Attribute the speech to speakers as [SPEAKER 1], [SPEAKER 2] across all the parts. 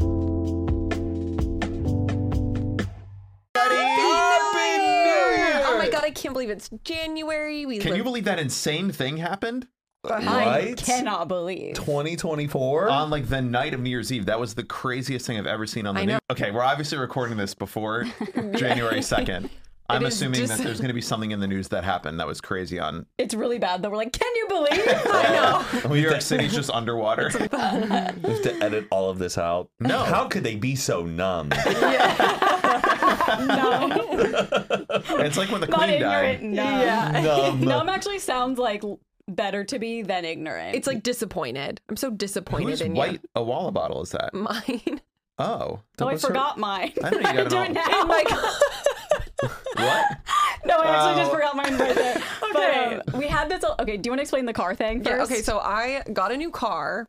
[SPEAKER 1] Oh can't believe it's January. We
[SPEAKER 2] Can
[SPEAKER 1] live-
[SPEAKER 2] you believe that insane thing happened?
[SPEAKER 1] I
[SPEAKER 3] Right?
[SPEAKER 1] cannot believe.
[SPEAKER 3] 2024.
[SPEAKER 2] on like the night of New Year's Eve. That was the craziest thing I've ever seen on the
[SPEAKER 1] I
[SPEAKER 2] news.
[SPEAKER 1] know.
[SPEAKER 2] Okay, we're obviously recording this before January 2nd. I'm
[SPEAKER 1] is
[SPEAKER 2] assuming
[SPEAKER 1] dis-
[SPEAKER 2] that there's going to be something in the news that happened that was crazy on
[SPEAKER 1] It's really bad that we're like, can you believe? I know.
[SPEAKER 2] New York City's just underwater.
[SPEAKER 3] We have to edit all of this out.
[SPEAKER 2] No.
[SPEAKER 3] How could they be so numb?
[SPEAKER 4] No,
[SPEAKER 2] it's like when the
[SPEAKER 4] not
[SPEAKER 2] Queen
[SPEAKER 4] ignorant.
[SPEAKER 2] died.
[SPEAKER 4] No.
[SPEAKER 1] Yeah.
[SPEAKER 3] numb.
[SPEAKER 4] Numb actually sounds like l- better to be than ignorant.
[SPEAKER 1] It's like disappointed. I'm so disappointed
[SPEAKER 2] Whose
[SPEAKER 1] in Mm.
[SPEAKER 2] white a Awala bottle is that?
[SPEAKER 1] you. Mine.
[SPEAKER 2] Oh,
[SPEAKER 4] oh, I
[SPEAKER 3] What's her-
[SPEAKER 4] forgot mine.
[SPEAKER 2] I know you got it
[SPEAKER 4] do
[SPEAKER 2] all.
[SPEAKER 4] it now.
[SPEAKER 1] Oh my god.
[SPEAKER 2] what?
[SPEAKER 4] No, I actually just
[SPEAKER 2] Oh.
[SPEAKER 4] forgot mine right there.
[SPEAKER 1] Okay.
[SPEAKER 4] But um, we had this. Okay, do you want to explain the car thing first?
[SPEAKER 1] Yeah, okay, so I got a new car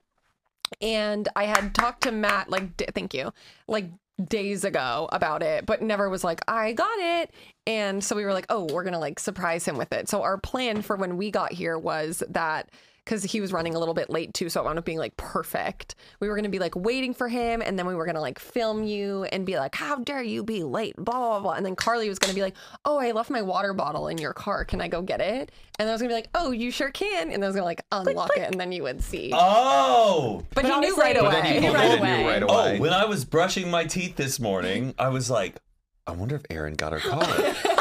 [SPEAKER 1] and I had talked to Matt like d- thank you. Like days ago about it, but never was like I got it. And so we were like, "Oh, we're going to like surprise him with it." So our plan for when we got here was that because he was running a little bit late too, so it wound up being like perfect. We were gonna be like waiting for him, and then we were gonna like film you and be like, "How dare you be late?" Blah blah blah. And then Carly was gonna be like, "Oh, I left my water bottle in your car. Can I go get it?" And I was gonna be like, "Oh, you sure can." And I was gonna like unlock it, and then you would see.
[SPEAKER 3] Oh.
[SPEAKER 1] but, he knew
[SPEAKER 4] obviously-
[SPEAKER 1] right
[SPEAKER 4] But
[SPEAKER 1] away.
[SPEAKER 2] But then
[SPEAKER 4] He
[SPEAKER 2] you
[SPEAKER 4] knew
[SPEAKER 2] pulled
[SPEAKER 4] right
[SPEAKER 2] it and
[SPEAKER 4] away.
[SPEAKER 2] knew right
[SPEAKER 3] Oh,
[SPEAKER 2] away.
[SPEAKER 3] when I was brushing my teeth this morning, I was like, I wonder if Erin got her car.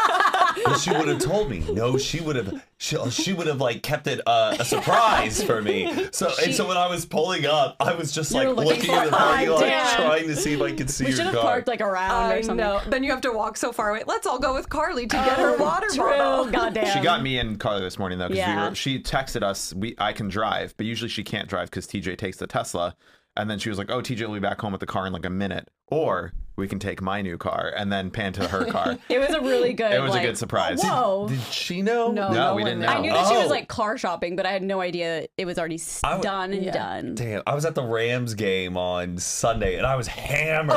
[SPEAKER 3] well, she would have told me. No, she would have. She, she would have like kept it uh, a surprise for me. So and so when I was pulling up, I was just like
[SPEAKER 4] were looking
[SPEAKER 3] looking at the
[SPEAKER 4] for-
[SPEAKER 3] parking
[SPEAKER 4] Oh,
[SPEAKER 3] lot,
[SPEAKER 4] damn.
[SPEAKER 3] trying to see if I could see
[SPEAKER 4] we should
[SPEAKER 3] your
[SPEAKER 4] have
[SPEAKER 3] car.
[SPEAKER 4] parked like around
[SPEAKER 1] I
[SPEAKER 4] or something. Oh,
[SPEAKER 1] know. Then you have to walk so far away. Let's all go with Carly to get her water
[SPEAKER 4] True.
[SPEAKER 1] bottle.
[SPEAKER 4] Goddamn.
[SPEAKER 2] She got me and Carly this morning though because we
[SPEAKER 4] Yeah.
[SPEAKER 2] were, she texted us we I can drive, but usually she can't drive because TJ takes the Tesla. And then she was like, "Oh, TJ will be back home with the car in like a minute, or we can take my new car and then pan to her car."
[SPEAKER 4] It was a really good.
[SPEAKER 2] It was a
[SPEAKER 4] like,
[SPEAKER 2] good surprise.
[SPEAKER 4] Whoa.
[SPEAKER 3] Did she know?
[SPEAKER 1] No,
[SPEAKER 2] No, we
[SPEAKER 1] one
[SPEAKER 2] didn't
[SPEAKER 1] knew.
[SPEAKER 2] know.
[SPEAKER 4] I knew that she was
[SPEAKER 3] Oh.
[SPEAKER 4] like car shopping, but I had no idea it was already s-
[SPEAKER 3] I w-
[SPEAKER 4] done and
[SPEAKER 1] Yeah.
[SPEAKER 4] done.
[SPEAKER 3] Damn, I was at the Rams game on Sunday and I was hammered.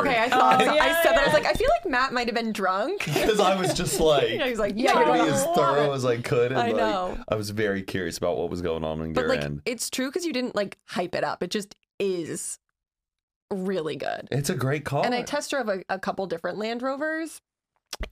[SPEAKER 1] Okay, I thought
[SPEAKER 4] Oh,
[SPEAKER 1] I
[SPEAKER 4] yeah,
[SPEAKER 1] said that. I was
[SPEAKER 4] yeah.
[SPEAKER 1] like, I feel like Matt might have been drunk.
[SPEAKER 3] because I was just like,
[SPEAKER 1] Yeah, he's like, "Oh,
[SPEAKER 3] trying
[SPEAKER 1] yeah,
[SPEAKER 3] to
[SPEAKER 1] you're
[SPEAKER 3] be as
[SPEAKER 1] gonna
[SPEAKER 3] thorough
[SPEAKER 1] love it.
[SPEAKER 3] as I could. And
[SPEAKER 1] I
[SPEAKER 3] like,
[SPEAKER 1] know.
[SPEAKER 3] I was very curious about what was going on in
[SPEAKER 1] But
[SPEAKER 3] your
[SPEAKER 1] like,
[SPEAKER 3] end.
[SPEAKER 1] it's true because you didn't like hype it up. It just is really good.
[SPEAKER 3] It's a great call.
[SPEAKER 1] And I test drove a, a couple different Land Rovers,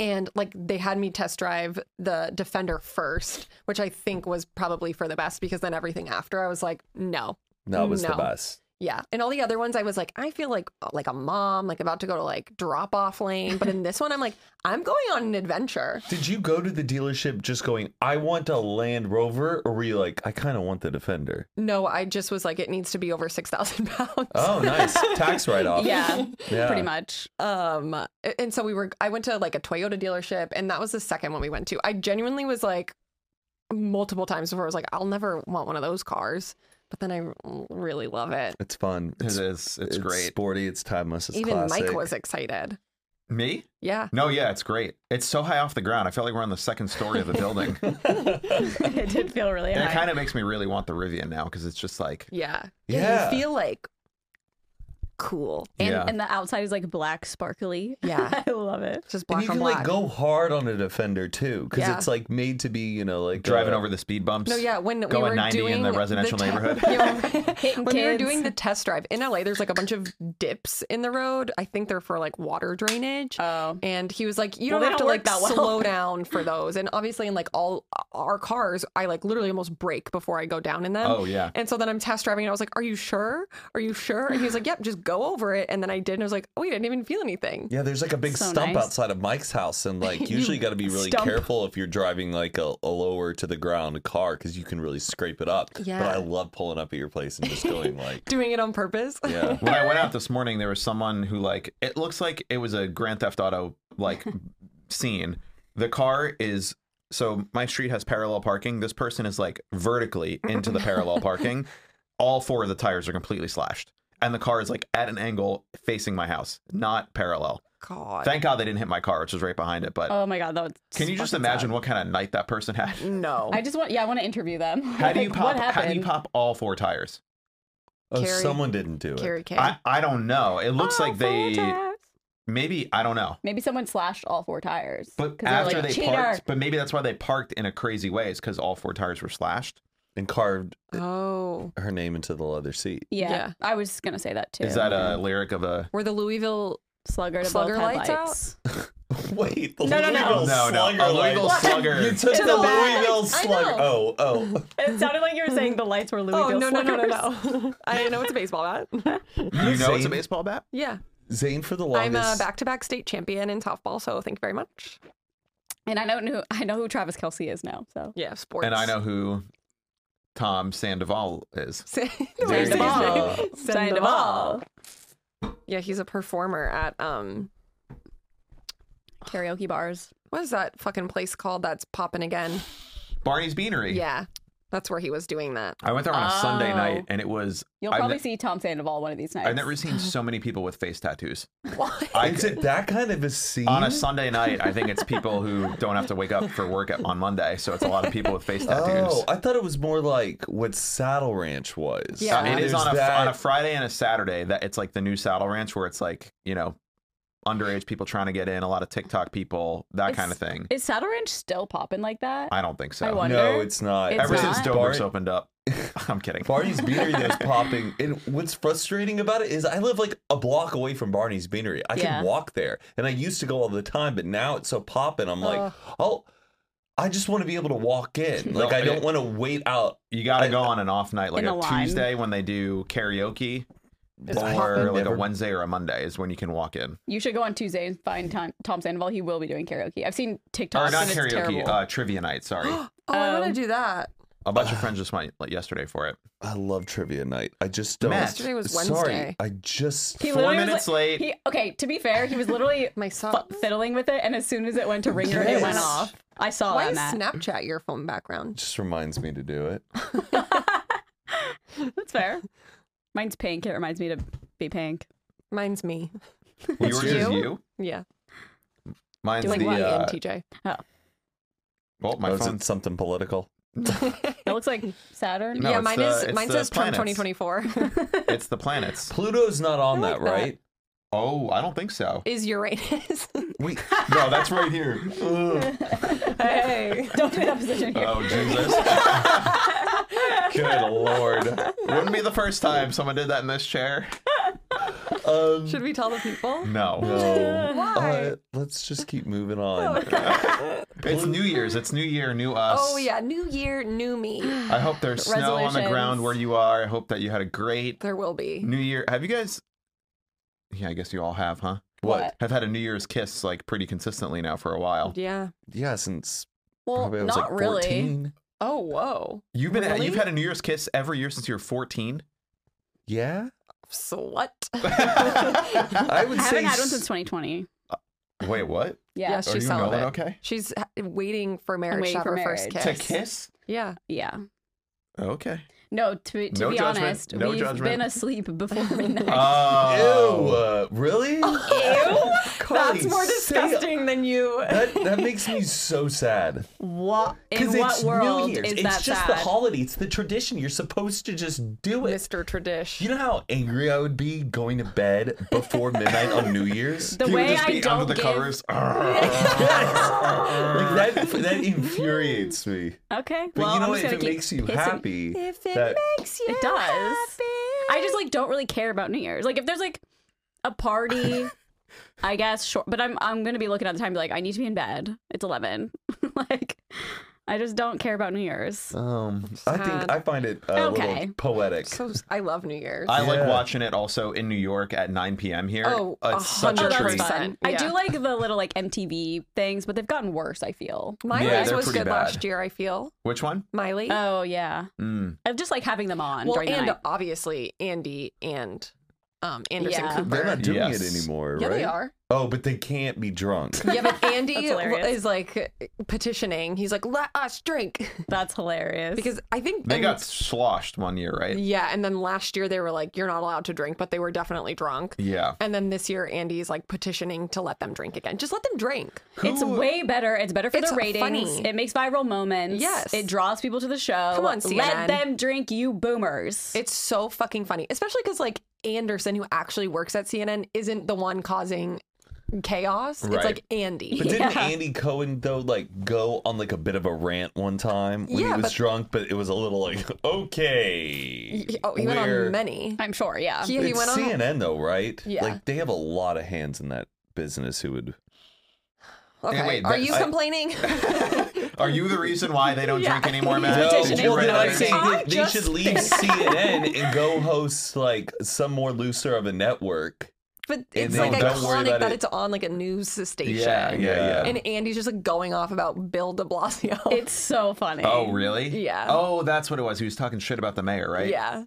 [SPEAKER 1] and like they had me test drive the Defender first, which I think was probably for the best because then everything after I was like, no,
[SPEAKER 3] that was the
[SPEAKER 1] No.
[SPEAKER 3] best.
[SPEAKER 1] yeah. And all the other ones I was like, I feel like uh, like a mom, like about to go to like drop off lane. But in this one, I'm like, I'm going on an adventure.
[SPEAKER 3] Did you go to the dealership just going, I want a Land Rover? Or were you like, I kind of want the Defender?
[SPEAKER 1] No, I just was like, it needs to be over six thousand pounds.
[SPEAKER 3] Oh, nice. Tax write off.
[SPEAKER 4] Yeah,
[SPEAKER 3] Yeah.
[SPEAKER 4] pretty much.
[SPEAKER 1] um a- and so we were i went to like a toyota dealership and that was the second one we went to i genuinely was like multiple times before i was like i'll never want one of those cars but then i r- really love it
[SPEAKER 3] It's fun.
[SPEAKER 2] Oh, It is. It's, great.
[SPEAKER 3] sporty. It's timeless. It's
[SPEAKER 1] even
[SPEAKER 3] classic.
[SPEAKER 1] mike was excited
[SPEAKER 2] Me?
[SPEAKER 1] yeah
[SPEAKER 2] No, yeah, it's great. It's so high off the ground. I felt like we're on the second story of the building. and
[SPEAKER 4] it did feel really
[SPEAKER 2] it
[SPEAKER 4] high.
[SPEAKER 2] kind of makes me really want the Rivian now because it's just like
[SPEAKER 1] yeah
[SPEAKER 3] Yeah.
[SPEAKER 1] you feel like cool
[SPEAKER 4] and,
[SPEAKER 2] yeah.
[SPEAKER 4] and the outside is like black, sparkly.
[SPEAKER 1] Yeah.
[SPEAKER 4] I love it.
[SPEAKER 1] It's just
[SPEAKER 3] And
[SPEAKER 1] black
[SPEAKER 3] you
[SPEAKER 1] on
[SPEAKER 3] can
[SPEAKER 1] black
[SPEAKER 3] like go hard on a Defender too, because
[SPEAKER 1] Yeah.
[SPEAKER 3] it's like made to be, you know, like
[SPEAKER 2] driving
[SPEAKER 3] uh,
[SPEAKER 2] over the speed bumps.
[SPEAKER 1] no, yeah, when we
[SPEAKER 2] Going
[SPEAKER 1] were
[SPEAKER 2] 90 in
[SPEAKER 1] doing
[SPEAKER 2] the residential
[SPEAKER 1] te-
[SPEAKER 2] neighborhood.
[SPEAKER 1] Yeah,
[SPEAKER 4] Hitting
[SPEAKER 1] when we were
[SPEAKER 4] kids.
[SPEAKER 1] doing the test drive in LA, there's like a bunch of dips in the road. I think they're for like water drainage.
[SPEAKER 4] Oh.
[SPEAKER 1] and he was like, "You don't
[SPEAKER 4] Well, they
[SPEAKER 1] have to
[SPEAKER 4] don't
[SPEAKER 1] like
[SPEAKER 4] work that well."
[SPEAKER 1] slow down for those." And obviously, in like all our cars, I like literally almost brake before I go down in them.
[SPEAKER 2] Oh, yeah.
[SPEAKER 1] And so then I'm test driving, and I was like, "Are you sure? Are you sure?" And he was like, "Yep, just go over it." And then I did, and I was like, "Oh, wait, I didn't even feel anything."
[SPEAKER 3] Yeah, there's like a big
[SPEAKER 4] So
[SPEAKER 3] stump
[SPEAKER 4] nice.
[SPEAKER 3] outside of Mike's house, and like usually you got to be really
[SPEAKER 4] stump.
[SPEAKER 3] careful if you're driving like a, a lower to the ground car because you can really scrape it up. But
[SPEAKER 1] Yeah.
[SPEAKER 3] I love pulling up at your place and just going like,
[SPEAKER 1] Doing it on purpose.
[SPEAKER 3] yeah,
[SPEAKER 2] when I went out this morning, there was someone who like it looks like it was a Grand Theft Auto like scene. The car is so my street has parallel parking. This person is like vertically into the parallel parking. All four of the tires are completely slashed, and the car is like at an angle facing my house, not parallel.
[SPEAKER 1] God.
[SPEAKER 2] Thank God they didn't hit my car, which was right behind it. But
[SPEAKER 4] Oh my god, that was.
[SPEAKER 2] can you just
[SPEAKER 4] fucking
[SPEAKER 2] imagine what kind of night that person had?
[SPEAKER 1] no.
[SPEAKER 4] sad. I just want. Yeah, I want to interview them.
[SPEAKER 2] How do you
[SPEAKER 4] Like,
[SPEAKER 2] pop?
[SPEAKER 4] What
[SPEAKER 2] How do you
[SPEAKER 4] happened?
[SPEAKER 2] pop all four tires?
[SPEAKER 3] oh,
[SPEAKER 1] Carrie-
[SPEAKER 3] someone didn't do it.
[SPEAKER 1] Carrie K.
[SPEAKER 2] I, I don't know. It looks
[SPEAKER 4] All
[SPEAKER 2] like they
[SPEAKER 4] four tires.
[SPEAKER 2] maybe I don't know.
[SPEAKER 4] Maybe someone slashed all four tires.
[SPEAKER 2] But
[SPEAKER 4] 'Cause
[SPEAKER 2] after
[SPEAKER 4] were like,
[SPEAKER 2] they
[SPEAKER 4] Cheater.
[SPEAKER 2] parked, but maybe that's why they parked in a crazy way is because all four tires were slashed.
[SPEAKER 3] and carved
[SPEAKER 1] oh,
[SPEAKER 3] her name into the leather seat.
[SPEAKER 4] Yeah,
[SPEAKER 1] Yeah.
[SPEAKER 4] I was gonna say that too.
[SPEAKER 2] Is that a lyric of a?
[SPEAKER 1] were the Louisville?
[SPEAKER 4] slugger to
[SPEAKER 1] Slugger
[SPEAKER 4] both
[SPEAKER 1] lights
[SPEAKER 4] headlights?
[SPEAKER 3] Wait, the
[SPEAKER 4] No, no, no.
[SPEAKER 3] Louisville
[SPEAKER 2] No, no,
[SPEAKER 3] slugger.
[SPEAKER 2] a Louisville
[SPEAKER 3] lights.
[SPEAKER 2] slugger.
[SPEAKER 3] You took
[SPEAKER 4] To
[SPEAKER 3] the,
[SPEAKER 4] the back.
[SPEAKER 3] Louisville
[SPEAKER 1] I
[SPEAKER 3] slugger. Oh, oh.
[SPEAKER 4] It sounded like you were saying the lights were Louis.
[SPEAKER 1] Oh no, no, no, no, no! I know it's a baseball bat.
[SPEAKER 2] You know it's a
[SPEAKER 3] Zane-
[SPEAKER 2] baseball bat?
[SPEAKER 1] Yeah,
[SPEAKER 3] Zane for the
[SPEAKER 1] I'm
[SPEAKER 4] uh,
[SPEAKER 3] longest.
[SPEAKER 1] a back-to-back state champion in softball, so thank you very much.
[SPEAKER 4] And I know who I know who Travis Kelsey is now. So
[SPEAKER 1] Yeah, sports.
[SPEAKER 2] And I know who Tom Sandoval is.
[SPEAKER 1] Where's
[SPEAKER 2] There
[SPEAKER 1] the
[SPEAKER 2] you
[SPEAKER 1] ball?
[SPEAKER 2] go.
[SPEAKER 1] Send the ball. Yeah, he's a performer at um,
[SPEAKER 4] karaoke bars.
[SPEAKER 1] what is that fucking place called? That's popping again.
[SPEAKER 2] Barney's Beanery.
[SPEAKER 1] Yeah, that's where he was doing that.
[SPEAKER 2] I went there on a Sunday
[SPEAKER 4] Oh.
[SPEAKER 2] night, and it was.
[SPEAKER 4] You'll
[SPEAKER 2] I've,
[SPEAKER 4] probably
[SPEAKER 2] ne-
[SPEAKER 4] see Tom Sandoval one of these nights.
[SPEAKER 2] I've never seen so many people with face tattoos.
[SPEAKER 3] I did that kind of a scene.
[SPEAKER 2] On a Sunday night, I think it's people who don't have to wake up for work at, on Monday, so it's a lot of people with face tattoos.
[SPEAKER 3] Oh, I thought it was more like what Saddle Ranch was.
[SPEAKER 1] Yeah.
[SPEAKER 2] Uh, it is
[SPEAKER 3] There's
[SPEAKER 2] on a,
[SPEAKER 3] that-
[SPEAKER 2] on a Friday and a Saturday that it's like the new Saddle Ranch where it's like, you know, underage people trying to get in, a lot of TikTok people, that kind of
[SPEAKER 4] It's-
[SPEAKER 2] thing.
[SPEAKER 4] Is Saddle Ranch still popping like that?
[SPEAKER 2] I don't think so.
[SPEAKER 4] I wonder.
[SPEAKER 3] No, it's not.
[SPEAKER 4] It's
[SPEAKER 2] Ever since
[SPEAKER 4] not?
[SPEAKER 2] Dobrik's
[SPEAKER 3] Bar-
[SPEAKER 2] opened up. I'm kidding.
[SPEAKER 3] Barney's Beanery that's popping. And what's frustrating about it is I live like a block away from Barney's Beanery. I
[SPEAKER 4] Yeah.
[SPEAKER 3] can walk there. And I used to go all the time, but now it's so popping. I'm like, oh, I just want to be able to walk in. Like, I don't want to wait out.
[SPEAKER 2] You got to
[SPEAKER 3] I-
[SPEAKER 2] go on an off night, like
[SPEAKER 4] In
[SPEAKER 2] a
[SPEAKER 4] a line.
[SPEAKER 2] Tuesday when they do karaoke,
[SPEAKER 1] It's
[SPEAKER 2] or
[SPEAKER 1] poppin'.
[SPEAKER 2] like a
[SPEAKER 3] Never-
[SPEAKER 2] Wednesday or a Monday is when you can walk in.
[SPEAKER 4] You should go on Tuesday and find Tom, Tom Sandoval. He will be doing karaoke. I've seen TikToks
[SPEAKER 3] Oh,
[SPEAKER 2] or not
[SPEAKER 4] and it's
[SPEAKER 2] karaoke,
[SPEAKER 4] terrible.
[SPEAKER 2] uh, trivia night. Sorry,
[SPEAKER 1] Oh, I want
[SPEAKER 4] Um,
[SPEAKER 1] to do that.
[SPEAKER 2] a bunch of friends just went like, yesterday for it.
[SPEAKER 3] I love trivia night. I just don't.
[SPEAKER 2] Matt.
[SPEAKER 1] Yesterday was
[SPEAKER 3] Sorry,
[SPEAKER 1] Wednesday.
[SPEAKER 3] I just.
[SPEAKER 4] he
[SPEAKER 2] four
[SPEAKER 4] literally was
[SPEAKER 2] minutes
[SPEAKER 4] like-
[SPEAKER 2] late.
[SPEAKER 4] He, okay, to be fair, he was literally
[SPEAKER 1] My
[SPEAKER 4] f-
[SPEAKER 1] socks.
[SPEAKER 4] fiddling with it, and as soon as it went to ringer, it went
[SPEAKER 3] Yes.
[SPEAKER 4] off. I saw
[SPEAKER 1] Why
[SPEAKER 4] that.
[SPEAKER 1] is
[SPEAKER 4] Matt.
[SPEAKER 1] Snapchat your phone background?
[SPEAKER 3] Just reminds me to do it.
[SPEAKER 4] That's fair. Mine's pink. It reminds me to be pink.
[SPEAKER 1] Mine's me.
[SPEAKER 2] Yours is
[SPEAKER 1] you?
[SPEAKER 2] you.
[SPEAKER 1] Yeah,
[SPEAKER 2] Mine's
[SPEAKER 1] doing
[SPEAKER 2] the.
[SPEAKER 1] Y
[SPEAKER 2] Uh,
[SPEAKER 1] and TJ.
[SPEAKER 4] Oh,
[SPEAKER 2] well, my
[SPEAKER 3] oh, is
[SPEAKER 2] phone.
[SPEAKER 3] it something political?
[SPEAKER 4] It looks like Saturn.
[SPEAKER 2] No,
[SPEAKER 1] yeah,
[SPEAKER 2] it's
[SPEAKER 1] mine
[SPEAKER 2] the-
[SPEAKER 1] is.
[SPEAKER 2] it's
[SPEAKER 1] mine
[SPEAKER 2] the
[SPEAKER 1] says Trump
[SPEAKER 2] planets.
[SPEAKER 1] 2024.
[SPEAKER 2] It's the planets.
[SPEAKER 3] Pluto's not on
[SPEAKER 1] I
[SPEAKER 3] that,
[SPEAKER 1] like that.
[SPEAKER 3] right?
[SPEAKER 2] Oh, I don't think so.
[SPEAKER 1] is Uranus?
[SPEAKER 3] Wait,
[SPEAKER 2] No, that's right here.
[SPEAKER 1] hey,
[SPEAKER 4] Don't do that position here.
[SPEAKER 3] Uh,
[SPEAKER 2] Oh Jesus!
[SPEAKER 3] good lord.
[SPEAKER 2] Wouldn't be the first time someone did that in this chair.
[SPEAKER 3] Um,
[SPEAKER 1] should we tell the people?
[SPEAKER 2] No,
[SPEAKER 3] no.
[SPEAKER 1] Why?
[SPEAKER 3] Uh, let's just keep moving on.
[SPEAKER 2] it's New Year's. It's New Year, new us.
[SPEAKER 1] Oh yeah, new year, new me.
[SPEAKER 2] I hope there's snow on the ground
[SPEAKER 4] Resolutions.
[SPEAKER 2] where you are. I hope that you had a great
[SPEAKER 1] There will be.
[SPEAKER 2] New Year. Have you guys? Yeah, I guess you all have, huh?
[SPEAKER 4] What?
[SPEAKER 2] Have had a New Year's kiss like pretty consistently now for a while.
[SPEAKER 1] Yeah.
[SPEAKER 3] Yeah, since
[SPEAKER 4] Well,
[SPEAKER 3] probably I was
[SPEAKER 4] not
[SPEAKER 3] like
[SPEAKER 4] really.
[SPEAKER 3] 14.
[SPEAKER 1] Oh whoa,
[SPEAKER 2] You've been
[SPEAKER 1] Really?
[SPEAKER 2] you've had a New Year's kiss every year since you were 14.
[SPEAKER 3] Yeah,
[SPEAKER 1] slut.
[SPEAKER 3] I would
[SPEAKER 4] I
[SPEAKER 3] say.
[SPEAKER 4] haven't had one
[SPEAKER 3] s-
[SPEAKER 4] since 2020.
[SPEAKER 2] Wait, what?
[SPEAKER 4] Yeah.
[SPEAKER 1] Yes.
[SPEAKER 2] Are
[SPEAKER 1] She's
[SPEAKER 2] you and Nolan
[SPEAKER 1] celibate.
[SPEAKER 2] okay?
[SPEAKER 1] She's ha- waiting for marriage
[SPEAKER 4] waiting
[SPEAKER 1] to have
[SPEAKER 4] for
[SPEAKER 1] her
[SPEAKER 4] marriage.
[SPEAKER 1] first
[SPEAKER 4] To
[SPEAKER 1] kiss.
[SPEAKER 2] To kiss?
[SPEAKER 1] Yeah.
[SPEAKER 4] Yeah.
[SPEAKER 2] Okay.
[SPEAKER 4] No, to, to
[SPEAKER 2] No
[SPEAKER 4] be
[SPEAKER 2] judgment,
[SPEAKER 4] honest,
[SPEAKER 2] no
[SPEAKER 4] we've
[SPEAKER 2] judgment.
[SPEAKER 4] been asleep before midnight.
[SPEAKER 3] Uh, Ew,
[SPEAKER 2] Oh.
[SPEAKER 3] uh, really? Cardi,
[SPEAKER 1] That's more
[SPEAKER 3] say- uh,
[SPEAKER 1] disgusting than you.
[SPEAKER 3] That, that makes me so sad.
[SPEAKER 4] what in
[SPEAKER 3] Because
[SPEAKER 4] what
[SPEAKER 3] it's
[SPEAKER 4] world
[SPEAKER 3] New Year's.
[SPEAKER 4] is
[SPEAKER 3] it's
[SPEAKER 4] that
[SPEAKER 3] just
[SPEAKER 4] sad?
[SPEAKER 3] the holiday. It's the tradition. You're supposed to just do it.
[SPEAKER 1] Mr. Tradish.
[SPEAKER 3] You know how angry I would be going to bed before midnight on New Year's?
[SPEAKER 4] The
[SPEAKER 2] You would
[SPEAKER 4] way
[SPEAKER 2] just
[SPEAKER 4] I
[SPEAKER 2] be
[SPEAKER 4] don't
[SPEAKER 2] under the
[SPEAKER 4] give.
[SPEAKER 2] covers.
[SPEAKER 3] like that, that infuriates me.
[SPEAKER 4] Okay.
[SPEAKER 3] But
[SPEAKER 4] well,
[SPEAKER 3] you know
[SPEAKER 4] I'm
[SPEAKER 3] what?
[SPEAKER 4] just
[SPEAKER 3] If
[SPEAKER 4] gonna
[SPEAKER 3] it
[SPEAKER 4] keep
[SPEAKER 3] makes you
[SPEAKER 4] pissing-
[SPEAKER 3] happy,
[SPEAKER 1] If it
[SPEAKER 3] that-
[SPEAKER 1] makes you
[SPEAKER 4] It does.
[SPEAKER 1] happy.
[SPEAKER 4] I just like don't really care about New Year's. Like if there's like a party, I guess sure. But I'm I'm gonna be looking at the time and be like I need to be in bed. It's eleven. like I just don't care about New Year's.
[SPEAKER 3] Um, I think
[SPEAKER 1] Sad.
[SPEAKER 3] I find it a
[SPEAKER 4] Okay.
[SPEAKER 3] little poetic.
[SPEAKER 1] So I love New Year's.
[SPEAKER 2] I like
[SPEAKER 3] Yeah.
[SPEAKER 2] watching it also in New York at 9 p.m. here.
[SPEAKER 1] Oh,
[SPEAKER 2] Uh, it's such a
[SPEAKER 4] Oh, that's
[SPEAKER 2] treat.
[SPEAKER 1] fun.
[SPEAKER 4] fun. I
[SPEAKER 1] Yeah.
[SPEAKER 4] do like the little like MTV things, but they've gotten worse. I feel.
[SPEAKER 1] Miley's
[SPEAKER 2] Yeah, they're
[SPEAKER 1] was
[SPEAKER 2] pretty
[SPEAKER 1] good
[SPEAKER 2] bad.
[SPEAKER 1] last year. I feel
[SPEAKER 2] Which one?
[SPEAKER 1] Miley.
[SPEAKER 4] Oh yeah,
[SPEAKER 2] Mm.
[SPEAKER 4] I just like having them on
[SPEAKER 1] well,
[SPEAKER 4] during the
[SPEAKER 1] and
[SPEAKER 4] night.
[SPEAKER 1] obviously Andy and um, Anderson
[SPEAKER 4] Yeah.
[SPEAKER 1] Cooper.
[SPEAKER 3] They're not doing
[SPEAKER 2] Yes.
[SPEAKER 3] it anymore,
[SPEAKER 1] yeah,
[SPEAKER 3] right?
[SPEAKER 1] they are.
[SPEAKER 3] Oh, but they can't be drunk.
[SPEAKER 1] Yeah, but Andy
[SPEAKER 4] hilarious.
[SPEAKER 1] is like petitioning. He's like, "Let us drink,"
[SPEAKER 4] That's hilarious.
[SPEAKER 1] because I think
[SPEAKER 2] They
[SPEAKER 1] and-
[SPEAKER 2] got sloshed one year, right?
[SPEAKER 1] Yeah, and then last year they were like, "You're not allowed to drink," but they were definitely drunk.
[SPEAKER 2] Yeah.
[SPEAKER 1] And then this year, Andy's like petitioning to let them drink again. Just let them drink.
[SPEAKER 4] it's way better. It's better for
[SPEAKER 1] It's
[SPEAKER 4] the ratings.
[SPEAKER 1] funny.
[SPEAKER 4] It makes viral moments.
[SPEAKER 1] Yes.
[SPEAKER 4] it draws people to the show.
[SPEAKER 1] Come on,
[SPEAKER 4] let
[SPEAKER 1] CNN.
[SPEAKER 4] them drink, you boomers.
[SPEAKER 1] It's so fucking funny, especially because like Anderson, who actually works at CNN, isn't the one causing chaos.
[SPEAKER 2] Right.
[SPEAKER 1] It's like Andy.
[SPEAKER 3] But didn't
[SPEAKER 4] Yeah.
[SPEAKER 3] Andy Cohen though like go on like a bit of a rant one time when he
[SPEAKER 1] Yeah,
[SPEAKER 3] was
[SPEAKER 1] but-
[SPEAKER 3] drunk, but it was a little like okay.
[SPEAKER 1] He- oh, he went
[SPEAKER 3] we're-
[SPEAKER 1] on many.
[SPEAKER 4] I'm sure. Yeah.
[SPEAKER 1] Yeah, he
[SPEAKER 3] it's
[SPEAKER 1] went on.
[SPEAKER 3] CNN though, right?
[SPEAKER 1] Yeah.
[SPEAKER 3] Like they have a lot of hands in that business who would
[SPEAKER 1] Okay.
[SPEAKER 2] wait,
[SPEAKER 1] Are
[SPEAKER 2] but
[SPEAKER 1] you
[SPEAKER 2] I-
[SPEAKER 1] complaining?
[SPEAKER 2] Are you the reason why they don't drink anymore, Matt?
[SPEAKER 3] No,
[SPEAKER 2] Did
[SPEAKER 4] petitioning.
[SPEAKER 2] you
[SPEAKER 3] well,
[SPEAKER 2] write
[SPEAKER 3] then I
[SPEAKER 2] that?
[SPEAKER 3] think
[SPEAKER 1] I
[SPEAKER 3] that they
[SPEAKER 1] just
[SPEAKER 3] should leave CNN and go host like some more looser of a network.
[SPEAKER 1] but it's
[SPEAKER 3] then
[SPEAKER 1] like
[SPEAKER 3] don't worry
[SPEAKER 1] iconic
[SPEAKER 3] about
[SPEAKER 1] that
[SPEAKER 3] it.
[SPEAKER 1] it's on like a news station.
[SPEAKER 2] Yeah, yeah, yeah.
[SPEAKER 1] And Andy's just like going off about Bill de Blasio.
[SPEAKER 4] It's so funny.
[SPEAKER 2] oh, really?
[SPEAKER 1] Yeah.
[SPEAKER 2] Oh, that's what it was. He was talking shit about the mayor, right?
[SPEAKER 1] Yeah.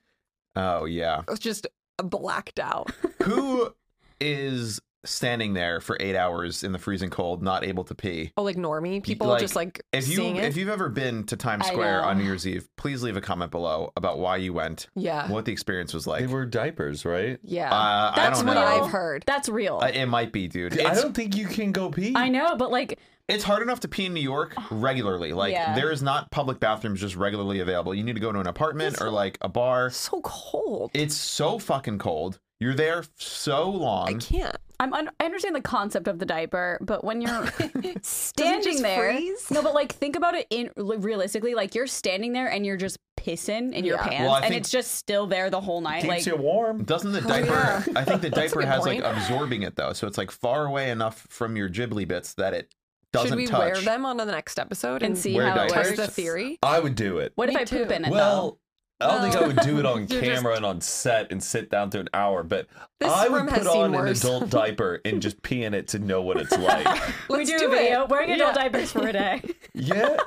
[SPEAKER 2] Oh, yeah.
[SPEAKER 1] It's just blacked out.
[SPEAKER 2] Who is standing there for eight hours in the freezing cold, not able to pee?
[SPEAKER 1] Oh, like normie people
[SPEAKER 2] Like,
[SPEAKER 1] just like
[SPEAKER 2] If you
[SPEAKER 1] seeing it.
[SPEAKER 2] if you've ever been to Times
[SPEAKER 4] I
[SPEAKER 2] Square
[SPEAKER 4] know.
[SPEAKER 2] on New Year's Eve, please leave a comment below about why you went,
[SPEAKER 1] yeah.
[SPEAKER 2] what the experience was like.
[SPEAKER 3] They were diapers, right?
[SPEAKER 1] Yeah.
[SPEAKER 2] uh, I
[SPEAKER 4] That's
[SPEAKER 2] don't
[SPEAKER 1] what
[SPEAKER 2] know.
[SPEAKER 1] I've heard.
[SPEAKER 4] That's real.
[SPEAKER 2] Uh, it might be, dude.
[SPEAKER 3] I
[SPEAKER 2] It's,
[SPEAKER 3] don't think you can go pee.
[SPEAKER 4] I know, but like,
[SPEAKER 2] it's hard enough to pee in New York regularly. Like
[SPEAKER 4] Yeah.
[SPEAKER 2] there is not public bathrooms just regularly available. You need to go to an apartment or like a bar.
[SPEAKER 1] so cold.
[SPEAKER 2] It's so fucking cold. You're there so
[SPEAKER 1] I
[SPEAKER 2] long.
[SPEAKER 1] can't.
[SPEAKER 4] I'm un- I understand the concept of the diaper, but when you're standing
[SPEAKER 1] just
[SPEAKER 4] there,
[SPEAKER 1] freeze?
[SPEAKER 4] no, but like think about it in li- realistically, like you're standing there and you're just pissing in your
[SPEAKER 1] Yeah.
[SPEAKER 4] pants,
[SPEAKER 2] Well, I
[SPEAKER 4] and
[SPEAKER 2] think-
[SPEAKER 4] it's just still there the whole night.
[SPEAKER 3] Keeps
[SPEAKER 4] Like
[SPEAKER 3] you warm.
[SPEAKER 2] Doesn't the diaper?
[SPEAKER 1] yeah.
[SPEAKER 2] I think the diaper
[SPEAKER 1] good
[SPEAKER 2] has
[SPEAKER 1] point.
[SPEAKER 2] like absorbing it though, so it's like far away enough from your Ghibli bits that it doesn't
[SPEAKER 1] Should we
[SPEAKER 2] touch.
[SPEAKER 1] wear them on the next episode and,
[SPEAKER 4] And see
[SPEAKER 2] Wear
[SPEAKER 4] how it
[SPEAKER 2] diapers.
[SPEAKER 1] test
[SPEAKER 4] works.
[SPEAKER 1] the theory?
[SPEAKER 3] I would do it.
[SPEAKER 4] What if
[SPEAKER 1] Me
[SPEAKER 4] I poop
[SPEAKER 1] too.
[SPEAKER 4] in it? though?
[SPEAKER 3] Well, I don't think I would do it on
[SPEAKER 1] You're just-
[SPEAKER 3] camera and on set and sit down through an hour, but
[SPEAKER 1] This
[SPEAKER 3] I would
[SPEAKER 1] room has
[SPEAKER 3] put
[SPEAKER 1] seen
[SPEAKER 3] on an
[SPEAKER 1] worse.
[SPEAKER 3] adult diaper and just pee in it to know what it's like.
[SPEAKER 4] we
[SPEAKER 1] Let's
[SPEAKER 4] do, a
[SPEAKER 1] do
[SPEAKER 4] video
[SPEAKER 1] it.
[SPEAKER 4] wearing adult
[SPEAKER 1] Yeah.
[SPEAKER 4] diapers for a day.
[SPEAKER 3] yeah.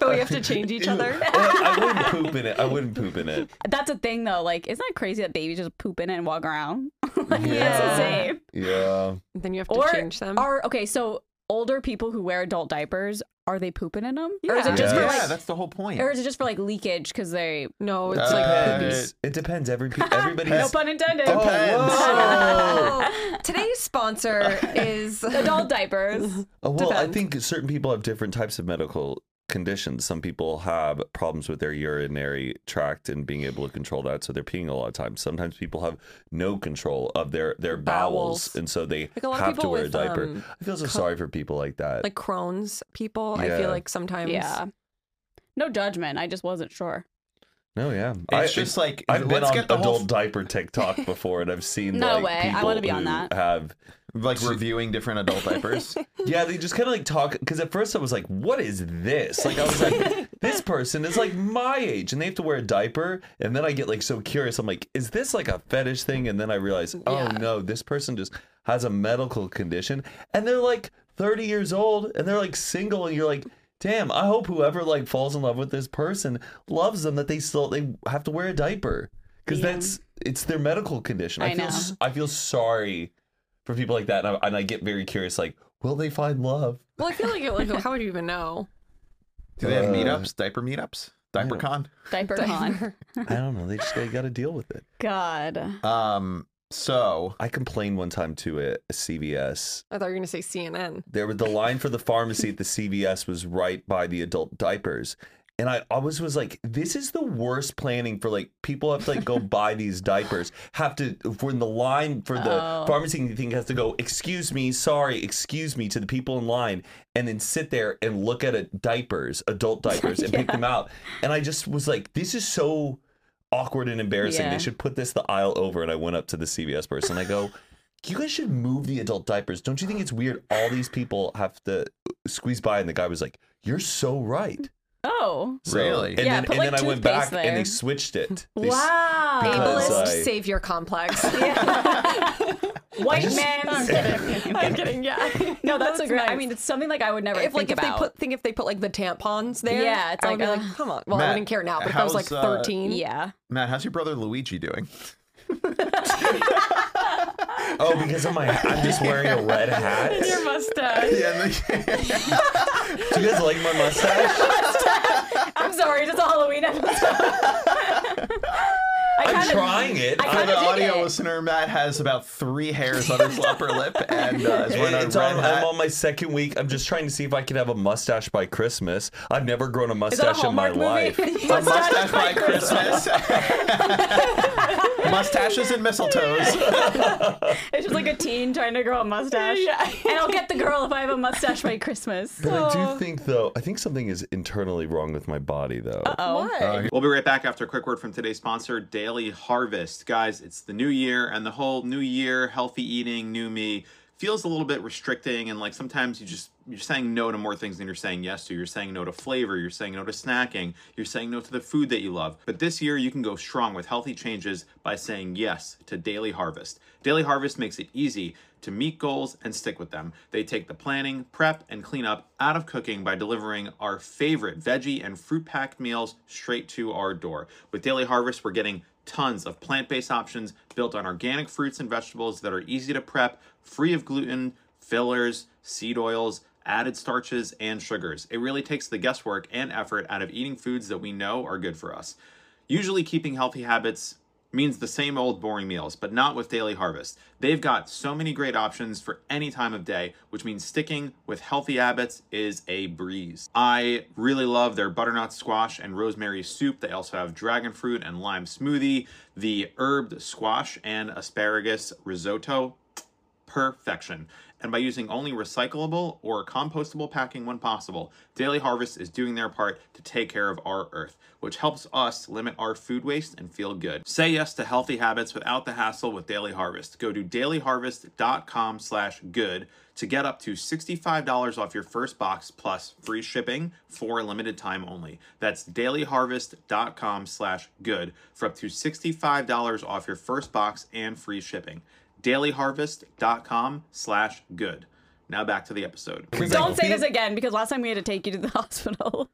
[SPEAKER 1] But we have to change each
[SPEAKER 3] Ew.
[SPEAKER 1] other.
[SPEAKER 3] I I wouldn't poop in it. I wouldn't poop in it.
[SPEAKER 4] That's a thing though. Like, isn't that crazy that babies just poop in it and walk around? like,
[SPEAKER 1] Yeah.
[SPEAKER 4] That's insane.
[SPEAKER 3] Yeah.
[SPEAKER 1] Then you have to
[SPEAKER 4] Or
[SPEAKER 1] change them.
[SPEAKER 4] are okay? So older people who wear adult diapers are they pooping in them, or is
[SPEAKER 1] Yeah.
[SPEAKER 4] it just
[SPEAKER 2] yeah,
[SPEAKER 4] for like,
[SPEAKER 2] that's the whole point.
[SPEAKER 4] or is it just for like leakage because they?
[SPEAKER 1] no, it's
[SPEAKER 2] Uh,
[SPEAKER 1] like
[SPEAKER 2] Depends.
[SPEAKER 1] boobies.
[SPEAKER 3] It depends. Every pe- everybody's
[SPEAKER 4] No pun intended.
[SPEAKER 3] Oh,
[SPEAKER 2] Depends.
[SPEAKER 3] whoa.
[SPEAKER 1] Oh, today's sponsor is
[SPEAKER 4] adult diapers.
[SPEAKER 3] Oh, well, I
[SPEAKER 1] Depends.
[SPEAKER 3] think certain people have different types of medical conditions. Some people have problems with their urinary tract and being able to control that, so they're peeing a lot of times. Sometimes people have no control of their their bowels,
[SPEAKER 1] Bowels.
[SPEAKER 3] and so they
[SPEAKER 1] Like a lot of
[SPEAKER 3] have to
[SPEAKER 1] people
[SPEAKER 3] wear a
[SPEAKER 1] with,
[SPEAKER 3] diaper.
[SPEAKER 1] um,
[SPEAKER 3] I feel so sorry for people like that.
[SPEAKER 1] like Crohn's people. I
[SPEAKER 3] Yeah.
[SPEAKER 1] feel like sometimes.
[SPEAKER 4] yeah. No judgment. I just wasn't sure.
[SPEAKER 3] no, yeah,
[SPEAKER 2] It's just like
[SPEAKER 3] I've been
[SPEAKER 2] let's
[SPEAKER 3] on
[SPEAKER 2] get the
[SPEAKER 3] adult
[SPEAKER 2] whole
[SPEAKER 3] diaper TikTok before, and I've seen
[SPEAKER 4] No
[SPEAKER 3] like,
[SPEAKER 4] way. I
[SPEAKER 3] people
[SPEAKER 4] wanna be on
[SPEAKER 3] who
[SPEAKER 4] that.
[SPEAKER 3] Have
[SPEAKER 2] like reviewing different adult diapers.
[SPEAKER 3] Yeah, they just kind of like talk because at first I was like, "What is this?" Like I was like, "This person is like my age, and they have to wear a diaper." And then I get like so curious. I'm like, "Is this like a fetish thing?" And then I realize, "Oh
[SPEAKER 1] Yeah.
[SPEAKER 3] no, this person just has a medical condition, and they're like 30 years old, and they're like single." And you're like, "Damn, I hope whoever like falls in love with this person loves them that they still they have to wear a diaper because
[SPEAKER 4] Yeah.
[SPEAKER 3] that's it's their medical condition." I,
[SPEAKER 4] I
[SPEAKER 3] feel
[SPEAKER 4] know.
[SPEAKER 3] s- I feel sorry for people like that, and I, and I get very curious. Like, will they find love?
[SPEAKER 1] Well, I feel like, like how would you even know?
[SPEAKER 2] Do they have
[SPEAKER 3] Uh,
[SPEAKER 2] meetups? Diaper meetups? Diaper con?
[SPEAKER 4] Diaper con.
[SPEAKER 3] I don't know. They just got to deal with it.
[SPEAKER 4] God.
[SPEAKER 2] Um. So
[SPEAKER 3] I complained one time to a, a CVS.
[SPEAKER 1] I thought you were gonna say CNN.
[SPEAKER 3] There was the line for the pharmacy at the CVS was right by the adult diapers. And I always was like, this is the worst planning for like people have to like go buy these diapers. Have to for the line for the
[SPEAKER 4] Oh.
[SPEAKER 3] pharmacy you think has to go, excuse me, sorry, excuse me to the people in line, and then sit there and look at it diapers, adult diapers, and pick them out. And I just was like, this is so awkward and embarrassing.
[SPEAKER 4] Yeah.
[SPEAKER 3] They should put this the aisle over. And I went up to the CVS person. I go, you guys should move the adult diapers. Don't you think it's weird? All these people have to squeeze by. And the guy was like, you're so right.
[SPEAKER 4] Oh.
[SPEAKER 3] So-
[SPEAKER 2] Really?
[SPEAKER 3] And
[SPEAKER 4] Yeah,
[SPEAKER 3] then,
[SPEAKER 4] put,
[SPEAKER 3] and
[SPEAKER 4] like,
[SPEAKER 3] then I went back
[SPEAKER 4] toothpaste
[SPEAKER 3] and they
[SPEAKER 4] there.
[SPEAKER 3] switched it. They s-
[SPEAKER 4] Wow.
[SPEAKER 3] Because,
[SPEAKER 1] Ableist
[SPEAKER 3] uh, I-
[SPEAKER 1] savior complex.
[SPEAKER 4] White man. I'm kidding.
[SPEAKER 1] I'm kidding. Yeah.
[SPEAKER 4] No, that's, a great.
[SPEAKER 1] nice.
[SPEAKER 4] I mean, it's something like I would never
[SPEAKER 1] if like
[SPEAKER 4] think
[SPEAKER 1] if
[SPEAKER 4] about.
[SPEAKER 1] they put think if they put like the tampons there,
[SPEAKER 4] Yeah, it's
[SPEAKER 1] I would
[SPEAKER 4] like,
[SPEAKER 1] be
[SPEAKER 4] ugh.
[SPEAKER 1] like, come on. Well,
[SPEAKER 2] Matt,
[SPEAKER 1] I wouldn't care now, but if I was like
[SPEAKER 2] how's, uh,
[SPEAKER 1] thirteen,
[SPEAKER 4] yeah.
[SPEAKER 2] Matt, how's your brother Luigi doing?
[SPEAKER 3] Oh, because of my, I'm just wearing a red hat. Do
[SPEAKER 4] mustache.
[SPEAKER 2] Yeah.
[SPEAKER 3] you guys like my mustache?
[SPEAKER 4] I'm sorry. It's a Halloween episode. I
[SPEAKER 3] I'm
[SPEAKER 4] kinda-
[SPEAKER 3] trying it.
[SPEAKER 4] I
[SPEAKER 2] For
[SPEAKER 4] kinda
[SPEAKER 2] the
[SPEAKER 4] dig
[SPEAKER 2] audio
[SPEAKER 4] it.
[SPEAKER 2] listener, Matt has about three hairs on his upper lip and uh, is wearing a
[SPEAKER 3] It's
[SPEAKER 2] red
[SPEAKER 3] on-
[SPEAKER 2] hat.
[SPEAKER 3] I'm on my second week. I'm just trying to see if I can have a mustache by Christmas. I've never grown a mustache in my
[SPEAKER 4] Hallmark
[SPEAKER 3] life.
[SPEAKER 4] movie?
[SPEAKER 2] A mustache by Christmas. Mustaches and mistletoes.
[SPEAKER 4] It's just like a teen trying to grow a mustache. And I'll get the girl if I have a mustache by Christmas.
[SPEAKER 3] But I do think, though, I think something is internally wrong with my body, though.
[SPEAKER 1] what?
[SPEAKER 5] We'll be right back after a quick word from today's sponsor, Daily Harvest. Guys, it's the new year, and the whole new year, healthy eating, new me feels a little bit restricting and like sometimes you just you're saying no to more things than you're saying yes to. You're saying no to flavor, you're saying no to snacking, you're saying no to the food that you love. But this year you can go strong with healthy changes by saying yes to Daily Harvest. Daily Harvest makes it easy to meet goals and stick with them. They take the planning, prep, and cleanup out of cooking by delivering our favorite veggie and fruit packed meals straight to our door. With Daily Harvest, we're getting tons of plant based options built on organic fruits and vegetables that are easy to prep, free of gluten, fillers, seed oils. Added starches and sugars. It really takes the guesswork and effort out of eating foods that we know are good for us. Usually, keeping healthy habits means the same old boring meals, but not with Daily Harvest. They've got so many great options for any time of day, which means sticking with healthy habits is a breeze. I really love their butternut squash and rosemary soup. They also have dragon fruit and lime smoothie, the herbed squash and asparagus risotto perfection. And by using only recyclable or compostable packing when possible, Daily Harvest is doing their part to take care of our earth, which helps us limit our food waste and feel good. Say yes to healthy habits without the hassle with Daily Harvest. Go to dailyharvest.com slash good to get up to $65 off your first box plus free shipping for a limited time only. That's dailyharvest.com slash good for up to $65 off your first box and free shipping dailyharvest.com slash good now back to the episode
[SPEAKER 4] Don't say this again because last time we had to take you to the hospital.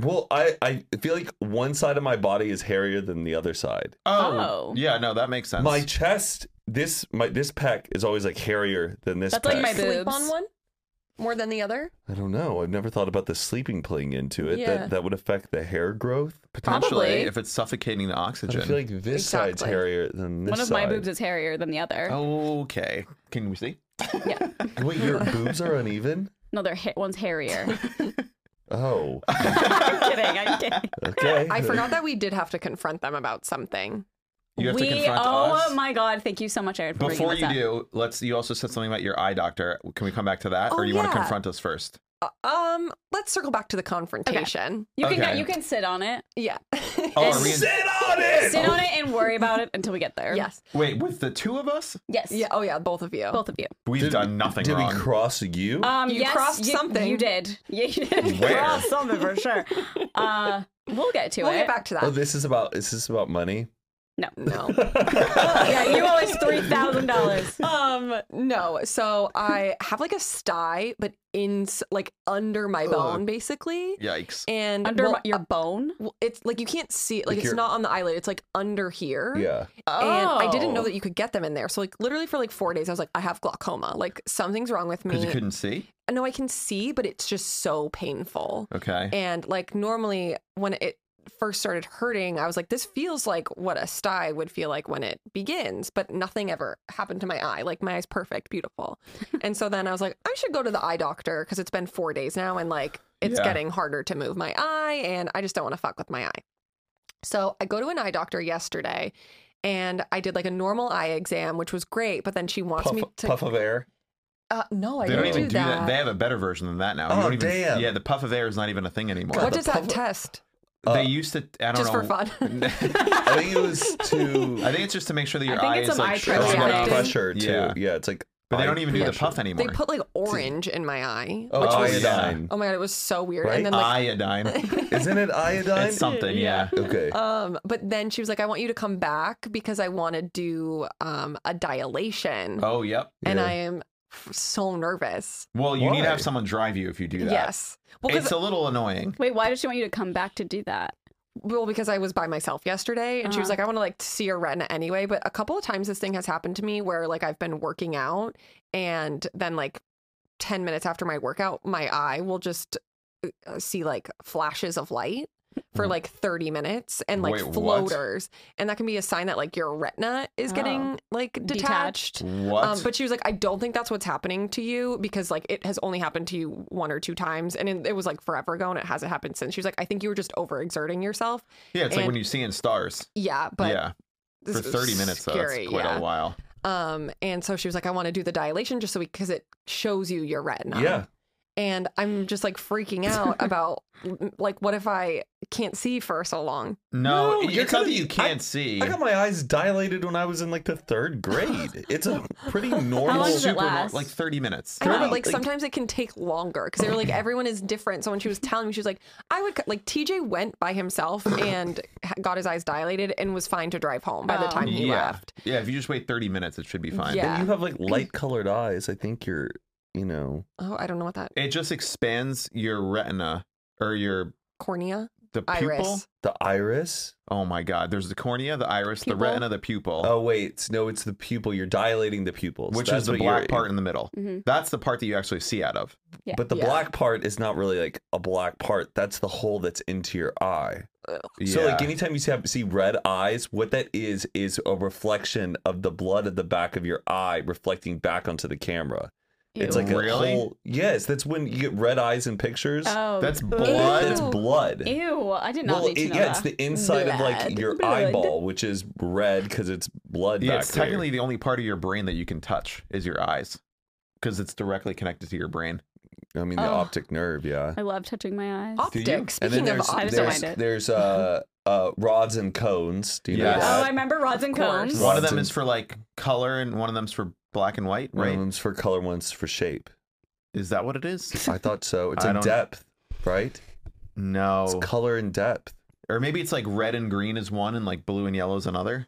[SPEAKER 3] Well, I, I feel like one side of my body is hairier than the other side.
[SPEAKER 4] Oh.
[SPEAKER 2] yeah, no, that makes sense.
[SPEAKER 3] My chest, this my this pec is always like hairier than this.
[SPEAKER 4] That's
[SPEAKER 3] pec.
[SPEAKER 4] like my
[SPEAKER 1] Sleep
[SPEAKER 4] boobs.
[SPEAKER 1] on one more than the other.
[SPEAKER 3] I don't know. I've never thought about the sleeping playing into it.
[SPEAKER 1] Yeah.
[SPEAKER 3] That that would affect the hair growth.
[SPEAKER 2] Potentially,
[SPEAKER 4] Probably.
[SPEAKER 2] if it's suffocating the
[SPEAKER 3] But I
[SPEAKER 2] oxygen.
[SPEAKER 3] feel like this side's
[SPEAKER 1] Exactly.
[SPEAKER 3] hairier than this
[SPEAKER 4] One of
[SPEAKER 3] side.
[SPEAKER 4] my boobs is hairier than the other.
[SPEAKER 2] Oh. okay, can we see?
[SPEAKER 4] Yeah.
[SPEAKER 3] Wait, your boobs are uneven.
[SPEAKER 4] No, they're ha- one's hairier.
[SPEAKER 3] Oh,
[SPEAKER 4] I'm kidding. I'm kidding.
[SPEAKER 3] okay.
[SPEAKER 1] I forgot that we did have to confront them about something.
[SPEAKER 2] You have
[SPEAKER 4] we,
[SPEAKER 2] to confront
[SPEAKER 4] oh
[SPEAKER 2] us.
[SPEAKER 4] my god! Thank you so much, Aaron, for
[SPEAKER 2] Before
[SPEAKER 4] bringing
[SPEAKER 2] you
[SPEAKER 4] this up.
[SPEAKER 2] do, let's. You also said something about your eye doctor. Can we come back to that,
[SPEAKER 1] Oh,
[SPEAKER 2] or you want
[SPEAKER 1] yeah.
[SPEAKER 2] to confront us first?
[SPEAKER 1] Um, let's circle back to the confrontation.
[SPEAKER 4] You can
[SPEAKER 2] Okay.
[SPEAKER 4] you can sit on it,
[SPEAKER 1] Yeah.
[SPEAKER 2] Oh,
[SPEAKER 4] And-
[SPEAKER 2] are we in-
[SPEAKER 3] Sit on it.
[SPEAKER 4] sit on it, and worry about it until we get there.
[SPEAKER 1] yes.
[SPEAKER 2] wait with the two of us?
[SPEAKER 4] Yes.
[SPEAKER 1] Yeah. Oh, yeah. Both of you.
[SPEAKER 4] Both of you.
[SPEAKER 2] We've done nothing
[SPEAKER 3] Did
[SPEAKER 2] wrong.
[SPEAKER 3] we cross you?
[SPEAKER 4] Um,
[SPEAKER 1] You
[SPEAKER 4] yes,
[SPEAKER 1] crossed
[SPEAKER 4] you,
[SPEAKER 1] something.
[SPEAKER 4] You did. Yeah, you did.
[SPEAKER 2] Where?
[SPEAKER 4] Crossed something for sure. Uh, we'll get to
[SPEAKER 1] We'll
[SPEAKER 4] it.
[SPEAKER 1] get back to that.
[SPEAKER 3] oh, this is about is this about money?
[SPEAKER 4] No.
[SPEAKER 1] no.
[SPEAKER 4] yeah, you owe us three thousand dollars.
[SPEAKER 1] Um, no. So I have like a sty, but in like under my bone, basically.
[SPEAKER 2] Yikes!
[SPEAKER 1] And
[SPEAKER 4] Under
[SPEAKER 1] well,
[SPEAKER 4] my, your bone.
[SPEAKER 1] well, it's like you can't see it. Like, it's
[SPEAKER 3] Like your-
[SPEAKER 1] not on the eyelid. It's like under here.
[SPEAKER 3] Yeah.
[SPEAKER 1] And I didn't know
[SPEAKER 4] Oh.
[SPEAKER 1] that you could get them in there. So like literally for like four days, I was like, I have glaucoma. Like something's wrong with
[SPEAKER 2] Because
[SPEAKER 1] me.
[SPEAKER 2] you couldn't see.
[SPEAKER 1] no, I can see, but it's just so painful.
[SPEAKER 2] Okay.
[SPEAKER 1] And like normally when it first started hurting, I was like, this feels like what a sty would feel like when it begins, but nothing ever happened to my eye. Like my eye's perfect, beautiful. and so then I was like, I should go to the eye doctor because it's been four days now and like it's
[SPEAKER 2] Yeah.
[SPEAKER 1] getting harder to move my eye and I just don't want to fuck with my eye. So I go to an eye doctor yesterday and I did like a normal eye exam, which was great, but then she wants
[SPEAKER 3] Puff,
[SPEAKER 1] me to
[SPEAKER 3] puff of air.
[SPEAKER 1] uh, no, I
[SPEAKER 2] they
[SPEAKER 1] didn't
[SPEAKER 2] don't even
[SPEAKER 1] do that.
[SPEAKER 2] They have a better version than that now.
[SPEAKER 3] Oh,
[SPEAKER 2] you don't even,
[SPEAKER 3] damn.
[SPEAKER 2] Yeah, the puff of air is not even a thing anymore.
[SPEAKER 1] what
[SPEAKER 3] the
[SPEAKER 1] does that
[SPEAKER 3] public-
[SPEAKER 1] test?
[SPEAKER 2] they used to. I don't
[SPEAKER 1] Just
[SPEAKER 2] know.
[SPEAKER 1] for fun.
[SPEAKER 3] I think it was to
[SPEAKER 2] I think it's just to make sure that your
[SPEAKER 4] I think
[SPEAKER 2] eye
[SPEAKER 4] it's
[SPEAKER 2] is
[SPEAKER 4] some
[SPEAKER 2] like
[SPEAKER 4] eye
[SPEAKER 2] strong
[SPEAKER 1] pressure
[SPEAKER 2] enough.
[SPEAKER 1] acting.
[SPEAKER 3] pressure too.
[SPEAKER 2] Yeah.
[SPEAKER 3] Yeah. it's like
[SPEAKER 2] But they
[SPEAKER 3] eye
[SPEAKER 2] don't even do the
[SPEAKER 3] pressure.
[SPEAKER 2] puff anymore.
[SPEAKER 1] They put like orange in my eye.
[SPEAKER 3] Oh,
[SPEAKER 1] which was,
[SPEAKER 3] iodine.
[SPEAKER 1] oh my god, it was so weird.
[SPEAKER 3] Right?
[SPEAKER 1] And then like,
[SPEAKER 2] iodine.
[SPEAKER 3] Isn't it iodine?
[SPEAKER 2] it's something. Yeah.
[SPEAKER 3] Okay.
[SPEAKER 1] um, but then she was like, "I want you to come back because I want to do um a dilation,"
[SPEAKER 2] Oh, yep.
[SPEAKER 1] and
[SPEAKER 3] yeah.
[SPEAKER 1] I am f- so nervous.
[SPEAKER 2] Well, you need
[SPEAKER 3] Why?
[SPEAKER 2] to have someone drive you if you do that.
[SPEAKER 1] Yes, well,
[SPEAKER 2] it's
[SPEAKER 1] because
[SPEAKER 2] a little annoying.
[SPEAKER 4] Wait, why does she want you to come back to do that?
[SPEAKER 1] well, because I was by myself yesterday, and she was
[SPEAKER 4] Uh-huh.
[SPEAKER 1] like, "I want to like see your retina anyway." But a couple of times this thing has happened to me where like I've been working out, and then like ten minutes after my workout, my eye will just uh, see like flashes of light. for like 30 minutes and like
[SPEAKER 2] Wait, what?
[SPEAKER 1] floaters and that can be a sign that like your retina is
[SPEAKER 4] Oh.
[SPEAKER 1] getting like detached,
[SPEAKER 4] Detached.
[SPEAKER 2] What?
[SPEAKER 1] Um, but she was like i don't think that's what's happening to you because like it has only happened to you one or two times and it, it was like forever ago and it hasn't happened since she was like i think you were just overexerting yourself
[SPEAKER 2] yeah, it's like when
[SPEAKER 1] and-
[SPEAKER 2] you're seeing stars.
[SPEAKER 1] yeah but
[SPEAKER 2] yeah,
[SPEAKER 1] this
[SPEAKER 2] for
[SPEAKER 1] is
[SPEAKER 2] 30 minutes though,
[SPEAKER 1] scary,
[SPEAKER 2] that's quite
[SPEAKER 1] yeah.
[SPEAKER 2] a while.
[SPEAKER 1] um and so she was like i want to do the dilation just so because it shows you your retina
[SPEAKER 3] Yeah.
[SPEAKER 1] and I'm just like freaking out about mm, like what if I can't see for so long?
[SPEAKER 2] No,
[SPEAKER 3] No,
[SPEAKER 2] it's
[SPEAKER 3] you're
[SPEAKER 2] not that
[SPEAKER 3] gonna-
[SPEAKER 2] you can't
[SPEAKER 3] I-
[SPEAKER 2] see.
[SPEAKER 3] I got my eyes dilated when I was in like the third grade. It's a pretty normal.
[SPEAKER 4] long does it
[SPEAKER 2] Super long-
[SPEAKER 4] last?
[SPEAKER 2] like 30 minutes.
[SPEAKER 1] I know,
[SPEAKER 3] Right,
[SPEAKER 1] like,
[SPEAKER 3] like-
[SPEAKER 1] sometimes it can take longer because they were like everyone is different. So when she was telling me, she was like, "I would c- like TJ went by himself and ha- got his eyes dilated and was fine to drive home by the
[SPEAKER 4] Oh.
[SPEAKER 1] time he
[SPEAKER 2] yeah.
[SPEAKER 1] left."
[SPEAKER 2] Yeah, if you just wait 30 minutes, it should be fine.
[SPEAKER 1] Yeah.
[SPEAKER 3] When you have like light colored eyes, I think you're, you know,
[SPEAKER 1] Oh, I don't know what that
[SPEAKER 2] It just expands your retina or your
[SPEAKER 1] cornea,
[SPEAKER 2] the pupil.
[SPEAKER 1] iris.
[SPEAKER 3] the iris.
[SPEAKER 2] Oh my god, there's the cornea, the iris, the
[SPEAKER 4] Pupil.
[SPEAKER 2] retina, the pupil,
[SPEAKER 3] Oh wait, no, it's the pupil. You're dilating the pupils,
[SPEAKER 2] which
[SPEAKER 3] That's
[SPEAKER 2] is the
[SPEAKER 3] what you're-
[SPEAKER 2] black part in the middle.
[SPEAKER 4] Mhm.
[SPEAKER 2] That's the part that you actually see out of.
[SPEAKER 3] But the
[SPEAKER 1] Yeah.
[SPEAKER 3] black part is not really like a black part. That's the hole that's into your eye. So like
[SPEAKER 2] Yeah.
[SPEAKER 3] anytime you see, have- see red eyes, what that is is a reflection of the blood at the back of your eye reflecting back onto the camera. It's
[SPEAKER 4] Ew.
[SPEAKER 3] like a
[SPEAKER 2] Really?
[SPEAKER 3] whole yes. That's when you get red eyes in pictures.
[SPEAKER 4] oh,
[SPEAKER 2] that's
[SPEAKER 3] blood.
[SPEAKER 2] blood.
[SPEAKER 3] That's blood.
[SPEAKER 4] ew. I did not
[SPEAKER 3] Well,
[SPEAKER 4] need to
[SPEAKER 3] it-
[SPEAKER 4] know
[SPEAKER 3] yeah, it's
[SPEAKER 4] that.
[SPEAKER 3] the inside of like
[SPEAKER 4] Blood.
[SPEAKER 3] your
[SPEAKER 4] Blood.
[SPEAKER 3] eyeball, which is red because it's blood.
[SPEAKER 2] Yeah,
[SPEAKER 3] back
[SPEAKER 2] it's
[SPEAKER 3] there.
[SPEAKER 2] technically the only part of your brain that you can touch is your eyes because it's directly connected to your brain.
[SPEAKER 3] I mean, the
[SPEAKER 4] Oh.
[SPEAKER 3] optic nerve. Yeah.
[SPEAKER 4] I love touching my eyes.
[SPEAKER 3] Do you?
[SPEAKER 1] Optics.
[SPEAKER 3] And then
[SPEAKER 1] Speaking of
[SPEAKER 3] there's-
[SPEAKER 4] I
[SPEAKER 1] optics,
[SPEAKER 4] just don't
[SPEAKER 3] there's,
[SPEAKER 4] mind it.
[SPEAKER 3] There's uh, uh, rods and cones. Do you
[SPEAKER 2] Yes.
[SPEAKER 3] know
[SPEAKER 4] Oh,
[SPEAKER 3] that?
[SPEAKER 4] I remember rods and
[SPEAKER 1] Of course.
[SPEAKER 4] cones.
[SPEAKER 2] One of them
[SPEAKER 3] Rods and- Mm-hmm.
[SPEAKER 2] is for like color and one of them's for black and white,
[SPEAKER 3] One
[SPEAKER 2] right?
[SPEAKER 3] of them's for color, one's for shape.
[SPEAKER 2] Is that what it is?
[SPEAKER 3] I thought so. It's
[SPEAKER 2] I
[SPEAKER 3] in
[SPEAKER 2] don't-
[SPEAKER 3] depth, right? It's
[SPEAKER 2] No.
[SPEAKER 3] color and depth.
[SPEAKER 2] Or maybe it's like red and green is one and like blue and yellow is another.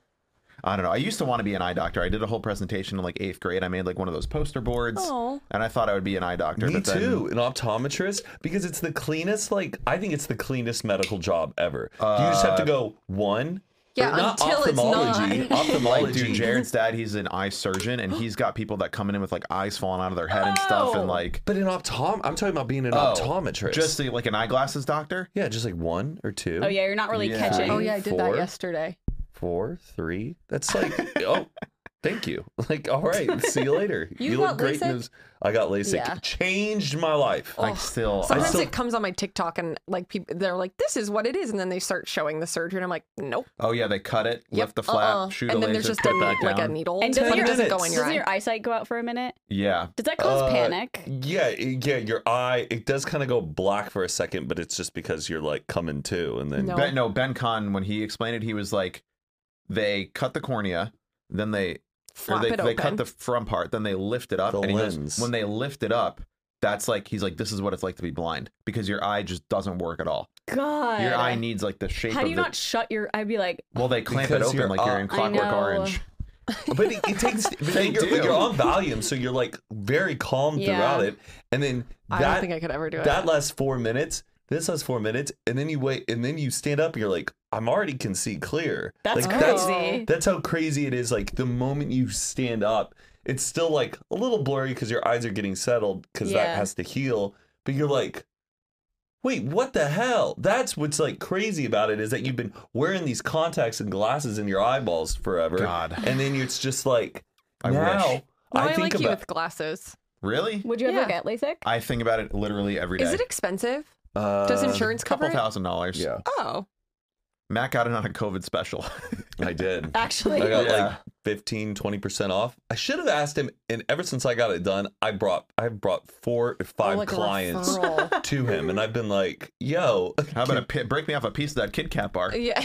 [SPEAKER 2] I don't know. I used to want to be an eye doctor. I did a whole presentation in like eighth grade. I made like one of those poster boards
[SPEAKER 1] Oh.
[SPEAKER 2] and I thought I would be an eye doctor.
[SPEAKER 3] Me
[SPEAKER 2] but then-
[SPEAKER 3] too. An optometrist because it's the cleanest. Like I think it's the cleanest medical job ever. you just have to go one.
[SPEAKER 1] Yeah,
[SPEAKER 3] or not
[SPEAKER 1] until it's
[SPEAKER 3] ophthalmology.
[SPEAKER 1] not.
[SPEAKER 2] Uh, Like, dude,
[SPEAKER 3] ophthalmology.
[SPEAKER 2] Jared's dad, he's an eye surgeon, and he's got people that coming in with like eyes falling out of their head and stuff,
[SPEAKER 4] Oh.
[SPEAKER 2] and like
[SPEAKER 3] But an optom, I'm talking about being an
[SPEAKER 2] Oh,
[SPEAKER 3] optometrist.
[SPEAKER 2] just the- like an eyeglasses doctor.
[SPEAKER 3] yeah, just like one or two.
[SPEAKER 4] Oh yeah, you're not really
[SPEAKER 2] Yeah.
[SPEAKER 4] catching.
[SPEAKER 1] Oh yeah, I did that
[SPEAKER 3] Four.
[SPEAKER 1] yesterday.
[SPEAKER 3] Four, three. That's like oh, thank you. Like all right, see you later.
[SPEAKER 1] You got LASIK?
[SPEAKER 3] this- I got LASIK.
[SPEAKER 1] Yeah. Oh.
[SPEAKER 3] Changed my life.
[SPEAKER 2] Like still, uh, I
[SPEAKER 1] Sometimes
[SPEAKER 2] still,
[SPEAKER 1] it comes on my TikTok and like people they're like, "This is what it is," and then they start showing the surgery, and I'm like, "Nope."
[SPEAKER 2] oh yeah, they cut it,
[SPEAKER 1] Yep,
[SPEAKER 2] lift the flap,
[SPEAKER 1] uh-uh.
[SPEAKER 2] shoot
[SPEAKER 1] and
[SPEAKER 2] a
[SPEAKER 1] then
[SPEAKER 2] laser,
[SPEAKER 1] there's just
[SPEAKER 2] put
[SPEAKER 1] a,
[SPEAKER 2] it back
[SPEAKER 1] like a
[SPEAKER 2] down.
[SPEAKER 1] needle,
[SPEAKER 4] And
[SPEAKER 1] but
[SPEAKER 4] doesn't
[SPEAKER 1] it
[SPEAKER 4] your-
[SPEAKER 1] doesn't go in
[SPEAKER 3] doesn't
[SPEAKER 1] your
[SPEAKER 4] Doesn't
[SPEAKER 1] eye.
[SPEAKER 4] your eyesight go out for a minute?
[SPEAKER 2] yeah,
[SPEAKER 4] Does that cause
[SPEAKER 3] Uh,
[SPEAKER 4] panic?
[SPEAKER 3] Yeah, yeah, your eye it does kind of go black for a second, but it's just because you're like coming to, and then
[SPEAKER 1] No.
[SPEAKER 2] Ben, no, Ben Con when he explained it, he was like, they cut the cornea, then they
[SPEAKER 1] Flap
[SPEAKER 2] or they,
[SPEAKER 1] it
[SPEAKER 2] they
[SPEAKER 1] open.
[SPEAKER 2] cut the front part, then they lift it up.
[SPEAKER 3] The
[SPEAKER 2] and he goes,
[SPEAKER 3] lens.
[SPEAKER 2] when they lift it up, that's like he's like, this is what it's like to be blind because your eye just doesn't work at all.
[SPEAKER 4] God.
[SPEAKER 2] Your eye needs like the shape.
[SPEAKER 4] How
[SPEAKER 2] of
[SPEAKER 4] do you
[SPEAKER 2] the,
[SPEAKER 4] not shut your? I'd be like,
[SPEAKER 2] Well, they clamp
[SPEAKER 3] Because
[SPEAKER 2] it
[SPEAKER 3] you're
[SPEAKER 2] open like you're
[SPEAKER 3] up.
[SPEAKER 2] in
[SPEAKER 4] I
[SPEAKER 2] Clockwork
[SPEAKER 4] know.
[SPEAKER 2] Orange.
[SPEAKER 3] but it, it takes. But then you're,
[SPEAKER 2] do.
[SPEAKER 3] but you're on Valium, so you're like very calm
[SPEAKER 4] Yeah.
[SPEAKER 3] throughout it, and then
[SPEAKER 1] I don't
[SPEAKER 3] that
[SPEAKER 1] think I could ever do it.
[SPEAKER 3] that lasts four minutes. This lasts four minutes, and then you wait, and then you stand up, and you're like, "I'm already can see clear."
[SPEAKER 4] that's
[SPEAKER 3] like,
[SPEAKER 4] crazy.
[SPEAKER 3] That's how crazy it is. Like the moment you stand up, it's still like a little blurry because your eyes are getting settled because
[SPEAKER 4] Yeah.
[SPEAKER 3] that has to heal. But you're like, wait, what the hell? That's what's like crazy about it is that you've been wearing these contacts and glasses in your eyeballs forever.
[SPEAKER 2] God.
[SPEAKER 3] And then it's just like,
[SPEAKER 2] I
[SPEAKER 3] now
[SPEAKER 2] wish.
[SPEAKER 1] Well, Oh, I,
[SPEAKER 3] I think
[SPEAKER 1] like you
[SPEAKER 3] about
[SPEAKER 1] with glasses.
[SPEAKER 2] Really?
[SPEAKER 4] Would you ever
[SPEAKER 1] Yeah.
[SPEAKER 4] get LASIK?
[SPEAKER 2] I think about it literally every day.
[SPEAKER 1] Is it expensive?
[SPEAKER 3] uh,
[SPEAKER 1] Does
[SPEAKER 2] a
[SPEAKER 1] insurance cover
[SPEAKER 2] couple
[SPEAKER 1] it?
[SPEAKER 2] thousand dollars?
[SPEAKER 3] Yeah,
[SPEAKER 1] Oh,
[SPEAKER 2] Matt got it on a COVID special.
[SPEAKER 3] I did.
[SPEAKER 4] Actually,
[SPEAKER 3] I got like
[SPEAKER 2] Yeah.
[SPEAKER 3] 15, 20% off. I should have asked him. And ever since I got it done, I brought, I brought four or
[SPEAKER 1] Oh,
[SPEAKER 3] five
[SPEAKER 1] like a
[SPEAKER 3] clients
[SPEAKER 1] referral.
[SPEAKER 3] to him. And I've been like, yo,
[SPEAKER 2] How about a pi- break me off a piece of that Kit Kat bar?
[SPEAKER 1] yeah.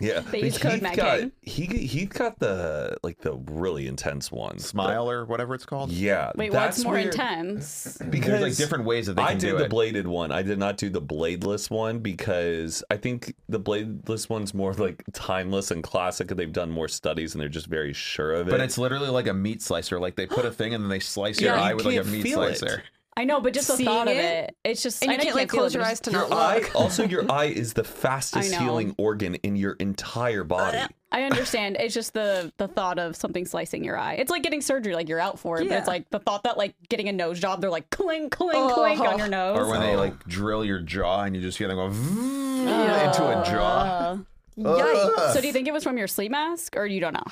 [SPEAKER 3] Yeah, but
[SPEAKER 4] use code
[SPEAKER 3] Heath
[SPEAKER 4] mapping.
[SPEAKER 3] Got, he Heath got the like the really intense one.
[SPEAKER 2] Smile or whatever it's called.
[SPEAKER 3] Yeah,
[SPEAKER 4] Wait,
[SPEAKER 3] that's
[SPEAKER 4] what's more
[SPEAKER 3] where-
[SPEAKER 4] intense?
[SPEAKER 3] Because
[SPEAKER 2] There's like different ways that they
[SPEAKER 3] I
[SPEAKER 2] can
[SPEAKER 3] did
[SPEAKER 2] do
[SPEAKER 3] the
[SPEAKER 2] it.
[SPEAKER 3] bladed one. I did not do the bladeless one because I think the bladeless one's more like timeless and classic. and They've done more studies and they're just very sure of it.
[SPEAKER 2] but it's literally like a meat slicer. Like they put a thing and then they slice your
[SPEAKER 4] Yeah,
[SPEAKER 2] eye
[SPEAKER 3] you
[SPEAKER 2] with like a
[SPEAKER 3] can't
[SPEAKER 2] meat
[SPEAKER 3] feel it.
[SPEAKER 2] slicer.
[SPEAKER 4] I know, but just the
[SPEAKER 1] Seeing
[SPEAKER 4] thought of
[SPEAKER 1] it?
[SPEAKER 4] it, it's just
[SPEAKER 1] and
[SPEAKER 4] I
[SPEAKER 1] you
[SPEAKER 4] know
[SPEAKER 1] can't like
[SPEAKER 4] feel
[SPEAKER 1] close
[SPEAKER 4] it,
[SPEAKER 1] your
[SPEAKER 4] but
[SPEAKER 1] eyes
[SPEAKER 4] just-
[SPEAKER 1] to
[SPEAKER 3] your
[SPEAKER 1] not
[SPEAKER 3] eye.
[SPEAKER 1] look.
[SPEAKER 3] Also, your eye is the fastest
[SPEAKER 4] I know.
[SPEAKER 3] healing organ in your entire body.
[SPEAKER 4] I understand. It's just the the thought of something slicing your eye. It's like getting surgery, like you're out for it. But
[SPEAKER 1] Yeah.
[SPEAKER 4] it's like the thought that like getting a nose job, they're like clink, clink,
[SPEAKER 1] Oh.
[SPEAKER 4] clink on your nose.
[SPEAKER 2] Or when they like drill your jaw and you just hear them go vroom into a jaw.
[SPEAKER 4] Uh,
[SPEAKER 1] Yikes.
[SPEAKER 4] so do you think it was from your sleep mask, or you don't know?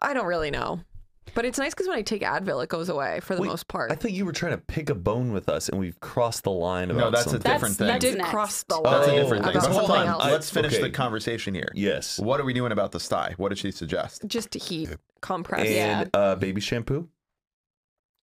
[SPEAKER 1] I don't really know, but it's nice because when I take Advil, it goes away for the
[SPEAKER 3] Wait,
[SPEAKER 1] most part.
[SPEAKER 3] I thought you were trying to pick a bone with us, and we've crossed the line about
[SPEAKER 2] No, that's
[SPEAKER 3] something.
[SPEAKER 2] a different
[SPEAKER 4] That's-
[SPEAKER 2] thing.
[SPEAKER 4] that's-
[SPEAKER 1] did
[SPEAKER 4] Next.
[SPEAKER 1] cross the line.
[SPEAKER 2] That's a
[SPEAKER 3] Oh,
[SPEAKER 2] different thing.
[SPEAKER 1] About
[SPEAKER 2] But hold
[SPEAKER 1] something
[SPEAKER 2] on,
[SPEAKER 1] else.
[SPEAKER 2] let's finish
[SPEAKER 3] Okay.
[SPEAKER 2] the conversation here.
[SPEAKER 3] yes.
[SPEAKER 2] What are we doing about the sty? What did she suggest?
[SPEAKER 1] Just heat compress.
[SPEAKER 3] and uh, baby shampoo.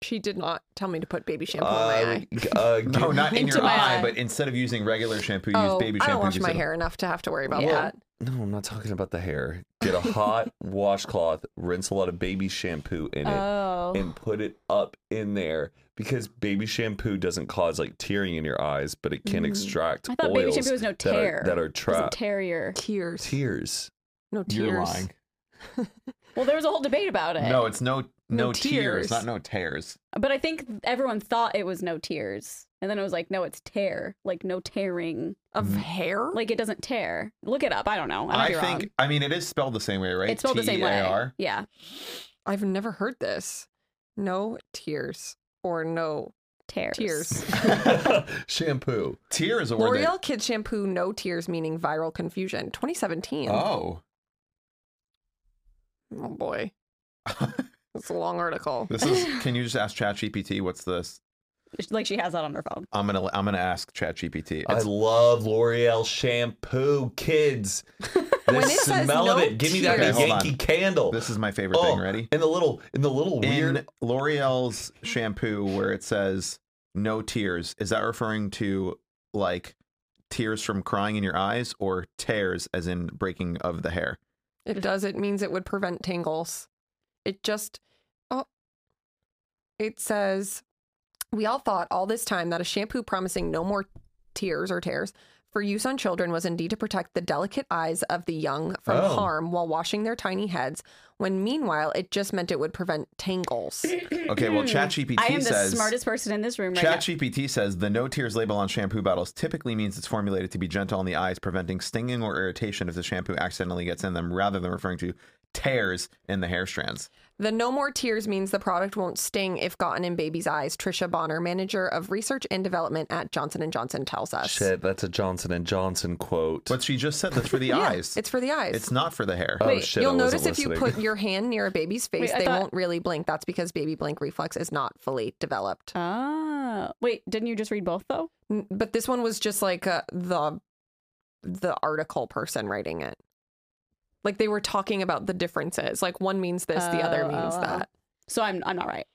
[SPEAKER 1] She did not tell me to put baby shampoo in my eye.
[SPEAKER 3] uh,
[SPEAKER 2] No, not in
[SPEAKER 1] Into
[SPEAKER 2] your
[SPEAKER 1] my
[SPEAKER 2] eye,
[SPEAKER 1] eye.
[SPEAKER 2] but instead of using regular shampoo, use
[SPEAKER 1] Oh,
[SPEAKER 2] baby shampoo.
[SPEAKER 1] I don't wash
[SPEAKER 2] instead
[SPEAKER 1] my
[SPEAKER 2] of-
[SPEAKER 1] hair enough to have to worry about
[SPEAKER 4] Yeah.
[SPEAKER 1] that.
[SPEAKER 3] No, I'm not talking about the hair. Get a hot washcloth, rinse a lot of baby shampoo in it,
[SPEAKER 4] Oh.
[SPEAKER 3] and put it up in there because baby shampoo doesn't cause like tearing in your eyes, but it can
[SPEAKER 4] Mm.
[SPEAKER 3] extract
[SPEAKER 4] I thought baby
[SPEAKER 3] oils
[SPEAKER 4] shampoo was no
[SPEAKER 3] that are-
[SPEAKER 4] tear.
[SPEAKER 3] that are
[SPEAKER 4] Doesn't
[SPEAKER 3] trapped.
[SPEAKER 4] tear your.
[SPEAKER 1] Tears.
[SPEAKER 3] Tears.
[SPEAKER 1] no tears.
[SPEAKER 2] You're lying.
[SPEAKER 4] Well, there was a whole debate about it.
[SPEAKER 2] No, it's no no,
[SPEAKER 1] No
[SPEAKER 2] tears.
[SPEAKER 1] tears.
[SPEAKER 2] not no tears.
[SPEAKER 4] But I think everyone thought it was no tears. And then it was like, no, it's tear. Like, no tearing.
[SPEAKER 1] Of hair?
[SPEAKER 4] Like, it doesn't tear. Look it up. I don't know. I might
[SPEAKER 2] Mm-hmm. I
[SPEAKER 4] be wrong.
[SPEAKER 2] think. I mean, it is spelled the same way, right? E
[SPEAKER 4] it's spelled the same way.
[SPEAKER 2] T-E-A-R.
[SPEAKER 4] Yeah.
[SPEAKER 1] I've never heard this. No tears or no
[SPEAKER 4] Tears.
[SPEAKER 1] tears.
[SPEAKER 3] shampoo.
[SPEAKER 2] Tear is a word.
[SPEAKER 1] L'Oreal Kid Shampoo No Tears meaning viral confusion. 2017.
[SPEAKER 2] That, oh,
[SPEAKER 1] Oh, boy. It's a long article.
[SPEAKER 2] this is. Can you just ask ChatGPT what's this?
[SPEAKER 4] Like, she has that on her phone.
[SPEAKER 2] I'm gonna I'm gonna ask ChatGPT.
[SPEAKER 3] I
[SPEAKER 2] It's-
[SPEAKER 3] love L'Oreal shampoo, kids. The
[SPEAKER 1] When it says
[SPEAKER 3] smell of
[SPEAKER 1] no
[SPEAKER 3] it. Give me that
[SPEAKER 2] tears- Okay, hold
[SPEAKER 3] Yankee
[SPEAKER 2] on.
[SPEAKER 3] candle.
[SPEAKER 2] this is my favorite
[SPEAKER 3] Oh,
[SPEAKER 2] thing. Ready?
[SPEAKER 3] And the little, and the little
[SPEAKER 2] In
[SPEAKER 3] weird.
[SPEAKER 2] L'Oreal's shampoo, where it says "no tears," is that referring to like tears from crying in your eyes, or tears as in breaking of the hair?
[SPEAKER 1] It does. It means it would prevent tingles. It just, oh, it says, we all thought all this time that a shampoo promising no more tears or tears for use on children was indeed to protect the delicate eyes of the young from
[SPEAKER 3] Oh.
[SPEAKER 1] harm while washing their tiny heads, when meanwhile it just meant it would prevent tangles.
[SPEAKER 2] Okay, well, ChatGPT
[SPEAKER 4] Mm-hmm. I am the
[SPEAKER 2] says
[SPEAKER 4] smartest person in this room right now.
[SPEAKER 2] ChatGPT says the no tears label on shampoo bottles typically means it's formulated to be gentle on the eyes, preventing stinging or irritation if the shampoo accidentally gets in them, rather than referring to tears in the hair strands.
[SPEAKER 1] The no more tears means the product won't sting if gotten in babies' eyes, Trisha Bonner, manager of research and development at Johnson & Johnson tells us.
[SPEAKER 3] Shit, that's a Johnson and Johnson quote.
[SPEAKER 2] But she just said that's for the
[SPEAKER 1] Yeah,
[SPEAKER 2] eyes.
[SPEAKER 1] It's for the eyes.
[SPEAKER 2] It's not for the hair.
[SPEAKER 3] Oh,
[SPEAKER 1] Wait,
[SPEAKER 3] shit,
[SPEAKER 1] you'll
[SPEAKER 3] I wasn't
[SPEAKER 1] notice if you
[SPEAKER 3] listening.
[SPEAKER 1] put your hand near a baby's face,
[SPEAKER 4] Wait, I
[SPEAKER 1] they
[SPEAKER 4] thought-
[SPEAKER 1] won't really blink. That's because baby blink reflex is not fully developed.
[SPEAKER 4] Ah. Wait, didn't you just read both, though?
[SPEAKER 1] N- But this one was just like uh, the the article person writing it. Like they were talking about the differences. Like one means this, the other
[SPEAKER 4] Oh,
[SPEAKER 1] means
[SPEAKER 4] oh, oh.
[SPEAKER 1] that.
[SPEAKER 4] So I'm, I'm not right.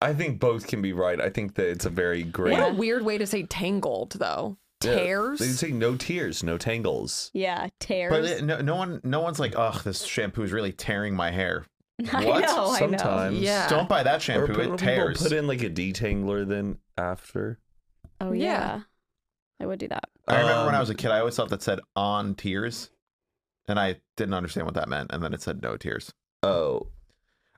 [SPEAKER 3] I think both can be right. I think that it's a very great.
[SPEAKER 1] What a weird way to say tangled, though.
[SPEAKER 3] Yeah.
[SPEAKER 1] Tears.
[SPEAKER 3] They say no tears, no tangles.
[SPEAKER 4] Yeah. Tears.
[SPEAKER 2] But it, no, no one, no one's like, ugh, this shampoo is really tearing my hair.
[SPEAKER 4] I
[SPEAKER 2] what?
[SPEAKER 4] know, I know.
[SPEAKER 3] Sometimes.
[SPEAKER 1] Yeah.
[SPEAKER 2] Don't buy that
[SPEAKER 3] Or
[SPEAKER 2] shampoo;
[SPEAKER 3] put, people
[SPEAKER 2] it tears.
[SPEAKER 3] put in like a detangler then after.
[SPEAKER 4] Oh,
[SPEAKER 1] Yeah.
[SPEAKER 4] yeah. I would do that.
[SPEAKER 2] I remember when I
[SPEAKER 3] Um,
[SPEAKER 2] was a kid, I always thought that said "on tears," and I didn't understand what that meant. And then it said "no tears."
[SPEAKER 3] Oh,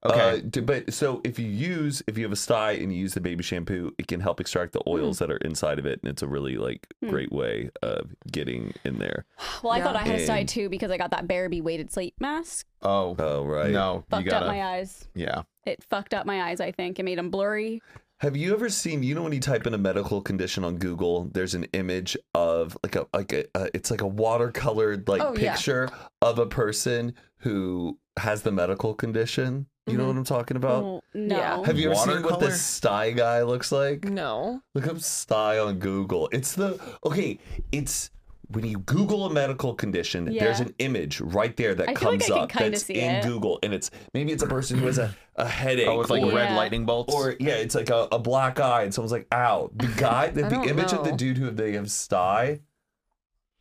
[SPEAKER 2] Okay,
[SPEAKER 3] Uh, d- but so if you use if you have a sty and you use the baby shampoo, it can help extract the oils
[SPEAKER 1] Hmm.
[SPEAKER 3] that are inside of it, and it's a really like
[SPEAKER 4] Hmm.
[SPEAKER 3] great way of getting in there.
[SPEAKER 4] Well,
[SPEAKER 1] Yeah.
[SPEAKER 4] I thought I had a side
[SPEAKER 3] And-
[SPEAKER 4] too because I got that Barbie weighted sleep mask.
[SPEAKER 2] Oh,
[SPEAKER 3] Oh right.
[SPEAKER 2] no, you
[SPEAKER 4] Fucked
[SPEAKER 2] gotta.
[SPEAKER 4] up my eyes.
[SPEAKER 2] Yeah.
[SPEAKER 4] It fucked up my eyes. I think it made them blurry.
[SPEAKER 3] Have you ever seen? You know when you type in a medical condition on Google, there's an image of like a like a uh, it's like a watercolored like
[SPEAKER 1] Oh, yeah.
[SPEAKER 3] picture of a person who has the medical condition. You know
[SPEAKER 1] Mhm.
[SPEAKER 3] what I'm talking about?
[SPEAKER 4] Mm-hmm. Oh, no.
[SPEAKER 1] Yeah.
[SPEAKER 3] Have you ever seen what
[SPEAKER 2] Watercolor?
[SPEAKER 3] this sty guy looks like?
[SPEAKER 1] No.
[SPEAKER 3] Look up sty on Google. It's the okay. It's when you Google a medical condition,
[SPEAKER 4] Yeah.
[SPEAKER 3] there's an image right there that
[SPEAKER 4] I feel like
[SPEAKER 3] comes
[SPEAKER 4] I can
[SPEAKER 3] up
[SPEAKER 4] kinda
[SPEAKER 3] that's
[SPEAKER 4] see
[SPEAKER 3] in
[SPEAKER 4] it.
[SPEAKER 3] Google, and it's maybe it's a person who has a, a headache
[SPEAKER 2] Oh, with like
[SPEAKER 3] or,
[SPEAKER 4] Yeah.
[SPEAKER 2] red lightning bolts.
[SPEAKER 3] or yeah, it's like a, a black eye, and someone's like, "Ow!" The guy, the,
[SPEAKER 1] I
[SPEAKER 3] the
[SPEAKER 1] don't
[SPEAKER 3] image of the
[SPEAKER 1] know.
[SPEAKER 3] dude who they have sty.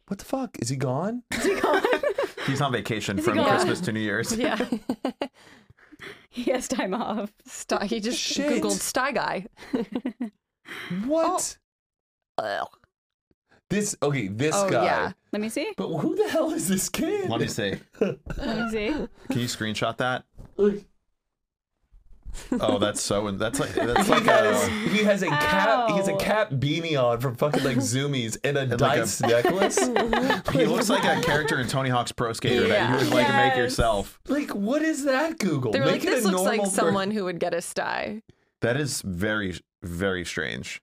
[SPEAKER 3] What the fuck is he gone?
[SPEAKER 2] he's on vacation
[SPEAKER 4] Is he
[SPEAKER 2] from
[SPEAKER 4] gone?
[SPEAKER 2] Christmas to New Year's.
[SPEAKER 1] Yeah.
[SPEAKER 4] He has time off.
[SPEAKER 1] Sty, he just
[SPEAKER 3] Shit.
[SPEAKER 1] Googled Sty Guy.
[SPEAKER 3] What this? Okay, this
[SPEAKER 1] Oh,
[SPEAKER 3] guy.
[SPEAKER 1] yeah.
[SPEAKER 4] Let me see.
[SPEAKER 3] But who the hell is this kid?
[SPEAKER 2] Let me see.
[SPEAKER 4] Let me see.
[SPEAKER 2] Can you screenshot that?
[SPEAKER 3] Look.
[SPEAKER 2] Oh, that's so. That's like that's like
[SPEAKER 3] he, got his-
[SPEAKER 1] oh.
[SPEAKER 2] a.
[SPEAKER 3] he has a cap. He has a
[SPEAKER 4] Ow.
[SPEAKER 3] cap beanie on from fucking like Zoomies and a
[SPEAKER 2] like a-
[SPEAKER 3] dice necklace.
[SPEAKER 2] He looks like a character in Tony Hawk's Pro Skater that you
[SPEAKER 1] Yeah.
[SPEAKER 2] would like make
[SPEAKER 4] Yes.
[SPEAKER 2] yourself.
[SPEAKER 3] Like, what is that? Google.
[SPEAKER 1] They were like,
[SPEAKER 3] Make it
[SPEAKER 1] this
[SPEAKER 3] a
[SPEAKER 1] looks like
[SPEAKER 3] normal per-
[SPEAKER 1] someone who would get a sty.
[SPEAKER 2] That is very very strange.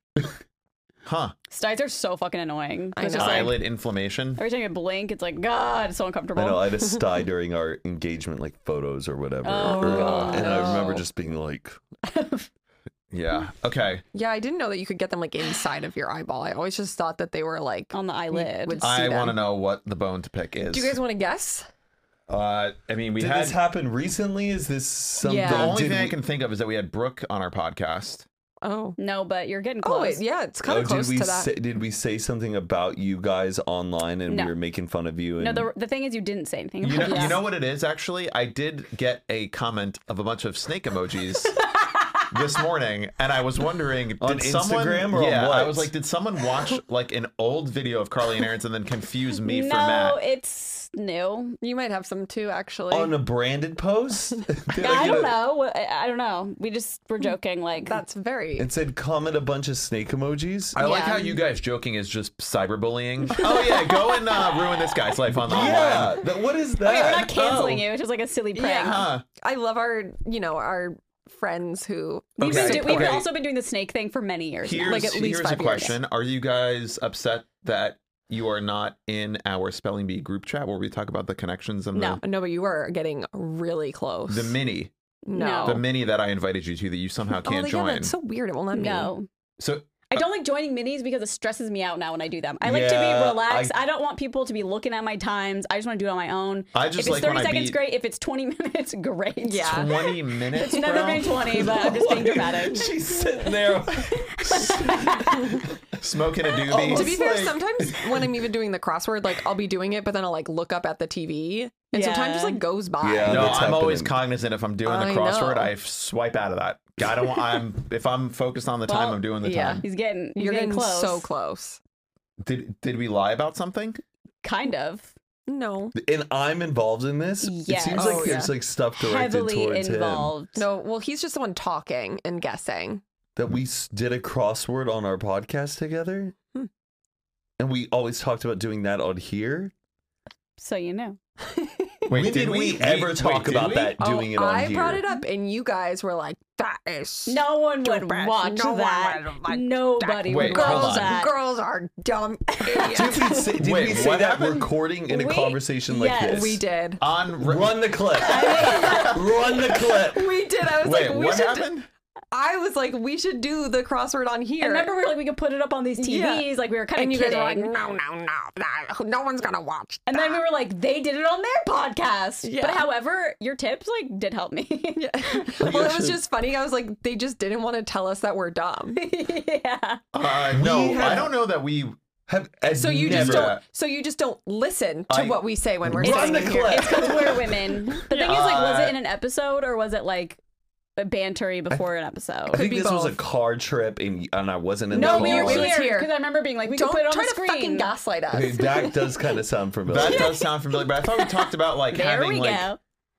[SPEAKER 2] Huh?
[SPEAKER 4] Styes are so fucking annoying.
[SPEAKER 1] I
[SPEAKER 4] It's
[SPEAKER 1] know.
[SPEAKER 4] just like-
[SPEAKER 2] Eyelid inflammation.
[SPEAKER 4] every time you blink, it's like God, it's so uncomfortable.
[SPEAKER 3] I know. I had a sty during our engagement, like photos or whatever,
[SPEAKER 4] Oh,
[SPEAKER 3] Or, uh, and I remember
[SPEAKER 1] no.
[SPEAKER 3] just being like,
[SPEAKER 2] Yeah. Okay.
[SPEAKER 1] Yeah, I didn't know that you could get them like inside of your eyeball. I always just
[SPEAKER 4] Um,
[SPEAKER 1] thought that they were like.
[SPEAKER 4] On the eyelid.
[SPEAKER 1] would-
[SPEAKER 2] I
[SPEAKER 1] See
[SPEAKER 2] want to
[SPEAKER 1] them.
[SPEAKER 2] know what the bone to pick is.
[SPEAKER 1] Do you guys want to guess?
[SPEAKER 2] Uh, I mean, we
[SPEAKER 3] Did
[SPEAKER 2] had
[SPEAKER 3] this happen recently? Is this something?
[SPEAKER 1] Yeah.
[SPEAKER 2] the only
[SPEAKER 3] did
[SPEAKER 2] thing I
[SPEAKER 3] we-
[SPEAKER 2] can think of is that we had Brooke on our podcast.
[SPEAKER 1] Oh.
[SPEAKER 4] No, but you're getting
[SPEAKER 1] Oh,
[SPEAKER 4] close.
[SPEAKER 1] wait, yeah, it's kind
[SPEAKER 3] Oh,
[SPEAKER 1] of close
[SPEAKER 3] did we
[SPEAKER 1] to that.
[SPEAKER 3] say, did we say something about you guys online and
[SPEAKER 4] No.
[SPEAKER 3] we were making fun of you? And
[SPEAKER 4] No, the, the thing is, you didn't say anything.
[SPEAKER 2] You know,
[SPEAKER 4] about it.
[SPEAKER 2] you know what it is actually. I did get a comment of a bunch of snake emojis this morning, and I was wondering did
[SPEAKER 3] On
[SPEAKER 2] someone,
[SPEAKER 3] Instagram or on
[SPEAKER 2] yeah, I
[SPEAKER 3] what?
[SPEAKER 2] was like, did someone watch like an old video of Carly and Aaron's and then confuse me
[SPEAKER 4] no,
[SPEAKER 2] for Matt?
[SPEAKER 4] it's new.
[SPEAKER 1] You might have some too, actually.
[SPEAKER 3] on a branded post. Did get
[SPEAKER 4] I don't
[SPEAKER 3] a-
[SPEAKER 2] uh,
[SPEAKER 4] know. I I don't know. We just were joking. Like
[SPEAKER 1] That's very.
[SPEAKER 3] It said comment a bunch of snake emojis.
[SPEAKER 2] I like
[SPEAKER 4] Yeah.
[SPEAKER 2] how you guys joking is just cyberbullying. oh yeah, go and uh, ruin this guy's life on the
[SPEAKER 3] yeah,
[SPEAKER 2] online. Uh,
[SPEAKER 3] that, what is that?
[SPEAKER 4] okay, we're not canceling
[SPEAKER 3] Oh.
[SPEAKER 4] you. It's just like a silly prank.
[SPEAKER 1] Yeah.
[SPEAKER 2] Huh.
[SPEAKER 1] I love our, you know, our friends who.
[SPEAKER 4] We've, been
[SPEAKER 2] Okay,
[SPEAKER 4] do- we've
[SPEAKER 2] okay.
[SPEAKER 4] also been doing the snake thing for many years. now.
[SPEAKER 2] Here's,
[SPEAKER 1] Like, at least
[SPEAKER 2] here's
[SPEAKER 1] five
[SPEAKER 2] a
[SPEAKER 1] years.
[SPEAKER 2] question: Are you guys upset that you are not in our spelling bee group chat where we talk about the connections and
[SPEAKER 4] No.
[SPEAKER 1] No, but uh, you were getting really close.
[SPEAKER 2] the the mini?
[SPEAKER 1] no.
[SPEAKER 4] No.
[SPEAKER 2] the mini that I invited you to that you somehow
[SPEAKER 1] oh,
[SPEAKER 2] can't
[SPEAKER 1] my God,
[SPEAKER 2] join.
[SPEAKER 1] that's so weird. It won't let me.
[SPEAKER 4] No,
[SPEAKER 2] so
[SPEAKER 4] I don't like joining minis because it stresses me out now when I do them. I like to
[SPEAKER 3] Yeah,
[SPEAKER 4] be relaxed. I, don't want people to be looking at my times. I just want to do it on my own.
[SPEAKER 2] I just
[SPEAKER 4] if it's
[SPEAKER 2] like when
[SPEAKER 4] thirty
[SPEAKER 2] I
[SPEAKER 4] seconds,
[SPEAKER 2] beat
[SPEAKER 4] great. If it's twenty minutes, great.
[SPEAKER 1] Yeah. Ah.
[SPEAKER 2] 20 minutes.
[SPEAKER 4] it's never
[SPEAKER 2] bro?
[SPEAKER 4] been twenty, but I'm just being dramatic.
[SPEAKER 3] She's sitting there.
[SPEAKER 2] Smoking a doobie.
[SPEAKER 1] Oh, To be
[SPEAKER 3] It's
[SPEAKER 1] fair,
[SPEAKER 3] like-
[SPEAKER 1] sometimes when I'm even doing the crossword, like I'll be doing it, but then I'll like look up at the TV, and sometimes
[SPEAKER 4] Yeah.
[SPEAKER 1] just like goes by.
[SPEAKER 3] Yeah.
[SPEAKER 2] no, I'm
[SPEAKER 3] That's
[SPEAKER 2] always
[SPEAKER 3] happening.
[SPEAKER 2] cognizant if I'm doing
[SPEAKER 1] I
[SPEAKER 2] the crossword,
[SPEAKER 1] know.
[SPEAKER 2] I swipe out of that. I don't. want- I'm if I'm focused on the time,
[SPEAKER 4] Well,
[SPEAKER 2] I'm doing the
[SPEAKER 1] yeah.
[SPEAKER 2] time.
[SPEAKER 4] He's getting, he's
[SPEAKER 1] You're
[SPEAKER 4] getting,
[SPEAKER 1] getting
[SPEAKER 4] close.
[SPEAKER 1] so close.
[SPEAKER 2] Did did we lie about something?
[SPEAKER 4] Kind of
[SPEAKER 1] No,
[SPEAKER 3] and I'm involved in this.
[SPEAKER 4] Yes.
[SPEAKER 3] It seems
[SPEAKER 1] Oh,
[SPEAKER 3] like there's
[SPEAKER 1] yeah.
[SPEAKER 3] like stuff directed
[SPEAKER 4] heavily
[SPEAKER 3] towards him.
[SPEAKER 4] involved.
[SPEAKER 1] no. Well, he's just the one talking and guessing.
[SPEAKER 3] That we s- did a crossword on our podcast together.
[SPEAKER 4] Hmm.
[SPEAKER 3] And we always talked about doing that on here.
[SPEAKER 4] So you know.
[SPEAKER 2] Wait,
[SPEAKER 3] when did we, ever
[SPEAKER 2] wait,
[SPEAKER 3] talk
[SPEAKER 2] did
[SPEAKER 3] about
[SPEAKER 2] we?
[SPEAKER 3] that
[SPEAKER 1] Oh,
[SPEAKER 3] doing it on
[SPEAKER 1] I
[SPEAKER 3] here?
[SPEAKER 1] brought it up, and you guys were like, "That is
[SPEAKER 4] No one would
[SPEAKER 1] Stupid.
[SPEAKER 4] watch
[SPEAKER 1] No one
[SPEAKER 4] that.
[SPEAKER 1] would like
[SPEAKER 4] Nobody
[SPEAKER 2] Wait,
[SPEAKER 4] would
[SPEAKER 2] hold
[SPEAKER 4] watch
[SPEAKER 1] girls.
[SPEAKER 2] on.
[SPEAKER 4] that.
[SPEAKER 1] Girls are dumb."
[SPEAKER 3] Did
[SPEAKER 1] idiots."
[SPEAKER 3] we say, did
[SPEAKER 2] Wait,
[SPEAKER 3] we say
[SPEAKER 2] what
[SPEAKER 3] that
[SPEAKER 2] happened?
[SPEAKER 3] recording in a
[SPEAKER 4] We-
[SPEAKER 3] conversation like
[SPEAKER 4] yes.
[SPEAKER 3] this?
[SPEAKER 1] we did.
[SPEAKER 2] on. re-
[SPEAKER 3] Run the clip. Run the clip.
[SPEAKER 1] We did. I was
[SPEAKER 2] wait,
[SPEAKER 1] like, we
[SPEAKER 2] what
[SPEAKER 1] should.
[SPEAKER 2] happened?
[SPEAKER 1] I was like, we should do the crossword on here.
[SPEAKER 4] I remember we were like, we could put it up on these TVs.
[SPEAKER 1] Yeah.
[SPEAKER 4] Like we were kind
[SPEAKER 1] and
[SPEAKER 4] of
[SPEAKER 1] you
[SPEAKER 4] kidding.
[SPEAKER 1] guys were like, no, no, no, that- no one's gonna watch.
[SPEAKER 4] and then we were like, they did it on their podcast.
[SPEAKER 1] Yeah.
[SPEAKER 4] But however, your tips like did help me. Yeah.
[SPEAKER 1] well, it was
[SPEAKER 3] should-
[SPEAKER 1] just funny. I was like, they just didn't want to tell us that we're dumb.
[SPEAKER 2] Uh, no,
[SPEAKER 3] had-
[SPEAKER 2] I don't know that we.
[SPEAKER 3] Have, I've
[SPEAKER 1] So you just
[SPEAKER 3] never-
[SPEAKER 1] don't. So you just don't listen to
[SPEAKER 2] I-
[SPEAKER 1] what we say when we're
[SPEAKER 3] Run
[SPEAKER 1] saying
[SPEAKER 3] the
[SPEAKER 1] it here.
[SPEAKER 3] clip.
[SPEAKER 4] It's because we're women. The thing is, like, was it in an episode or was it like a bantery before an
[SPEAKER 3] I
[SPEAKER 4] episode?
[SPEAKER 3] think
[SPEAKER 1] be
[SPEAKER 3] this was a
[SPEAKER 1] both.
[SPEAKER 3] car trip, and, and I wasn't in
[SPEAKER 4] No,
[SPEAKER 3] the
[SPEAKER 4] we
[SPEAKER 3] car.
[SPEAKER 4] were
[SPEAKER 1] It was
[SPEAKER 4] here
[SPEAKER 1] here.
[SPEAKER 4] because I remember being like, we
[SPEAKER 1] Don't
[SPEAKER 4] could put it on
[SPEAKER 1] try
[SPEAKER 4] the
[SPEAKER 1] to
[SPEAKER 4] screen.
[SPEAKER 1] fucking gaslight us.
[SPEAKER 3] Okay, that does kind of sound familiar.
[SPEAKER 2] That does sound familiar, but I thought we talked about like
[SPEAKER 4] there
[SPEAKER 2] having
[SPEAKER 4] we
[SPEAKER 2] like
[SPEAKER 4] go.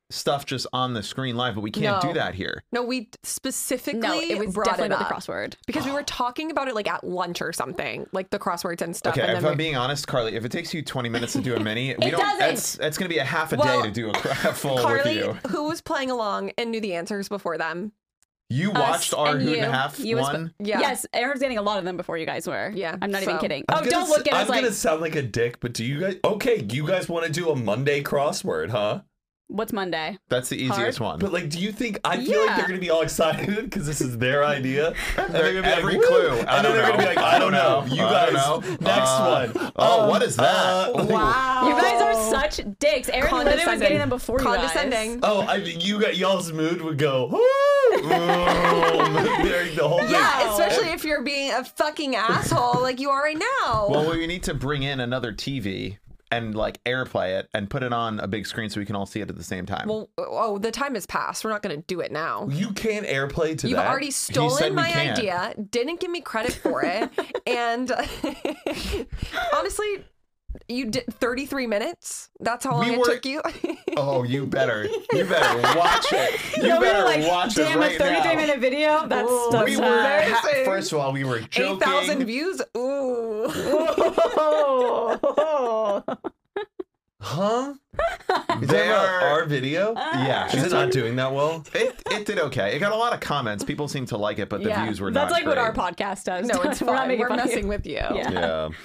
[SPEAKER 2] stuff just on the screen live, but we can't
[SPEAKER 1] No.
[SPEAKER 2] do that here.
[SPEAKER 1] No, we specifically
[SPEAKER 4] No, it was
[SPEAKER 1] brought
[SPEAKER 4] definitely
[SPEAKER 1] it
[SPEAKER 4] about the
[SPEAKER 1] up
[SPEAKER 4] crossword.
[SPEAKER 1] because we were talking about it like at lunch or something, like the crosswords and stuff.
[SPEAKER 2] Okay,
[SPEAKER 1] and
[SPEAKER 2] if
[SPEAKER 1] we-
[SPEAKER 2] I'm being honest, Carly, if it takes you 20 minutes to do a mini, we
[SPEAKER 4] It
[SPEAKER 2] don't.
[SPEAKER 4] doesn't.
[SPEAKER 2] That's that's gonna be a half a
[SPEAKER 1] Well,
[SPEAKER 2] day to do a cra- full with
[SPEAKER 1] Carly,
[SPEAKER 2] you.
[SPEAKER 1] who was playing along and knew the answers before them.
[SPEAKER 2] You watched
[SPEAKER 4] Us
[SPEAKER 2] our
[SPEAKER 4] and
[SPEAKER 2] hoot and
[SPEAKER 4] you.
[SPEAKER 2] a half
[SPEAKER 4] You as-
[SPEAKER 2] one.
[SPEAKER 1] Yeah.
[SPEAKER 4] Yes, Aaron's getting a lot of them before you guys were.
[SPEAKER 1] Yeah,
[SPEAKER 4] I'm not even
[SPEAKER 1] so-
[SPEAKER 4] kidding.
[SPEAKER 3] I'm
[SPEAKER 4] Oh,
[SPEAKER 3] gonna
[SPEAKER 4] don't
[SPEAKER 3] s-
[SPEAKER 4] look at
[SPEAKER 3] I'm
[SPEAKER 4] us like
[SPEAKER 3] gonna sound like a dick, but do you guys? Okay, you guys want to do a Monday crossword, huh?
[SPEAKER 4] what's Monday?
[SPEAKER 2] That's the easiest one.
[SPEAKER 3] But like, do you think I feel like
[SPEAKER 4] Yeah.
[SPEAKER 3] they're gonna be all excited because this is their idea? And
[SPEAKER 2] They're gonna be like,
[SPEAKER 3] every
[SPEAKER 2] "Woo!" I
[SPEAKER 3] clue, and then
[SPEAKER 2] don't
[SPEAKER 3] they're gonna
[SPEAKER 2] know.
[SPEAKER 3] be like, "Oh, I don't know. You
[SPEAKER 2] I
[SPEAKER 3] guys,
[SPEAKER 2] don't know.
[SPEAKER 3] next
[SPEAKER 2] Uh,
[SPEAKER 3] one. Um, uh,
[SPEAKER 2] oh, what is that?
[SPEAKER 1] Wow.
[SPEAKER 4] You guys
[SPEAKER 2] Oh.
[SPEAKER 4] are such dicks. Aaron literally was getting them before you guys.
[SPEAKER 1] Condescending.
[SPEAKER 3] oh, I mean, you got y'all's mood would go. "Woo!" during the
[SPEAKER 2] Oh,
[SPEAKER 3] whole thing.
[SPEAKER 1] Yeah, especially if you're being a fucking asshole like you are right now.
[SPEAKER 2] Well, we need to bring in another TV and like airplay it and put it on a big screen so we can all see it at the same time.
[SPEAKER 1] Well, oh, the time has passed. We're not going to do it now.
[SPEAKER 3] You can't airplay to
[SPEAKER 1] You've
[SPEAKER 3] that.
[SPEAKER 1] already
[SPEAKER 2] said
[SPEAKER 1] stolen
[SPEAKER 2] we
[SPEAKER 1] my
[SPEAKER 2] can't.
[SPEAKER 1] idea, didn't give me credit for it, and honestly, you did 33 minutes. That's how long
[SPEAKER 2] We
[SPEAKER 1] it
[SPEAKER 2] were-
[SPEAKER 1] took you.
[SPEAKER 2] oh, you better, you better watch it. You
[SPEAKER 4] No, we were
[SPEAKER 2] better
[SPEAKER 4] like,
[SPEAKER 2] watch
[SPEAKER 4] damn,
[SPEAKER 2] it right
[SPEAKER 4] a 33
[SPEAKER 2] now.
[SPEAKER 4] minute video? That's
[SPEAKER 1] Ooh.
[SPEAKER 4] that's
[SPEAKER 2] we
[SPEAKER 1] That's
[SPEAKER 2] were
[SPEAKER 4] bad.
[SPEAKER 2] ha-
[SPEAKER 1] embarrassing.
[SPEAKER 2] first of all, we were joking.
[SPEAKER 1] 8,000 views. Ooh.
[SPEAKER 3] huh?
[SPEAKER 2] They
[SPEAKER 3] Is that about
[SPEAKER 2] are-
[SPEAKER 3] our video?
[SPEAKER 2] Yeah,
[SPEAKER 3] Ah. Is it not doing that well?
[SPEAKER 2] it, it did okay. It got a lot of comments. People seemed to like it, but the
[SPEAKER 1] Yeah.
[SPEAKER 2] views were
[SPEAKER 4] That's
[SPEAKER 2] not.
[SPEAKER 4] like what
[SPEAKER 2] great.
[SPEAKER 4] our podcast does.
[SPEAKER 1] No, it's
[SPEAKER 4] We're not
[SPEAKER 1] fine.
[SPEAKER 4] making
[SPEAKER 1] We're,
[SPEAKER 4] fun of you.
[SPEAKER 1] messing with you.
[SPEAKER 4] Yeah.
[SPEAKER 3] Yeah.
[SPEAKER 4] Um,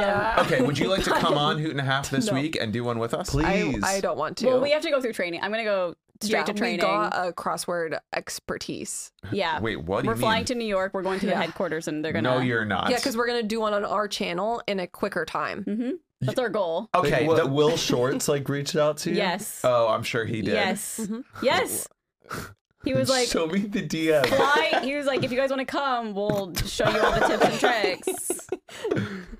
[SPEAKER 1] Yeah.
[SPEAKER 2] Okay, would you like to come on Hoot and a Half this week and do one with us?
[SPEAKER 1] I,
[SPEAKER 3] Please.
[SPEAKER 1] I don't want to.
[SPEAKER 4] Well, we have to go through training. I'm going to go straight
[SPEAKER 1] yeah,
[SPEAKER 4] to training.
[SPEAKER 1] We got a crossword expertise.
[SPEAKER 4] yeah.
[SPEAKER 2] Wait, what do
[SPEAKER 4] We're
[SPEAKER 2] you
[SPEAKER 4] flying
[SPEAKER 2] mean?
[SPEAKER 4] to New York. We're going to the
[SPEAKER 1] Yeah.
[SPEAKER 4] headquarters and they're going to.
[SPEAKER 2] No, you're not.
[SPEAKER 4] Mm.
[SPEAKER 1] Yeah, because we're gonna do one on our channel in a quicker time.
[SPEAKER 4] That's our goal.
[SPEAKER 2] Okay.
[SPEAKER 3] Like,
[SPEAKER 2] the-
[SPEAKER 3] what, Will Shorts like reached out to you.
[SPEAKER 4] Yes.
[SPEAKER 2] oh, I'm sure he did.
[SPEAKER 4] yes. Yes. He was like,
[SPEAKER 3] show me the DM.
[SPEAKER 4] fly. He was like, if you guys want to come, we'll show you all the tips and tricks.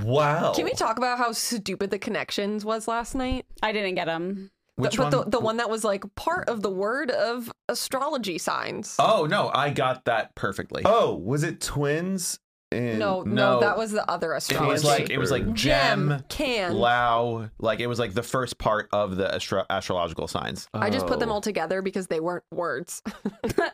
[SPEAKER 3] Wow.
[SPEAKER 1] Can we talk about how stupid the connections was last night?
[SPEAKER 4] I didn't get him.
[SPEAKER 1] The-
[SPEAKER 2] Which
[SPEAKER 1] but
[SPEAKER 2] one?
[SPEAKER 1] The, the one that was like part of the word of astrology signs.
[SPEAKER 2] Oh no, I got that perfectly.
[SPEAKER 3] Oh, was it twins? And
[SPEAKER 1] no, no,
[SPEAKER 2] no.
[SPEAKER 1] that was the other
[SPEAKER 2] it
[SPEAKER 1] astrology.
[SPEAKER 2] was like it was like gem,
[SPEAKER 1] can.
[SPEAKER 2] Lao, like it was like the first part of the astro- astrological signs.
[SPEAKER 1] I just put them
[SPEAKER 3] Oh.
[SPEAKER 1] all together because they weren't words.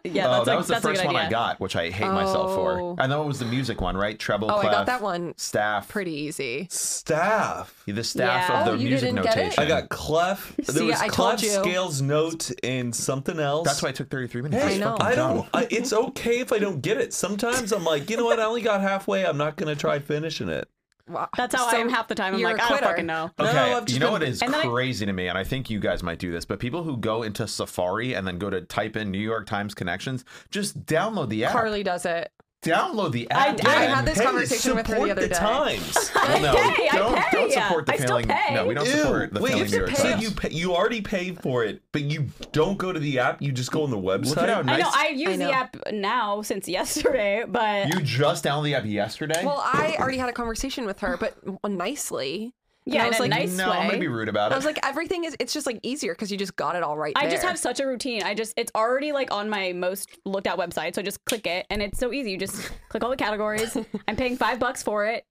[SPEAKER 4] Yeah,
[SPEAKER 2] oh,
[SPEAKER 4] that's
[SPEAKER 2] that
[SPEAKER 4] a,
[SPEAKER 2] was the
[SPEAKER 4] that's a
[SPEAKER 2] first
[SPEAKER 4] good
[SPEAKER 2] one
[SPEAKER 4] idea.
[SPEAKER 2] I got, which I hate myself
[SPEAKER 1] Oh.
[SPEAKER 2] for. I know it was the music one, right? Treble,
[SPEAKER 1] Oh, I got
[SPEAKER 2] clef,
[SPEAKER 1] that one
[SPEAKER 2] staff,
[SPEAKER 1] pretty easy.
[SPEAKER 3] staff.
[SPEAKER 2] the staff
[SPEAKER 4] Yeah.
[SPEAKER 2] of the
[SPEAKER 1] Oh, you
[SPEAKER 2] music
[SPEAKER 1] didn't get it?
[SPEAKER 2] notation.
[SPEAKER 3] I got clef. There
[SPEAKER 1] See,
[SPEAKER 3] was
[SPEAKER 1] I
[SPEAKER 3] clef
[SPEAKER 1] told you.
[SPEAKER 3] scales note and something else.
[SPEAKER 2] That's why it took 33 minutes.
[SPEAKER 3] Hey,
[SPEAKER 1] I know.
[SPEAKER 3] I don't. I, it's okay if I don't get it. Sometimes I'm like, you know what? I only got halfway. I'm not gonna try finishing it.
[SPEAKER 1] Wow.
[SPEAKER 4] That's how
[SPEAKER 1] So
[SPEAKER 4] I am half the time. I'm
[SPEAKER 1] you're a
[SPEAKER 4] like, I don't
[SPEAKER 1] quitter.
[SPEAKER 4] fucking know.
[SPEAKER 3] No,
[SPEAKER 2] Okay,
[SPEAKER 3] no, I've just
[SPEAKER 2] you know
[SPEAKER 3] been-
[SPEAKER 2] what is
[SPEAKER 4] And then I-
[SPEAKER 2] crazy to me, and I think you guys might do this, but people who go into Safari and then go to type in New York Times connections, just download the app.
[SPEAKER 1] Carly does it.
[SPEAKER 2] Download the app.
[SPEAKER 4] I
[SPEAKER 2] man.
[SPEAKER 1] had this
[SPEAKER 3] Hey,
[SPEAKER 1] conversation with her the
[SPEAKER 3] support
[SPEAKER 1] other day.
[SPEAKER 3] Times.
[SPEAKER 2] Well, no,
[SPEAKER 4] I pay, I
[SPEAKER 2] don't,
[SPEAKER 4] pay,
[SPEAKER 2] don't
[SPEAKER 4] yeah.
[SPEAKER 2] support the
[SPEAKER 4] I still
[SPEAKER 2] failing.
[SPEAKER 4] pay.
[SPEAKER 2] No, we don't
[SPEAKER 3] Ew,
[SPEAKER 2] support the
[SPEAKER 3] wait,
[SPEAKER 2] failing
[SPEAKER 3] you
[SPEAKER 2] New York
[SPEAKER 3] pay-
[SPEAKER 2] Times.
[SPEAKER 3] You, pay, you already paid for it, but you don't go to the app. You just go on the website.
[SPEAKER 2] Look at how
[SPEAKER 4] I
[SPEAKER 2] nice.
[SPEAKER 4] know. I use
[SPEAKER 1] I know.
[SPEAKER 4] the app now since yesterday, but
[SPEAKER 2] You just downloaded the app yesterday.
[SPEAKER 1] Well, I already had a conversation with her, but nicely. And
[SPEAKER 4] yeah,
[SPEAKER 1] I was
[SPEAKER 4] in a
[SPEAKER 1] like,
[SPEAKER 4] nice
[SPEAKER 2] no,
[SPEAKER 4] way.
[SPEAKER 2] I'm gonna be rude about
[SPEAKER 1] I
[SPEAKER 2] it.
[SPEAKER 1] was like, everything is. It's just like easier because you just got it all right.
[SPEAKER 4] I just
[SPEAKER 1] there.
[SPEAKER 4] have such a routine. I just it's already like on my most looked at website, so I just click it, and it's so easy. You just click all the categories. I'm paying five bucks for it.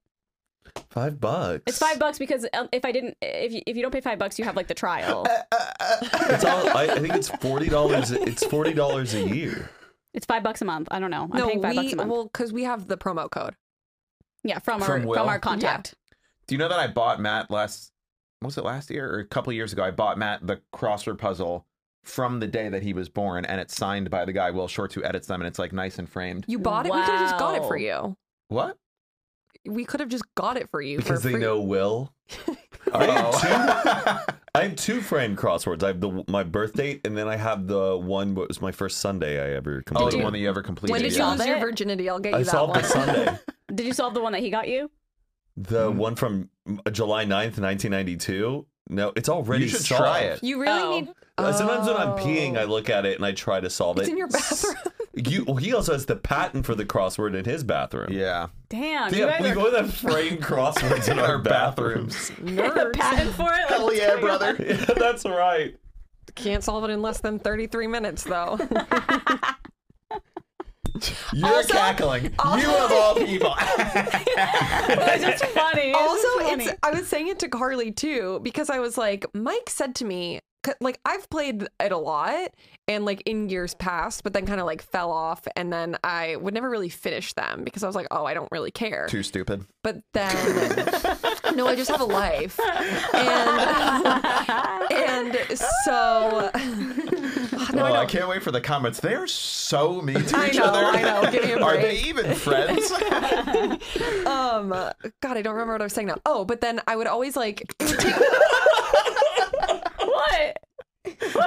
[SPEAKER 3] Five bucks.
[SPEAKER 4] It's five bucks because uh, if I didn't, if you, if you don't pay five bucks, you have like the trial.
[SPEAKER 1] Uh,
[SPEAKER 3] It's all, I, I think it's forty dollars. It's forty dollars a year.
[SPEAKER 4] It's five bucks a month. I don't know. I'm
[SPEAKER 1] no,
[SPEAKER 4] paying five bucks
[SPEAKER 1] we
[SPEAKER 4] a month.
[SPEAKER 1] well because we have the promo code.
[SPEAKER 4] yeah, from,
[SPEAKER 2] From
[SPEAKER 4] our
[SPEAKER 2] Will?
[SPEAKER 4] from our contact.
[SPEAKER 2] Do you know that I bought Matt last? Was it last year or a couple years ago? I bought Matt the crossword puzzle from the day that he was born, and it's signed by the guy Will Shorts who edits them, and it's like nice and framed.
[SPEAKER 1] You bought it. We could have just got it for
[SPEAKER 4] Wow.
[SPEAKER 1] you.
[SPEAKER 2] What?
[SPEAKER 1] We could have just got it for you
[SPEAKER 3] Because
[SPEAKER 1] for
[SPEAKER 3] they
[SPEAKER 1] free.
[SPEAKER 3] know Will. I have
[SPEAKER 2] Oh.
[SPEAKER 3] I have two framed crosswords. I have the my birth date, and then I have the one. What was my first Sunday I ever
[SPEAKER 2] oh,
[SPEAKER 3] completed?
[SPEAKER 2] the one that you ever completed.
[SPEAKER 1] When did you
[SPEAKER 2] yeah.
[SPEAKER 1] lose
[SPEAKER 4] Solve
[SPEAKER 1] your
[SPEAKER 4] it?
[SPEAKER 1] virginity? I'll get you
[SPEAKER 3] I
[SPEAKER 1] that
[SPEAKER 3] solved
[SPEAKER 1] one.
[SPEAKER 3] the Sunday.
[SPEAKER 4] Did you solve the one that he got you?
[SPEAKER 3] The one from uh, July 9th, 1992. No, it's already
[SPEAKER 2] You should
[SPEAKER 3] solved.
[SPEAKER 2] try it.
[SPEAKER 1] You really
[SPEAKER 4] Oh.
[SPEAKER 1] need.
[SPEAKER 3] Uh, Sometimes when I'm
[SPEAKER 1] Oh.
[SPEAKER 3] peeing, I look at it and I try to solve
[SPEAKER 1] It's
[SPEAKER 3] it.
[SPEAKER 1] in your bathroom.
[SPEAKER 3] You, well, he also has the patent for the crossword in his bathroom.
[SPEAKER 2] Yeah.
[SPEAKER 4] Damn, you
[SPEAKER 3] Yeah,
[SPEAKER 4] guys
[SPEAKER 3] we
[SPEAKER 4] are
[SPEAKER 3] both have framed crosswords in our bathrooms.
[SPEAKER 1] Nerds
[SPEAKER 4] patent for it. Like,
[SPEAKER 2] Hell yeah, brother.
[SPEAKER 3] yeah, that's right.
[SPEAKER 1] can't solve it in less than 33 minutes, though.
[SPEAKER 2] You're
[SPEAKER 1] Also-
[SPEAKER 2] cackling.
[SPEAKER 1] also-
[SPEAKER 2] you of all people.
[SPEAKER 4] it's just funny. It's
[SPEAKER 1] also
[SPEAKER 4] just funny.
[SPEAKER 1] it's i was saying it to carly too because i was like mike said to me 'cause, like i've played it a lot and like in years past but then kind of like fell off and then i would never really finish them because i was like oh i don't really care
[SPEAKER 2] Too stupid.
[SPEAKER 1] but then no i just have a life and and so
[SPEAKER 2] No, Oh, I, can't wait for the comments. They're so mean to
[SPEAKER 1] I
[SPEAKER 2] each
[SPEAKER 1] know,
[SPEAKER 2] other.
[SPEAKER 1] I know. Give me a
[SPEAKER 2] Are they
[SPEAKER 1] break.
[SPEAKER 2] even friends?
[SPEAKER 1] um god i don't remember what i was saying now oh but then i would always like it would take
[SPEAKER 4] what?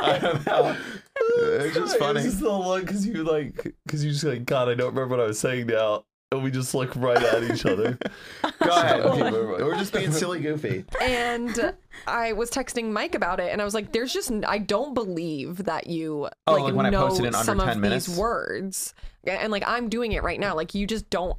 [SPEAKER 2] I don't know. It's just funny.
[SPEAKER 3] This is the look because you like because you just like God. I don't remember what I was saying now, and we just look right at each other.
[SPEAKER 2] Go ahead.
[SPEAKER 3] Oh my God.
[SPEAKER 2] We're just being silly goofy.
[SPEAKER 1] and I was texting Mike about it, and I was like, "There's just I don't believe that you
[SPEAKER 2] Oh,
[SPEAKER 1] like,
[SPEAKER 2] like when I
[SPEAKER 1] know
[SPEAKER 2] posted in under
[SPEAKER 1] some
[SPEAKER 2] 10
[SPEAKER 1] of
[SPEAKER 2] minutes?
[SPEAKER 1] these words, and like I'm doing it right now. Like you just don't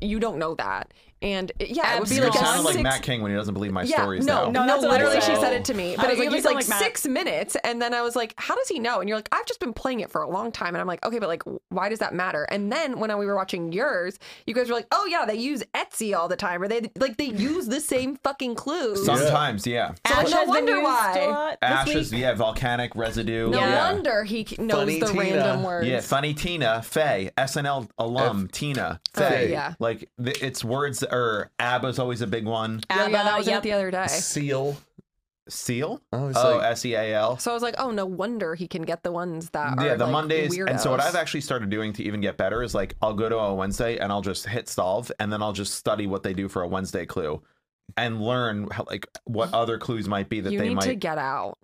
[SPEAKER 1] you don't know that, and it- yeah, it
[SPEAKER 2] You
[SPEAKER 1] would be like a
[SPEAKER 2] sounded like
[SPEAKER 1] six-
[SPEAKER 2] Matt King when he doesn't believe my
[SPEAKER 1] yeah,
[SPEAKER 2] stories now.
[SPEAKER 1] no, no,
[SPEAKER 4] No, that's what I
[SPEAKER 1] literally, she
[SPEAKER 4] said.
[SPEAKER 1] said it to me, but
[SPEAKER 4] I
[SPEAKER 1] it was like,
[SPEAKER 4] was like,
[SPEAKER 1] it was like
[SPEAKER 4] you sound like Matt.
[SPEAKER 1] six minutes, and then I was like, how does he know? And you're like, I've just been playing it for a long time, and I'm like, okay, but like, why does that matter? And then when we were watching yours, you guys were like, oh yeah, they use Etsy all the time, or they like they use the same fucking clues.
[SPEAKER 2] Sometimes, yeah.
[SPEAKER 1] So
[SPEAKER 4] Ash
[SPEAKER 1] no
[SPEAKER 4] has been
[SPEAKER 1] wonder
[SPEAKER 4] used
[SPEAKER 1] why.
[SPEAKER 4] a lot this
[SPEAKER 2] Ashes,
[SPEAKER 4] week.
[SPEAKER 2] yeah, volcanic residue.
[SPEAKER 1] No
[SPEAKER 2] yeah.
[SPEAKER 1] wonder he c- knows
[SPEAKER 3] Funny
[SPEAKER 1] the
[SPEAKER 3] Tina.
[SPEAKER 1] random words.
[SPEAKER 2] Yeah, funny Tina, Faye, SNL alum Tina, Faye.
[SPEAKER 1] Oh, yeah.
[SPEAKER 2] Like th- it's words or ABBA's always a big one.
[SPEAKER 1] Yeah, yeah, that was
[SPEAKER 4] Yep.
[SPEAKER 1] it the other day.
[SPEAKER 3] Seal.
[SPEAKER 2] Seal?
[SPEAKER 3] Oh, it's
[SPEAKER 2] Oh,
[SPEAKER 3] like-
[SPEAKER 2] S E A L.
[SPEAKER 1] So I was like, oh, no wonder he can get the ones that uh, are
[SPEAKER 2] Yeah, the
[SPEAKER 1] like,
[SPEAKER 2] Mondays. And so what
[SPEAKER 1] weirdos.
[SPEAKER 2] I've actually started doing to even get better is like I'll go to a Wednesday and I'll just hit solve and then I'll just study what they do for a Wednesday clue and learn how, like what other clues might be that
[SPEAKER 1] you
[SPEAKER 2] they
[SPEAKER 1] need
[SPEAKER 2] might
[SPEAKER 1] to get out.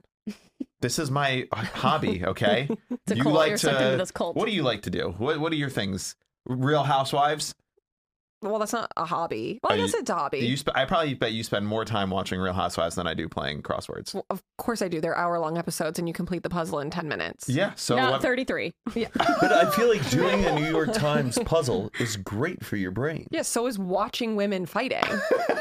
[SPEAKER 2] This is my hobby, okay?
[SPEAKER 4] a cult. You're sucked into this cult.
[SPEAKER 2] What do you like to do? What What are your things? Real Housewives.
[SPEAKER 1] well, that's not a hobby. Well, I
[SPEAKER 2] Are
[SPEAKER 1] guess
[SPEAKER 2] you-
[SPEAKER 1] it's a hobby.
[SPEAKER 2] You sp- I probably bet you spend more time watching Real Housewives than I do playing crosswords.
[SPEAKER 1] Well, of course I do. They're hour long episodes and you complete the puzzle in 10 minutes.
[SPEAKER 2] Yeah. So
[SPEAKER 4] Not
[SPEAKER 2] what-
[SPEAKER 4] 33.
[SPEAKER 3] But I feel like doing a New York Times puzzle is great for your brain.
[SPEAKER 1] Yeah, so is watching women fighting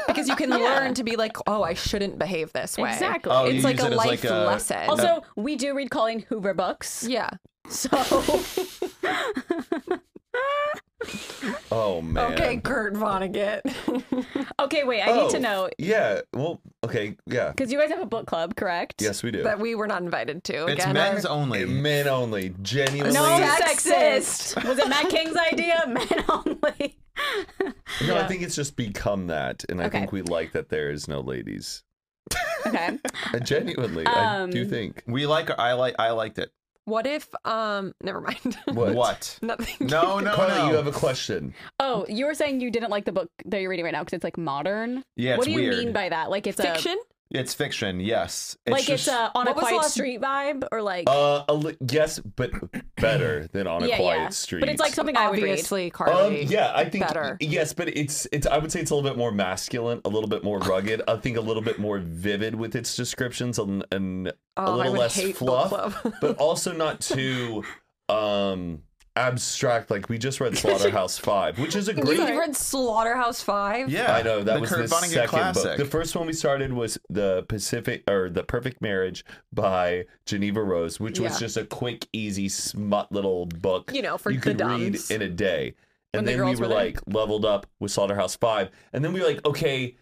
[SPEAKER 1] because you can learn to be like, oh, I shouldn't behave this way.
[SPEAKER 4] Exactly.
[SPEAKER 2] Oh, you
[SPEAKER 1] It's like
[SPEAKER 2] use
[SPEAKER 1] a
[SPEAKER 2] it as, like,
[SPEAKER 1] life
[SPEAKER 2] a-
[SPEAKER 1] lesson.
[SPEAKER 4] also, we do read Colleen Hoover books.
[SPEAKER 1] yeah.
[SPEAKER 4] So
[SPEAKER 3] Oh man.
[SPEAKER 1] Okay, Kurt Vonnegut.
[SPEAKER 4] okay, wait, I need to
[SPEAKER 3] Oh,
[SPEAKER 4] know
[SPEAKER 3] Yeah. Well. Okay. Yeah.
[SPEAKER 4] because you guys have a book club, correct?
[SPEAKER 3] Yes, we do.
[SPEAKER 1] that we were not invited to.
[SPEAKER 2] it's
[SPEAKER 1] Again,
[SPEAKER 2] men's
[SPEAKER 1] our-
[SPEAKER 2] only.
[SPEAKER 3] Men only. Genuinely.
[SPEAKER 4] No
[SPEAKER 1] Sexist.
[SPEAKER 4] sexist. Was it Matt King's idea? Men only.
[SPEAKER 3] No, I think it's just become that, and I
[SPEAKER 4] Okay.
[SPEAKER 3] think we like that there is no ladies.
[SPEAKER 4] Okay.
[SPEAKER 3] I genuinely, I do
[SPEAKER 4] Um,
[SPEAKER 3] think.
[SPEAKER 2] We like. I like. I liked it.
[SPEAKER 1] What if? Um, never mind.
[SPEAKER 3] What?
[SPEAKER 2] What?
[SPEAKER 1] Nothing.
[SPEAKER 2] No, no,
[SPEAKER 3] Carly,
[SPEAKER 2] no.
[SPEAKER 3] you have a question.
[SPEAKER 4] Oh, you were saying you didn't like the book that you're reading right now because it's like modern.
[SPEAKER 2] Yeah,
[SPEAKER 4] what
[SPEAKER 2] it's
[SPEAKER 4] do you
[SPEAKER 2] weird.
[SPEAKER 4] mean by that? Like it's
[SPEAKER 1] Fiction.
[SPEAKER 2] It's fiction. Yes.
[SPEAKER 4] a like
[SPEAKER 2] just-
[SPEAKER 4] it's uh,
[SPEAKER 2] Oh,
[SPEAKER 4] a on a
[SPEAKER 1] What was the
[SPEAKER 4] quiet
[SPEAKER 1] last-
[SPEAKER 4] street vibe or like
[SPEAKER 3] Uh, a li- yes, but better than on a
[SPEAKER 4] yeah,
[SPEAKER 3] quiet
[SPEAKER 4] yeah.
[SPEAKER 3] street.
[SPEAKER 4] But it's like something I would read.
[SPEAKER 1] Obviously,
[SPEAKER 3] Um,
[SPEAKER 1] Carly.
[SPEAKER 3] yeah, I think
[SPEAKER 1] better.
[SPEAKER 3] yes, but it's it's. I would say it's a little bit more masculine, a little bit more rugged. I think a little bit more vivid with its descriptions and, and
[SPEAKER 1] Oh,
[SPEAKER 3] a
[SPEAKER 1] I
[SPEAKER 3] little
[SPEAKER 1] would
[SPEAKER 3] less
[SPEAKER 1] hate book
[SPEAKER 3] fluff,
[SPEAKER 1] club.
[SPEAKER 3] but also not too um abstract. Like we just read Slaughterhouse Five, which is a
[SPEAKER 1] You've
[SPEAKER 3] great.
[SPEAKER 1] read Slaughterhouse Five.
[SPEAKER 2] Yeah.
[SPEAKER 3] I know that
[SPEAKER 2] the
[SPEAKER 3] was
[SPEAKER 2] Kurt
[SPEAKER 3] the
[SPEAKER 2] Vonnegut
[SPEAKER 3] second
[SPEAKER 2] classic.
[SPEAKER 3] book. The first one we started was the Pacific or the Perfect Marriage by Geneva Rose, which was
[SPEAKER 1] Yeah.
[SPEAKER 3] just a quick, easy, smut little book.
[SPEAKER 1] You know, for
[SPEAKER 3] you
[SPEAKER 1] the
[SPEAKER 3] could read
[SPEAKER 1] dumbs.
[SPEAKER 3] in a day.
[SPEAKER 1] When
[SPEAKER 3] And
[SPEAKER 1] the
[SPEAKER 3] then we
[SPEAKER 1] girls
[SPEAKER 3] were
[SPEAKER 1] were there.
[SPEAKER 3] like leveled up with Slaughterhouse Five, and then we were like, okay,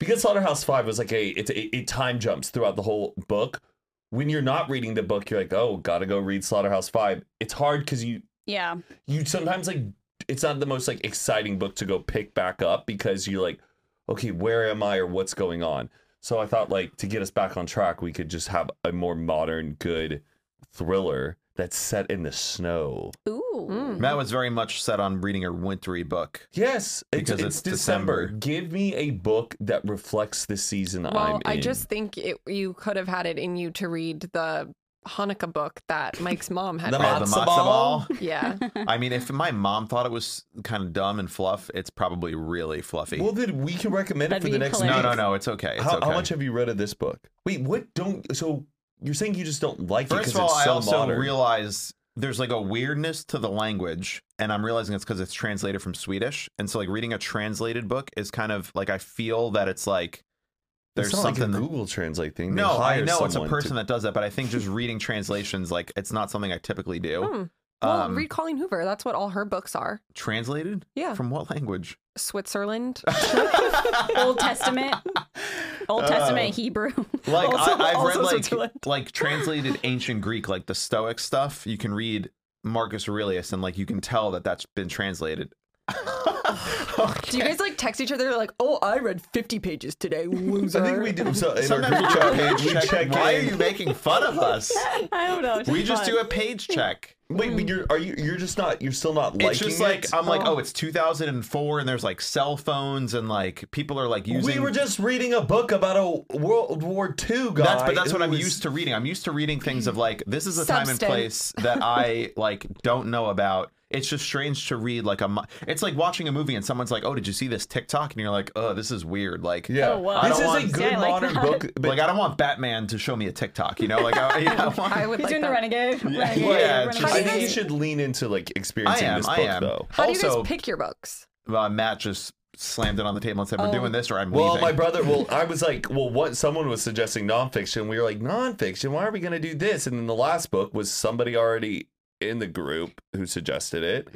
[SPEAKER 3] because Slaughterhouse Five was like a it's a, it time jumps throughout the whole book. When you're not reading the book, you're like, oh, gotta go read Slaughterhouse Five. It's hard because you
[SPEAKER 4] yeah.
[SPEAKER 3] you sometimes like it's not the most like exciting book to go pick back up because you're like okay where am i or what's going on so i thought like to get us back on track we could just have a more modern good thriller that's set in the snow
[SPEAKER 4] Ooh.
[SPEAKER 2] Matt was very much set on reading a wintry book.
[SPEAKER 3] yes it's,
[SPEAKER 2] Because
[SPEAKER 3] it's
[SPEAKER 2] it's
[SPEAKER 3] december.
[SPEAKER 2] December.
[SPEAKER 3] give me a book that reflects the season i'm
[SPEAKER 1] Well,
[SPEAKER 3] in
[SPEAKER 1] I just think it, you could have had it in you to read the Hanukkah book that Mike's mom had.
[SPEAKER 3] The
[SPEAKER 1] read.
[SPEAKER 2] Oh,
[SPEAKER 3] matzo ball?
[SPEAKER 1] yeah.
[SPEAKER 2] I mean, if my mom thought it was kind of dumb and fluff, it's probably really fluffy.
[SPEAKER 3] well then we can recommend it
[SPEAKER 4] That'd
[SPEAKER 3] for
[SPEAKER 4] be
[SPEAKER 3] the next
[SPEAKER 2] no,
[SPEAKER 4] hilarious.
[SPEAKER 2] no, no. It's okay. It's
[SPEAKER 3] how,
[SPEAKER 2] okay.
[SPEAKER 3] how much have you read of this book wait what don't so you're saying you just don't like it
[SPEAKER 2] First
[SPEAKER 3] because
[SPEAKER 2] of all,
[SPEAKER 3] it's
[SPEAKER 2] I
[SPEAKER 3] so
[SPEAKER 2] also
[SPEAKER 3] modern.
[SPEAKER 2] realize there's like a weirdness to the language, and I'm realizing it's because it's translated from Swedish, and so like reading a translated book is kind of like I feel that it's like there's
[SPEAKER 3] It's not like a
[SPEAKER 2] something.
[SPEAKER 3] Google Translate thing. They
[SPEAKER 2] no, I
[SPEAKER 3] hire
[SPEAKER 2] know it's a
[SPEAKER 3] someone to-
[SPEAKER 2] person that does that, but I think just reading translations like it's not something I typically do.
[SPEAKER 1] Hmm. Well,
[SPEAKER 2] Um,
[SPEAKER 1] read Oh. Colleen Hoover. That's what all her books are.
[SPEAKER 2] Translated?
[SPEAKER 1] Yeah.
[SPEAKER 2] From what language?
[SPEAKER 1] Switzerland.
[SPEAKER 4] Old Testament. Old
[SPEAKER 2] Uh,
[SPEAKER 4] Testament Hebrew.
[SPEAKER 2] Like
[SPEAKER 1] Also-
[SPEAKER 2] I, I've
[SPEAKER 1] also
[SPEAKER 2] read like
[SPEAKER 1] Switzerland.
[SPEAKER 2] like translated ancient Greek, like the Stoic stuff. You can read Marcus Aurelius, and like you can tell that that's been translated.
[SPEAKER 1] Do you guys like text each other like, oh, I read 50 pages today, loser?
[SPEAKER 3] I think we do. So in our
[SPEAKER 2] Sometimes
[SPEAKER 3] group
[SPEAKER 2] we do a
[SPEAKER 3] chat page, we check
[SPEAKER 2] Why
[SPEAKER 3] in.
[SPEAKER 2] are you making fun of us?
[SPEAKER 4] I don't know.
[SPEAKER 2] We just do a page check.
[SPEAKER 3] Wait, but you're are you? You're just not. You're still not liking
[SPEAKER 2] It's just like
[SPEAKER 3] it?
[SPEAKER 2] I'm like, oh, it's 2004, and there's like cell phones, and like people are like using.
[SPEAKER 3] we were just reading a book about a World War II guy.
[SPEAKER 2] That's but that's what
[SPEAKER 3] who
[SPEAKER 2] I'm
[SPEAKER 3] was-
[SPEAKER 2] used to reading. I'm used to reading things of like this is a time and
[SPEAKER 1] Substance.
[SPEAKER 2] place that I like don't know about. It's just strange to read like a. mo- It's like watching a movie and someone's like, "Oh, did you see this TikTok?" And you're like, "Oh, this is weird." Like,
[SPEAKER 3] Yeah,
[SPEAKER 4] Oh, wow. I
[SPEAKER 3] this
[SPEAKER 2] don't
[SPEAKER 3] is
[SPEAKER 2] want-
[SPEAKER 3] a good
[SPEAKER 4] Yeah, I like
[SPEAKER 3] modern
[SPEAKER 4] that.
[SPEAKER 3] book. But
[SPEAKER 2] like I don't want Batman to show me a TikTok. You know, like I, yeah, I want-
[SPEAKER 1] I would
[SPEAKER 4] He's
[SPEAKER 1] like
[SPEAKER 4] doing
[SPEAKER 1] that.
[SPEAKER 4] the renegade. renegade,
[SPEAKER 2] yeah,
[SPEAKER 4] renegade.
[SPEAKER 2] just-
[SPEAKER 3] I
[SPEAKER 1] you
[SPEAKER 3] think you
[SPEAKER 1] guys-
[SPEAKER 3] should lean into like
[SPEAKER 2] I
[SPEAKER 3] experiencing
[SPEAKER 2] am.
[SPEAKER 3] this book
[SPEAKER 2] I am.
[SPEAKER 3] though.
[SPEAKER 1] How do you
[SPEAKER 2] also,
[SPEAKER 1] guys pick your books?
[SPEAKER 2] uh, Matt just slammed it on the table and said,
[SPEAKER 1] Oh.
[SPEAKER 2] "We're doing this, or I'm
[SPEAKER 3] Well,
[SPEAKER 2] leaving."
[SPEAKER 3] my brother. Well, I was like, well, what? Someone was suggesting nonfiction. We were like, nonfiction. Why are we going to do this? And then the last book was somebody already in the group who suggested it.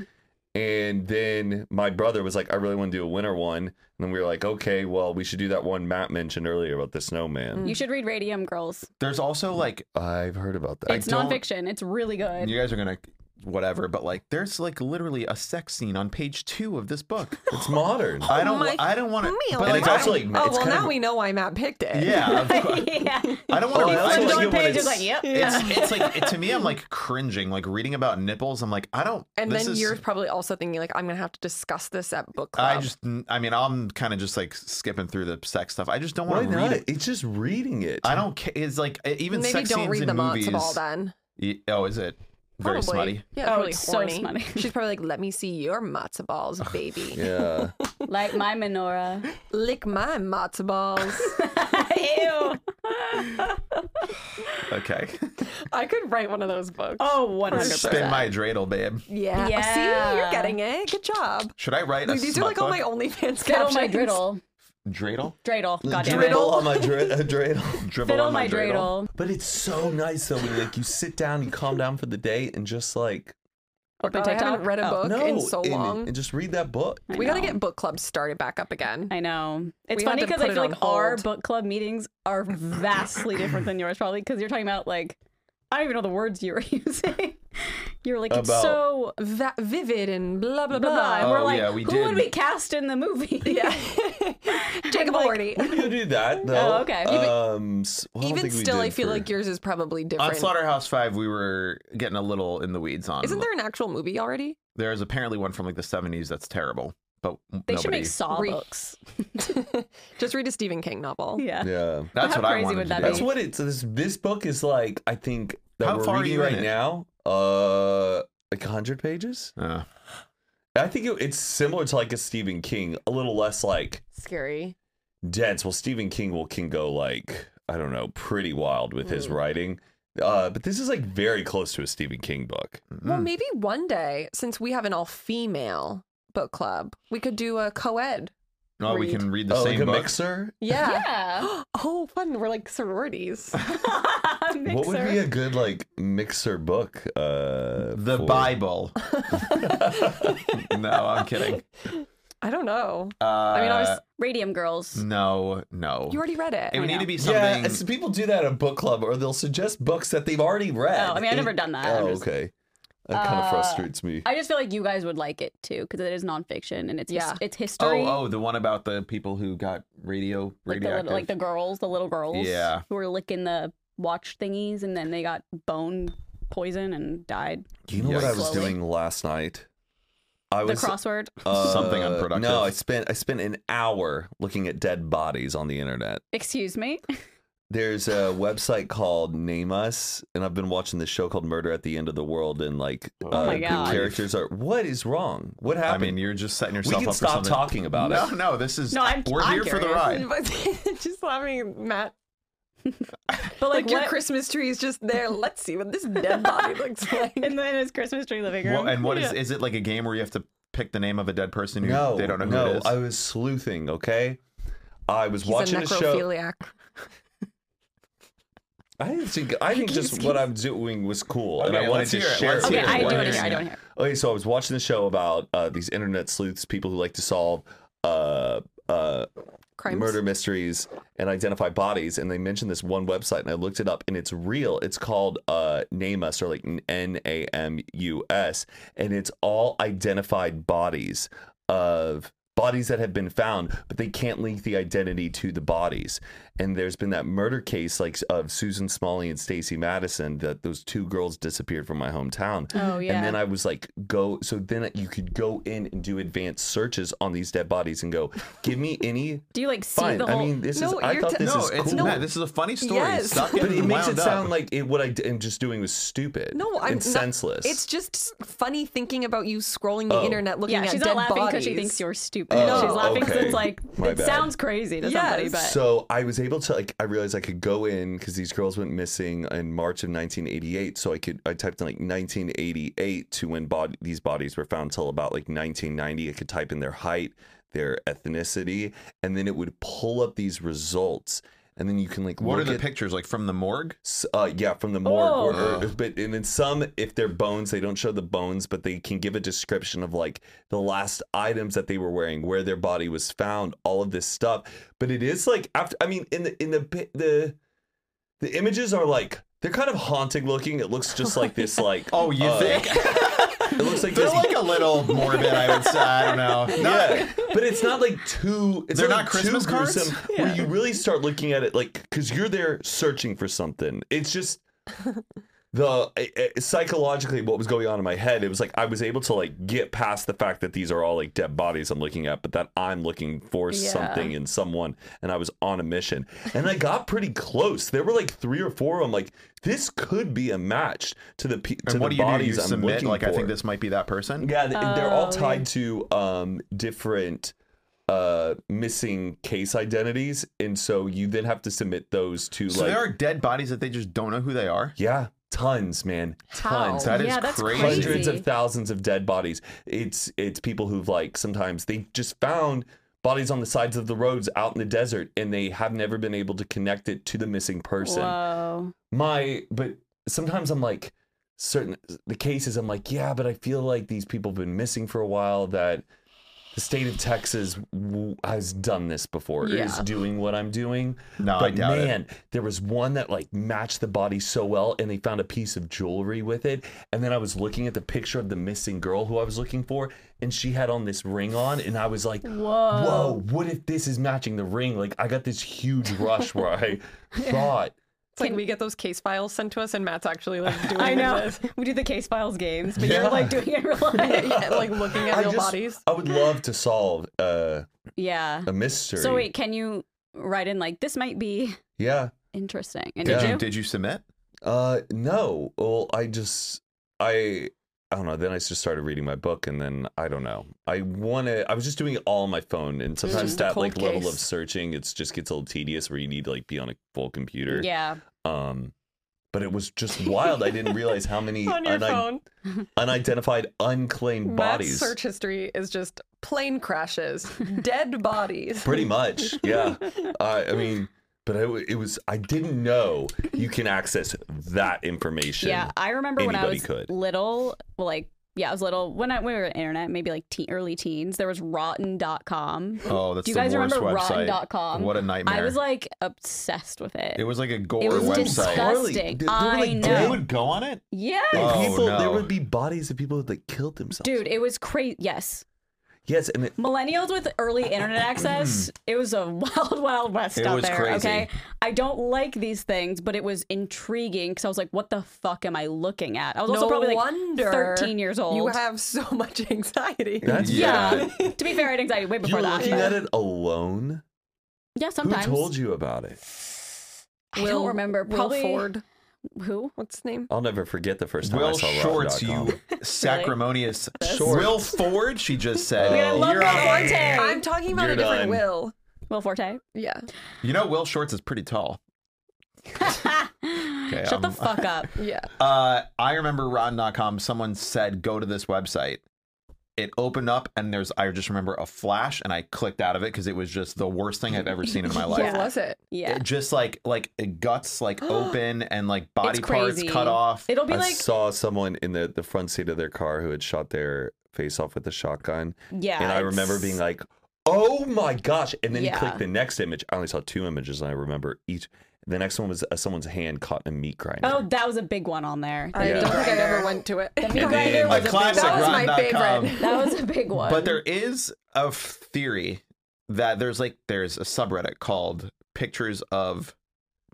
[SPEAKER 3] And then my brother was like, I really want to do a winter one. And then we were like, okay, well, we should do that one Matt mentioned earlier about the snowman.
[SPEAKER 2] Mm.
[SPEAKER 4] You should read Radium Girls.
[SPEAKER 2] There's also like
[SPEAKER 3] I've heard about that.
[SPEAKER 4] It's
[SPEAKER 2] don't-
[SPEAKER 4] nonfiction. It's really good.
[SPEAKER 2] you guys are gonna whatever, but like there's like literally a sex scene on page two of this book.
[SPEAKER 3] It's modern.
[SPEAKER 2] I don't.
[SPEAKER 1] Oh my
[SPEAKER 2] I don't want to.
[SPEAKER 1] Meal.
[SPEAKER 2] But
[SPEAKER 3] And
[SPEAKER 2] like,
[SPEAKER 3] it's
[SPEAKER 2] I
[SPEAKER 3] also
[SPEAKER 2] don't-
[SPEAKER 3] like
[SPEAKER 1] oh,
[SPEAKER 3] it's
[SPEAKER 1] well,
[SPEAKER 3] kind
[SPEAKER 1] now
[SPEAKER 3] of-
[SPEAKER 1] we know why Matt picked it.
[SPEAKER 2] yeah. of course.
[SPEAKER 4] yeah.
[SPEAKER 2] I don't want
[SPEAKER 3] Oh,
[SPEAKER 2] to.
[SPEAKER 3] that's
[SPEAKER 4] Flipped
[SPEAKER 3] what
[SPEAKER 4] over
[SPEAKER 3] you
[SPEAKER 4] the
[SPEAKER 3] when
[SPEAKER 4] page. It's
[SPEAKER 3] it's-
[SPEAKER 4] like, yep.
[SPEAKER 2] It's, it's like it, to me, I'm like cringing, like reading about nipples. I'm like, I don't.
[SPEAKER 1] And
[SPEAKER 2] this
[SPEAKER 1] then
[SPEAKER 2] is-
[SPEAKER 1] you're probably also thinking like, I'm gonna have to discuss this at book club.
[SPEAKER 2] I just. I mean, I'm kind of just like skipping through the sex stuff. I just don't
[SPEAKER 3] Why
[SPEAKER 2] want to read
[SPEAKER 3] not?
[SPEAKER 2] it.
[SPEAKER 3] It's just reading it.
[SPEAKER 2] I don't. ca- It's like e, even
[SPEAKER 1] maybe
[SPEAKER 2] sex
[SPEAKER 1] don't
[SPEAKER 2] scenes
[SPEAKER 1] read
[SPEAKER 2] in
[SPEAKER 1] the matzo
[SPEAKER 2] movies.
[SPEAKER 1] ball then.
[SPEAKER 2] Y- Oh, is it? Very
[SPEAKER 1] Probably.
[SPEAKER 2] smutty.
[SPEAKER 1] Yeah,
[SPEAKER 4] Oh,
[SPEAKER 1] probably
[SPEAKER 4] it's so
[SPEAKER 1] horny.
[SPEAKER 4] smutty.
[SPEAKER 1] She's probably like, "Let me see your matzo balls, baby.
[SPEAKER 3] Yeah.
[SPEAKER 4] like my menorah.
[SPEAKER 1] Lick my matzo balls."
[SPEAKER 4] Ew.
[SPEAKER 2] Okay.
[SPEAKER 1] I could write one of those books.
[SPEAKER 4] Oh, one hundred
[SPEAKER 2] Spin
[SPEAKER 4] percent.
[SPEAKER 2] my dreidel, babe.
[SPEAKER 1] yeah. Oh, See, you're
[SPEAKER 4] Yeah.
[SPEAKER 1] getting it. Good job.
[SPEAKER 2] Should I write a
[SPEAKER 1] These are
[SPEAKER 2] smut
[SPEAKER 1] like all
[SPEAKER 2] book?
[SPEAKER 1] my OnlyFans
[SPEAKER 4] Fiddle
[SPEAKER 1] captions.
[SPEAKER 4] my driddle.
[SPEAKER 2] dreidel.
[SPEAKER 4] Dreidel. God damn it.
[SPEAKER 3] Driddle on my dri- uh, dreidel.
[SPEAKER 2] Dribble
[SPEAKER 4] Fiddle
[SPEAKER 2] on
[SPEAKER 4] my dreidel.
[SPEAKER 3] But it's so nice though when like you sit down, you calm down for the day, and just like
[SPEAKER 4] Open
[SPEAKER 1] God, I
[SPEAKER 4] TikTok.
[SPEAKER 1] haven't read a
[SPEAKER 4] Oh,
[SPEAKER 1] book
[SPEAKER 3] no,
[SPEAKER 1] in so
[SPEAKER 3] and-
[SPEAKER 1] long.
[SPEAKER 3] and just read that book.
[SPEAKER 4] I
[SPEAKER 1] we got to
[SPEAKER 4] know.
[SPEAKER 1] get book club started back up again.
[SPEAKER 4] I know. It's
[SPEAKER 1] We had
[SPEAKER 4] funny
[SPEAKER 1] to
[SPEAKER 4] because
[SPEAKER 1] put
[SPEAKER 4] I
[SPEAKER 1] it
[SPEAKER 4] feel
[SPEAKER 1] on
[SPEAKER 4] like our
[SPEAKER 1] hold.
[SPEAKER 4] book club meetings are vastly different than yours, probably because you're talking about like I don't even know the words you were using. You're like it's
[SPEAKER 3] About-
[SPEAKER 4] so
[SPEAKER 1] that vivid and blah blah
[SPEAKER 4] blah blah. blah. And
[SPEAKER 2] Oh,
[SPEAKER 4] we're like,
[SPEAKER 2] yeah, we
[SPEAKER 4] who
[SPEAKER 2] did.
[SPEAKER 4] would we cast in the
[SPEAKER 2] Oh.
[SPEAKER 4] movie?
[SPEAKER 1] Yeah. Jacob
[SPEAKER 4] Like-
[SPEAKER 1] Already.
[SPEAKER 3] You do that though.
[SPEAKER 4] Oh, okay.
[SPEAKER 3] Um, s- well, I don't
[SPEAKER 1] Even
[SPEAKER 3] think we
[SPEAKER 1] still,
[SPEAKER 3] did
[SPEAKER 1] I feel
[SPEAKER 3] for-
[SPEAKER 1] like yours is probably
[SPEAKER 2] On
[SPEAKER 1] different.
[SPEAKER 2] Slaughterhouse Five, we were getting a little in the weeds on.
[SPEAKER 1] Isn't there an actual movie already?
[SPEAKER 2] There is apparently one from like the '70s that's terrible, but
[SPEAKER 4] They
[SPEAKER 2] nobody.
[SPEAKER 4] should make Saw
[SPEAKER 1] Re-
[SPEAKER 4] books.
[SPEAKER 1] Just read a Stephen King novel.
[SPEAKER 4] Yeah.
[SPEAKER 3] Yeah.
[SPEAKER 2] that's
[SPEAKER 4] How
[SPEAKER 2] what I
[SPEAKER 4] crazy
[SPEAKER 2] wanted
[SPEAKER 4] would
[SPEAKER 2] to
[SPEAKER 4] that
[SPEAKER 2] do.
[SPEAKER 4] be?
[SPEAKER 3] That's what it's. This, this book is like. I think that
[SPEAKER 2] How
[SPEAKER 3] we're
[SPEAKER 2] far are
[SPEAKER 3] reading
[SPEAKER 2] you in
[SPEAKER 3] right
[SPEAKER 2] it?
[SPEAKER 3] now. Uh, like hundred pages.
[SPEAKER 2] Uh,
[SPEAKER 3] I think it, it's similar to like a Stephen King, a little less like
[SPEAKER 1] Scary.
[SPEAKER 3] dense. Well, Stephen King will can go like I don't know, pretty wild with
[SPEAKER 1] Hmm.
[SPEAKER 3] his writing. Uh, but this is like very close to a Stephen King book.
[SPEAKER 1] Well, maybe one day, since we have an all female book club, we could do a co ed.
[SPEAKER 2] oh, we
[SPEAKER 1] Read.
[SPEAKER 2] can read the
[SPEAKER 3] oh,
[SPEAKER 2] same
[SPEAKER 3] like a
[SPEAKER 2] book.
[SPEAKER 3] mixer.
[SPEAKER 1] Yeah.
[SPEAKER 4] Yeah.
[SPEAKER 1] Oh, fun. We're like sororities.
[SPEAKER 3] What would be a good like mixer book? Uh,
[SPEAKER 2] The
[SPEAKER 3] for-
[SPEAKER 2] Bible. no, I'm kidding.
[SPEAKER 1] I don't know.
[SPEAKER 2] Uh, mm,
[SPEAKER 1] I mean, I was.
[SPEAKER 4] Radium Girls.
[SPEAKER 2] no, no.
[SPEAKER 1] You already read it.
[SPEAKER 2] it would
[SPEAKER 4] I
[SPEAKER 2] need
[SPEAKER 4] know.
[SPEAKER 2] to be something.
[SPEAKER 3] Yeah, it's- people do that at book club, or they'll suggest books that they've already read.
[SPEAKER 4] Oh, I mean, I've
[SPEAKER 3] It-
[SPEAKER 4] never done that. I'm
[SPEAKER 3] Oh,
[SPEAKER 4] just-
[SPEAKER 3] okay. That kind of
[SPEAKER 4] Uh,
[SPEAKER 3] frustrates me.
[SPEAKER 4] I just feel like you guys would like it too because it is nonfiction and it's his-
[SPEAKER 1] Yeah.
[SPEAKER 4] it's history.
[SPEAKER 2] oh, oh, the one about the people who got radio
[SPEAKER 4] like the,
[SPEAKER 2] radioactive.
[SPEAKER 4] little, like the girls, the little girls,
[SPEAKER 2] Yeah.
[SPEAKER 4] who were licking the watch thingies, and then they got bone poison and died.
[SPEAKER 3] You know what I was
[SPEAKER 4] Slowly.
[SPEAKER 3] doing last night? I
[SPEAKER 4] The
[SPEAKER 3] was
[SPEAKER 4] crossword.
[SPEAKER 2] Something
[SPEAKER 3] uh,
[SPEAKER 2] unproductive.
[SPEAKER 3] No, I spent I spent an hour looking at dead bodies on the internet.
[SPEAKER 4] Excuse me.
[SPEAKER 3] There's a website called Name Us, and I've been watching this show called Murder at the End of the World, and like uh,
[SPEAKER 4] Oh my
[SPEAKER 3] the
[SPEAKER 4] God.
[SPEAKER 3] characters are what is wrong? What
[SPEAKER 2] Oh I
[SPEAKER 3] happened?
[SPEAKER 2] mean, you're just setting
[SPEAKER 3] we
[SPEAKER 2] yourself
[SPEAKER 3] can
[SPEAKER 2] up for
[SPEAKER 3] stop
[SPEAKER 2] something.
[SPEAKER 3] talking about
[SPEAKER 2] no,
[SPEAKER 3] it.
[SPEAKER 2] no, this is
[SPEAKER 4] No, I'm-
[SPEAKER 2] we're
[SPEAKER 4] I'm
[SPEAKER 2] here for the
[SPEAKER 4] curious.
[SPEAKER 2] ride.
[SPEAKER 1] But just laughing, Matt.
[SPEAKER 4] But
[SPEAKER 1] Like,
[SPEAKER 4] like,
[SPEAKER 1] your
[SPEAKER 4] what?
[SPEAKER 1] Christmas tree is just there. Let's see what this dead body looks like.
[SPEAKER 4] and then his Christmas tree living room.
[SPEAKER 2] What, and what is
[SPEAKER 1] Yeah.
[SPEAKER 2] is it like a game where you have to pick the name of a dead person who
[SPEAKER 3] No,
[SPEAKER 2] they don't know who
[SPEAKER 3] no,
[SPEAKER 2] it is?
[SPEAKER 3] I was sleuthing. Okay, I was
[SPEAKER 1] He's
[SPEAKER 3] watching
[SPEAKER 1] a
[SPEAKER 3] a show.
[SPEAKER 1] necrophiliac.
[SPEAKER 3] I didn't think. I think just what I'm doing was cool, and
[SPEAKER 2] Okay,
[SPEAKER 3] I wanted
[SPEAKER 2] let's
[SPEAKER 3] to
[SPEAKER 2] hear it,
[SPEAKER 3] share.
[SPEAKER 2] let's
[SPEAKER 3] it
[SPEAKER 2] hear
[SPEAKER 4] okay,
[SPEAKER 3] with
[SPEAKER 4] I do
[SPEAKER 2] what
[SPEAKER 4] want to
[SPEAKER 2] is
[SPEAKER 4] hear. I
[SPEAKER 2] it?
[SPEAKER 4] do want to hear.
[SPEAKER 3] Okay, so I was watching the show about uh, these internet sleuths, people who like to solve uh, uh,
[SPEAKER 1] Crimes.
[SPEAKER 3] murder mysteries and identify bodies, and they mentioned this one website, and I looked it up, and it's real. It's called uh, Name Us, or like N A M U S, and it's all identified bodies of bodies that have been found, but they can't link the identity to the bodies. And there's been that murder case, like of Susan Smalley and Stacey Madison, that those two girls disappeared from my hometown.
[SPEAKER 4] Oh yeah.
[SPEAKER 3] And then I was like, go. So then you could go in and do advanced searches on these dead bodies and go, give me any.
[SPEAKER 4] do you like see
[SPEAKER 3] Fine.
[SPEAKER 4] the whole?
[SPEAKER 3] I mean, this is.
[SPEAKER 1] No,
[SPEAKER 3] I
[SPEAKER 1] you're
[SPEAKER 3] thought
[SPEAKER 1] t-
[SPEAKER 3] this
[SPEAKER 2] no,
[SPEAKER 3] is
[SPEAKER 2] it's
[SPEAKER 3] cool.
[SPEAKER 2] not. This is a funny story.
[SPEAKER 1] Yes.
[SPEAKER 2] Suck
[SPEAKER 3] but it makes
[SPEAKER 2] wound
[SPEAKER 3] it
[SPEAKER 2] up.
[SPEAKER 3] sound like it, what I d- am just doing was stupid.
[SPEAKER 1] No, I'm
[SPEAKER 3] and
[SPEAKER 1] not-
[SPEAKER 3] senseless.
[SPEAKER 1] It's just funny thinking about you scrolling the
[SPEAKER 3] Oh.
[SPEAKER 1] internet looking
[SPEAKER 4] yeah,
[SPEAKER 1] at
[SPEAKER 4] she's
[SPEAKER 1] dead
[SPEAKER 4] not laughing because
[SPEAKER 1] bodies.
[SPEAKER 4] she thinks you're stupid.
[SPEAKER 3] Oh,
[SPEAKER 4] she's laughing because
[SPEAKER 3] okay.
[SPEAKER 4] it's like
[SPEAKER 3] My
[SPEAKER 4] it
[SPEAKER 3] bad.
[SPEAKER 4] sounds crazy to
[SPEAKER 1] Yes.
[SPEAKER 4] somebody, but
[SPEAKER 3] So I was able to like I realized I could go in because these girls went missing in March of 1988. So I could I typed in like 1988 to when bod- these bodies were found till about like 1990. I could type in their height, their ethnicity, and then it would pull up these results. And then you can like
[SPEAKER 2] What are
[SPEAKER 3] look
[SPEAKER 2] the
[SPEAKER 3] at-
[SPEAKER 2] pictures like from the morgue?
[SPEAKER 3] S- uh, yeah, from the morgue. Or, or-
[SPEAKER 2] Oh.
[SPEAKER 3] but and then some, if they're bones, they don't show the bones, but they can give a description of like the last items that they were wearing, where their body was found, all of this stuff. But it is like after, I mean, in the in the pi- the the images are like they're kind of haunting looking. It looks just like this, like
[SPEAKER 2] Oh, you
[SPEAKER 3] uh,
[SPEAKER 2] think?
[SPEAKER 3] it looks like
[SPEAKER 2] They're
[SPEAKER 3] this.
[SPEAKER 2] like a little morbid, I would say. I don't know. No,
[SPEAKER 3] yeah, but it's not like too. It's
[SPEAKER 2] They're
[SPEAKER 3] not,
[SPEAKER 2] not
[SPEAKER 3] like,
[SPEAKER 2] Christmas
[SPEAKER 3] too
[SPEAKER 2] cards?
[SPEAKER 3] gruesome, Where you really start looking at it like because you're there searching for something. It's just the it, it- psychologically what was going on in my head it was like i was able to like get past the fact that these are all like dead bodies i'm looking at but that i'm looking for
[SPEAKER 1] Yeah.
[SPEAKER 3] something in someone and i was on a mission and i got pretty close there were like three or four i'm like this could be a match to the pe- to
[SPEAKER 2] And what
[SPEAKER 3] the
[SPEAKER 2] do you do? You
[SPEAKER 3] bodies i'm
[SPEAKER 2] submit
[SPEAKER 3] looking
[SPEAKER 2] like
[SPEAKER 3] for
[SPEAKER 2] I think this might be that person.
[SPEAKER 3] yeah th- they're all
[SPEAKER 4] Oh, yeah.
[SPEAKER 3] tied to um different uh missing case identities and so you then have to submit those to
[SPEAKER 2] So
[SPEAKER 3] like
[SPEAKER 2] there are dead bodies that they just don't know who they are.
[SPEAKER 3] yeah tons man
[SPEAKER 1] How?
[SPEAKER 3] tons
[SPEAKER 2] That is
[SPEAKER 4] yeah, that's
[SPEAKER 2] crazy.
[SPEAKER 4] crazy.
[SPEAKER 3] hundreds of thousands of dead bodies. It's it's people who've like sometimes they just found bodies on the sides of the roads out in the desert and they have never been able to connect it to the missing person.
[SPEAKER 4] Whoa.
[SPEAKER 3] My but sometimes I'm like certain the cases I'm like, yeah, but I feel like these people have been missing for a while that the state of Texas w- has done this before. or Is
[SPEAKER 4] Yeah.
[SPEAKER 3] doing what I'm doing.
[SPEAKER 2] No, I
[SPEAKER 3] But
[SPEAKER 2] doubt it.
[SPEAKER 3] man, there was one that like matched the body so well, and they found a piece of jewelry with it. And then I was looking at the picture of the missing girl who I was looking for, and she had on this ring on, and I was like, "Whoa, whoa! What if this is matching the ring?" Like I got this huge rush where I thought,
[SPEAKER 1] It's like we get those case files sent to us, and Matt's actually like doing
[SPEAKER 4] I know.
[SPEAKER 1] this.
[SPEAKER 4] We do the case files games, but
[SPEAKER 3] Yeah.
[SPEAKER 4] you're like doing it real life.
[SPEAKER 1] Yeah, like looking at
[SPEAKER 3] I
[SPEAKER 1] real
[SPEAKER 3] just,
[SPEAKER 1] bodies.
[SPEAKER 3] I would love to solve uh,
[SPEAKER 4] yeah.
[SPEAKER 3] a mystery.
[SPEAKER 4] So wait, can you write in like this might be
[SPEAKER 3] yeah.
[SPEAKER 4] interesting? And
[SPEAKER 2] Did
[SPEAKER 3] Yeah.
[SPEAKER 4] did
[SPEAKER 2] you
[SPEAKER 4] you?
[SPEAKER 2] did you submit?
[SPEAKER 3] Uh, no. Well, I just, I, I don't know. Then I just started reading my book, and then I don't know. I want to. I was just doing it all on my phone, and sometimes
[SPEAKER 1] just a
[SPEAKER 3] that
[SPEAKER 1] cold
[SPEAKER 3] like level of
[SPEAKER 1] case.
[SPEAKER 3] searching, it's just gets a little tedious where you need to like be on a full computer.
[SPEAKER 4] Yeah.
[SPEAKER 3] Um, but it was just wild. I didn't realize how many
[SPEAKER 1] On your
[SPEAKER 3] uni-
[SPEAKER 1] phone,
[SPEAKER 3] unidentified, unclaimed
[SPEAKER 1] Matt's
[SPEAKER 3] bodies.
[SPEAKER 1] search history is just plane crashes, dead bodies.
[SPEAKER 3] Pretty much, yeah. I I mean, but I, it was. I didn't know you can access that information.
[SPEAKER 4] Yeah, I remember when I
[SPEAKER 3] Anybody
[SPEAKER 4] was
[SPEAKER 3] could.
[SPEAKER 4] little, well, like yeah, I was little when I when we were internet, maybe like teen, early teens, there was rotten.com.
[SPEAKER 2] Oh, that's
[SPEAKER 4] Do you
[SPEAKER 2] the
[SPEAKER 4] guys
[SPEAKER 2] worst
[SPEAKER 4] remember
[SPEAKER 2] website.
[SPEAKER 4] rotten.com?
[SPEAKER 2] What a nightmare.
[SPEAKER 4] I was like obsessed with it.
[SPEAKER 2] it was like a gore
[SPEAKER 4] was
[SPEAKER 2] website.
[SPEAKER 4] disgusting.
[SPEAKER 3] They- they were, like,
[SPEAKER 4] I know.
[SPEAKER 3] dead.
[SPEAKER 2] They would go on it.
[SPEAKER 4] yeah.
[SPEAKER 2] Oh,
[SPEAKER 3] people, there
[SPEAKER 2] no.
[SPEAKER 3] would be bodies of people that killed themselves.
[SPEAKER 4] Dude, it was crazy. Yes.
[SPEAKER 3] Yes, and it,
[SPEAKER 4] Millennials with early internet access, it was a wild, wild west
[SPEAKER 2] It
[SPEAKER 4] out
[SPEAKER 2] was
[SPEAKER 4] there.
[SPEAKER 2] crazy.
[SPEAKER 4] Okay. I don't like these things, but it was intriguing because I was like, what the fuck am I looking at? I was also
[SPEAKER 1] no
[SPEAKER 4] probably like
[SPEAKER 1] wonder
[SPEAKER 4] 13 years old.
[SPEAKER 1] You have so much anxiety.
[SPEAKER 3] that's
[SPEAKER 4] yeah. to be fair, I had anxiety way
[SPEAKER 3] You're
[SPEAKER 4] before that.
[SPEAKER 3] looking at it alone.
[SPEAKER 4] Yeah, sometimes.
[SPEAKER 3] Who told you about it?
[SPEAKER 4] I don't remember.
[SPEAKER 1] Will
[SPEAKER 4] Probably
[SPEAKER 1] Ford.
[SPEAKER 4] Who?
[SPEAKER 1] What's his name?
[SPEAKER 3] I'll never forget the first time I
[SPEAKER 2] Will
[SPEAKER 3] saw
[SPEAKER 2] Shorts,
[SPEAKER 3] Rotten.com.
[SPEAKER 2] you sacrimonious.
[SPEAKER 3] Shorts.
[SPEAKER 2] Will Ford, she just said.
[SPEAKER 4] I love
[SPEAKER 2] You're
[SPEAKER 4] Will
[SPEAKER 2] on-
[SPEAKER 4] Forte.
[SPEAKER 1] I'm talking about
[SPEAKER 3] You're
[SPEAKER 1] a different
[SPEAKER 3] done.
[SPEAKER 1] Will.
[SPEAKER 4] Will Forte.
[SPEAKER 1] Yeah.
[SPEAKER 2] You know, Will Shorts is pretty tall. Okay,
[SPEAKER 4] Shut
[SPEAKER 3] um,
[SPEAKER 4] the
[SPEAKER 2] I'm-
[SPEAKER 4] fuck up.
[SPEAKER 1] Yeah.
[SPEAKER 2] Uh, I remember Rotten.com. Someone said, "Go to this website." It opened up, and there's. I just remember a flash, and I clicked out of it because it was just the worst thing I've ever seen in my life.
[SPEAKER 1] What was it?
[SPEAKER 4] Yeah.
[SPEAKER 2] It just like like uh, guts like open and like body
[SPEAKER 4] It's
[SPEAKER 2] parts
[SPEAKER 4] crazy.
[SPEAKER 2] cut off.
[SPEAKER 4] It'll be
[SPEAKER 3] I
[SPEAKER 4] like,
[SPEAKER 3] saw someone in the, the front seat of their car who had shot their face off with a shotgun,
[SPEAKER 4] yeah.
[SPEAKER 3] and I
[SPEAKER 4] it's-
[SPEAKER 3] remember being like, "Oh my gosh!" And then you
[SPEAKER 4] Yeah.
[SPEAKER 3] click the next image. I only saw two images, and I remember each. The next one was uh, someone's hand caught in a meat grinder.
[SPEAKER 4] oh, that was a big one on there.
[SPEAKER 1] I
[SPEAKER 3] Yeah.
[SPEAKER 1] don't think I ever went to it.
[SPEAKER 3] and
[SPEAKER 4] grinder
[SPEAKER 3] then
[SPEAKER 4] was
[SPEAKER 2] a classic
[SPEAKER 1] that was my
[SPEAKER 2] Rotten.com.
[SPEAKER 1] favorite.
[SPEAKER 4] That was a big one.
[SPEAKER 2] But there is a f- theory that there's like there's a subreddit called pictures of